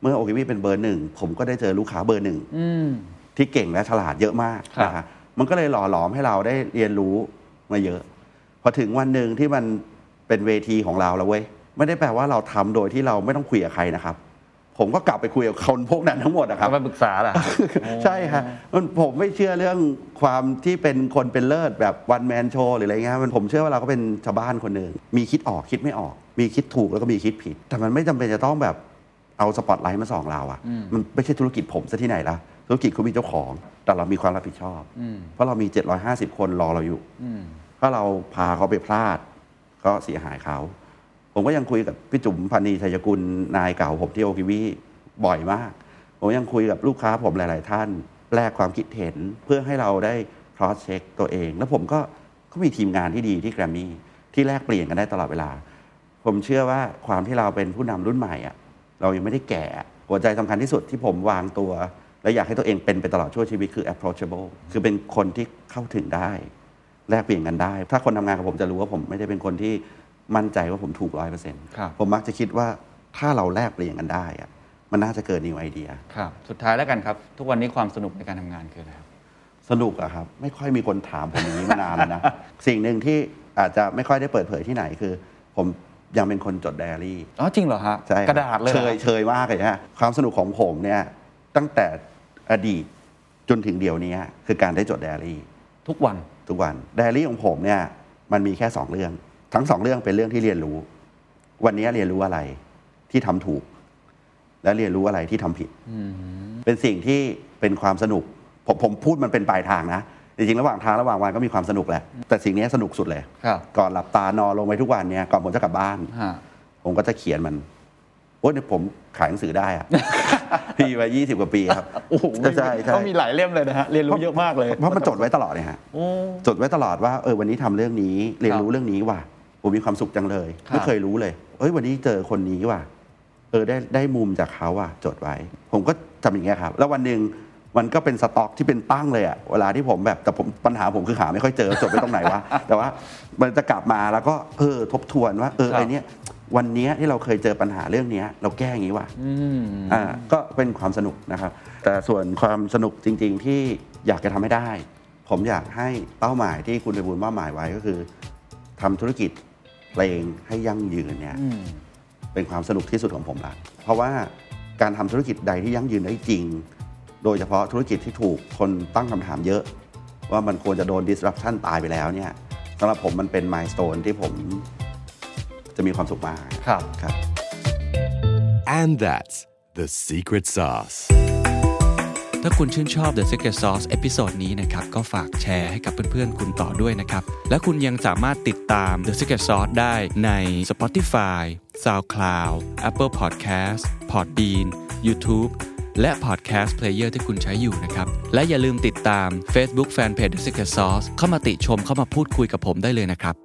เมื่อโอคิวีเป็นเบอร์หนึ่งผมก็ได้เจอลูกค้าเบอร์หนึ่ง อืม ที่เก่งและฉลาดเยอะมาก ครับ นะฮะมันก็เลยหล่อหลอมให้เราได้เรียนรู้มาเยอะ พอถึงวันหนึ่งที่มันเป็นเวทีของเราแล้วเว้ย ไม่ได้แปลว่าเราทำโดยที่เราไม่ต้องคุยกับใครนะครับ ผมก็กลับไปคุยกับคนพวกนั้นทั้งหมดนะครับ ทำไมปรึกษาล่ะ ใช่ครับมันผมไม่เชื่อเรื่องความที่เป็นคนเป็นเลิศแบบวันแมนโชว์หรืออะไรเงี้ยมันผมเชื่อว่าเราก็เป็นชาวบ้านคนหนึ่งมีคิดออกคิดไม่ออก มีคิดถูกแล้วก็มีคิดผิด แต่มันไม่จำเป็นจะต้องแบบเอาสปอตไลท์มาส่องเราอะมันไม่ใช่ธุรกิจผมซะที่ไหนละธุรกิจคุณมีเจ้าของ แต่เรามีความรับผิดชอบ เพราะเรามี 750 คนรอเราอยู่ ถ้าเราพาเขาไปพลาด ก็เสียหายเขา ผมก็ยังคุยกับพี่จุ๋มพันนีชัยกุลนายเก่าผมที่โอคิวีบ่อยมาก ผมยังคุยกับลูกค้าผมหลาย ๆ ท่าน แลกความคิดเห็นเพื่อให้เราได้ cross check ตัวเอง แล้วผมก็ก็มีทีมงานที่ดีที่แกรมมี่ที่แลกเปลี่ยนกันได้ตลอดเวลา ผมเชื่อว่าความที่เราเป็นผู้นำรุ่นใหม่อะเรายังไม่ได้แก่อะหัวใจสำคัญที่สุดที่ผมวางตัว และอยากให้ตัวเองเป็นไปตลอดชั่วชีวิตคือ approachable คือเป็นคนที่เข้าถึงได้ แลกเปลี่ยนกันได้ ถ้าคนทำงานกับผมจะรู้ว่าผมไม่ได้เป็นคนที่มั่นใจว่าผมถูกร้อยเปอร์เซ็นต์ ครับ ผมมักจะคิดว่าถ้าเราแลกเปลี่ยนกันได้อะมันน่าจะเกิด new idea ครับ สุดท้ายแล้วกันครับ ทุกวันนี้ความสนุกในการทำงานคืออะไรครับ สนุกอะครับ ไม่ค่อยมีคนถามผมอย่างนี้มานานแล้วนะ สิ่งหนึ่งที่อาจจะไม่ค่อยได้เปิดเผยที่ไหนคือ ผมยังเป็นคนจดไดอารี่ อ๋อ จริงเหรอฮะ ใช่คบ กระดาษเลยเหรอ เชยเชยมากเลยฮะความสนุกของผมเนี่ยตั้งแต่อดีตจนถึงเดี๋ยวนี้คือการได้จดไดอารี่ ทุกวัน ทุกวันไดอารี่ของผมเนี่ยมันมีแค่สองเรื่อง ทั้งสองเรื่องเป็นเรื่องที่เรียนรู้ วันนี้เรียนรู้อะไรที่ทำถูก และเรียนรู้อะไรที่ทำผิด เป็นสิ่งที่เป็นความสนุก ผมผมพูดมันเป็นปลายทางนะ จริงๆ ระหว่างทางระหว่างวันก็มีความสนุกแหละ แต่สิ่งนี้สนุกสุดเลย ครับ ก่อนหลับตานอนลงไปทุกวันเนี่ยก่อนผมจะกลับบ้าน ฮะ ผมก็จะเขียนมันโอ้ยเนี่ยผมขายหนังสือได้อะ พี่มายี่สิบกว่าปีครับ โอ้โห ใช่ใช่ใช่ ก็มีหลายเล่มเลยนะฮะ เรียนรู้เยอะมากเลย เพราะมันจดไว้ตลอดเลยฮะ โอ้ จดไว้ตลอดว่าเออวันนี้ทำเรื่องนี้เรียนรู้เรื่องนี้ว่ะผมมีความสุขจังเลย ครับ ไม่เคยรู้เลย เอ้ยวันนี้เจอคนนี้ว่ะเออได้ได้มุมจากเขาอ่ะ จดไว้ ผมก็จำอย่างเงี้ยครับ แล้ววันหนึ่งมันก็เป็นสต็อกที่เป็นตั้งเลยอะเวลาที่ผมแบบแต่ผมปัญหาผมคือหาไม่ค่อยเจอจดไว้ตรงไหน วะ แต่ว่ามันจะกลับมาแล้วก็เออทบทวนว่า เออไอเนี้ยวันเนี้ยที่เราเคยเจอปัญหาเรื่องเนี้ย เราแก้อย่างงี้ว่ะ อืม อ่าก็เป็นความสนุกนะครับ แต่ส่วนความสนุกจริง ๆ ที่อยากจะทำให้ได้ ผมอยากให้เป้าหมายที่คุณไปบูลย์มอบหมายไว้ก็คือทำธุรกิจเพลงให้ยั่งยืนเนี่ยเป็นความสนุกที่สุดของผมละเพราะว่าการทำธุรกิจใดที่ยั่งยืนได้จริง โดยเฉพาะธุรกิจที่ถูกคนตั้งคำถามเยอะ ว่ามันควรจะโดน disruption ตายไปแล้วเนี่ยสำหรับผมมันเป็น milestone ที่ผมจะมีความสุขมาก ครับ ครับ And that's the secret sauce. ถ้าคุณชื่นชอบ The Secret Sauce เอพิโซดนี้นะครับ ก็ฝากแชร์ให้กับเพื่อนๆ คุณต่อด้วยนะครับ และคุณยังสามารถติดตาม The Secret Sauce ได้ใน Spotify, SoundCloud, Apple Podcast, Podbean, YouTube และ Podcast Player ที่คุณใช้อยู่นะครับ และอย่าลืมติดตาม Facebook Fanpage The Secret Sauce เข้ามาติชมเข้ามาพูดคุยกับผมได้เลยนะครับ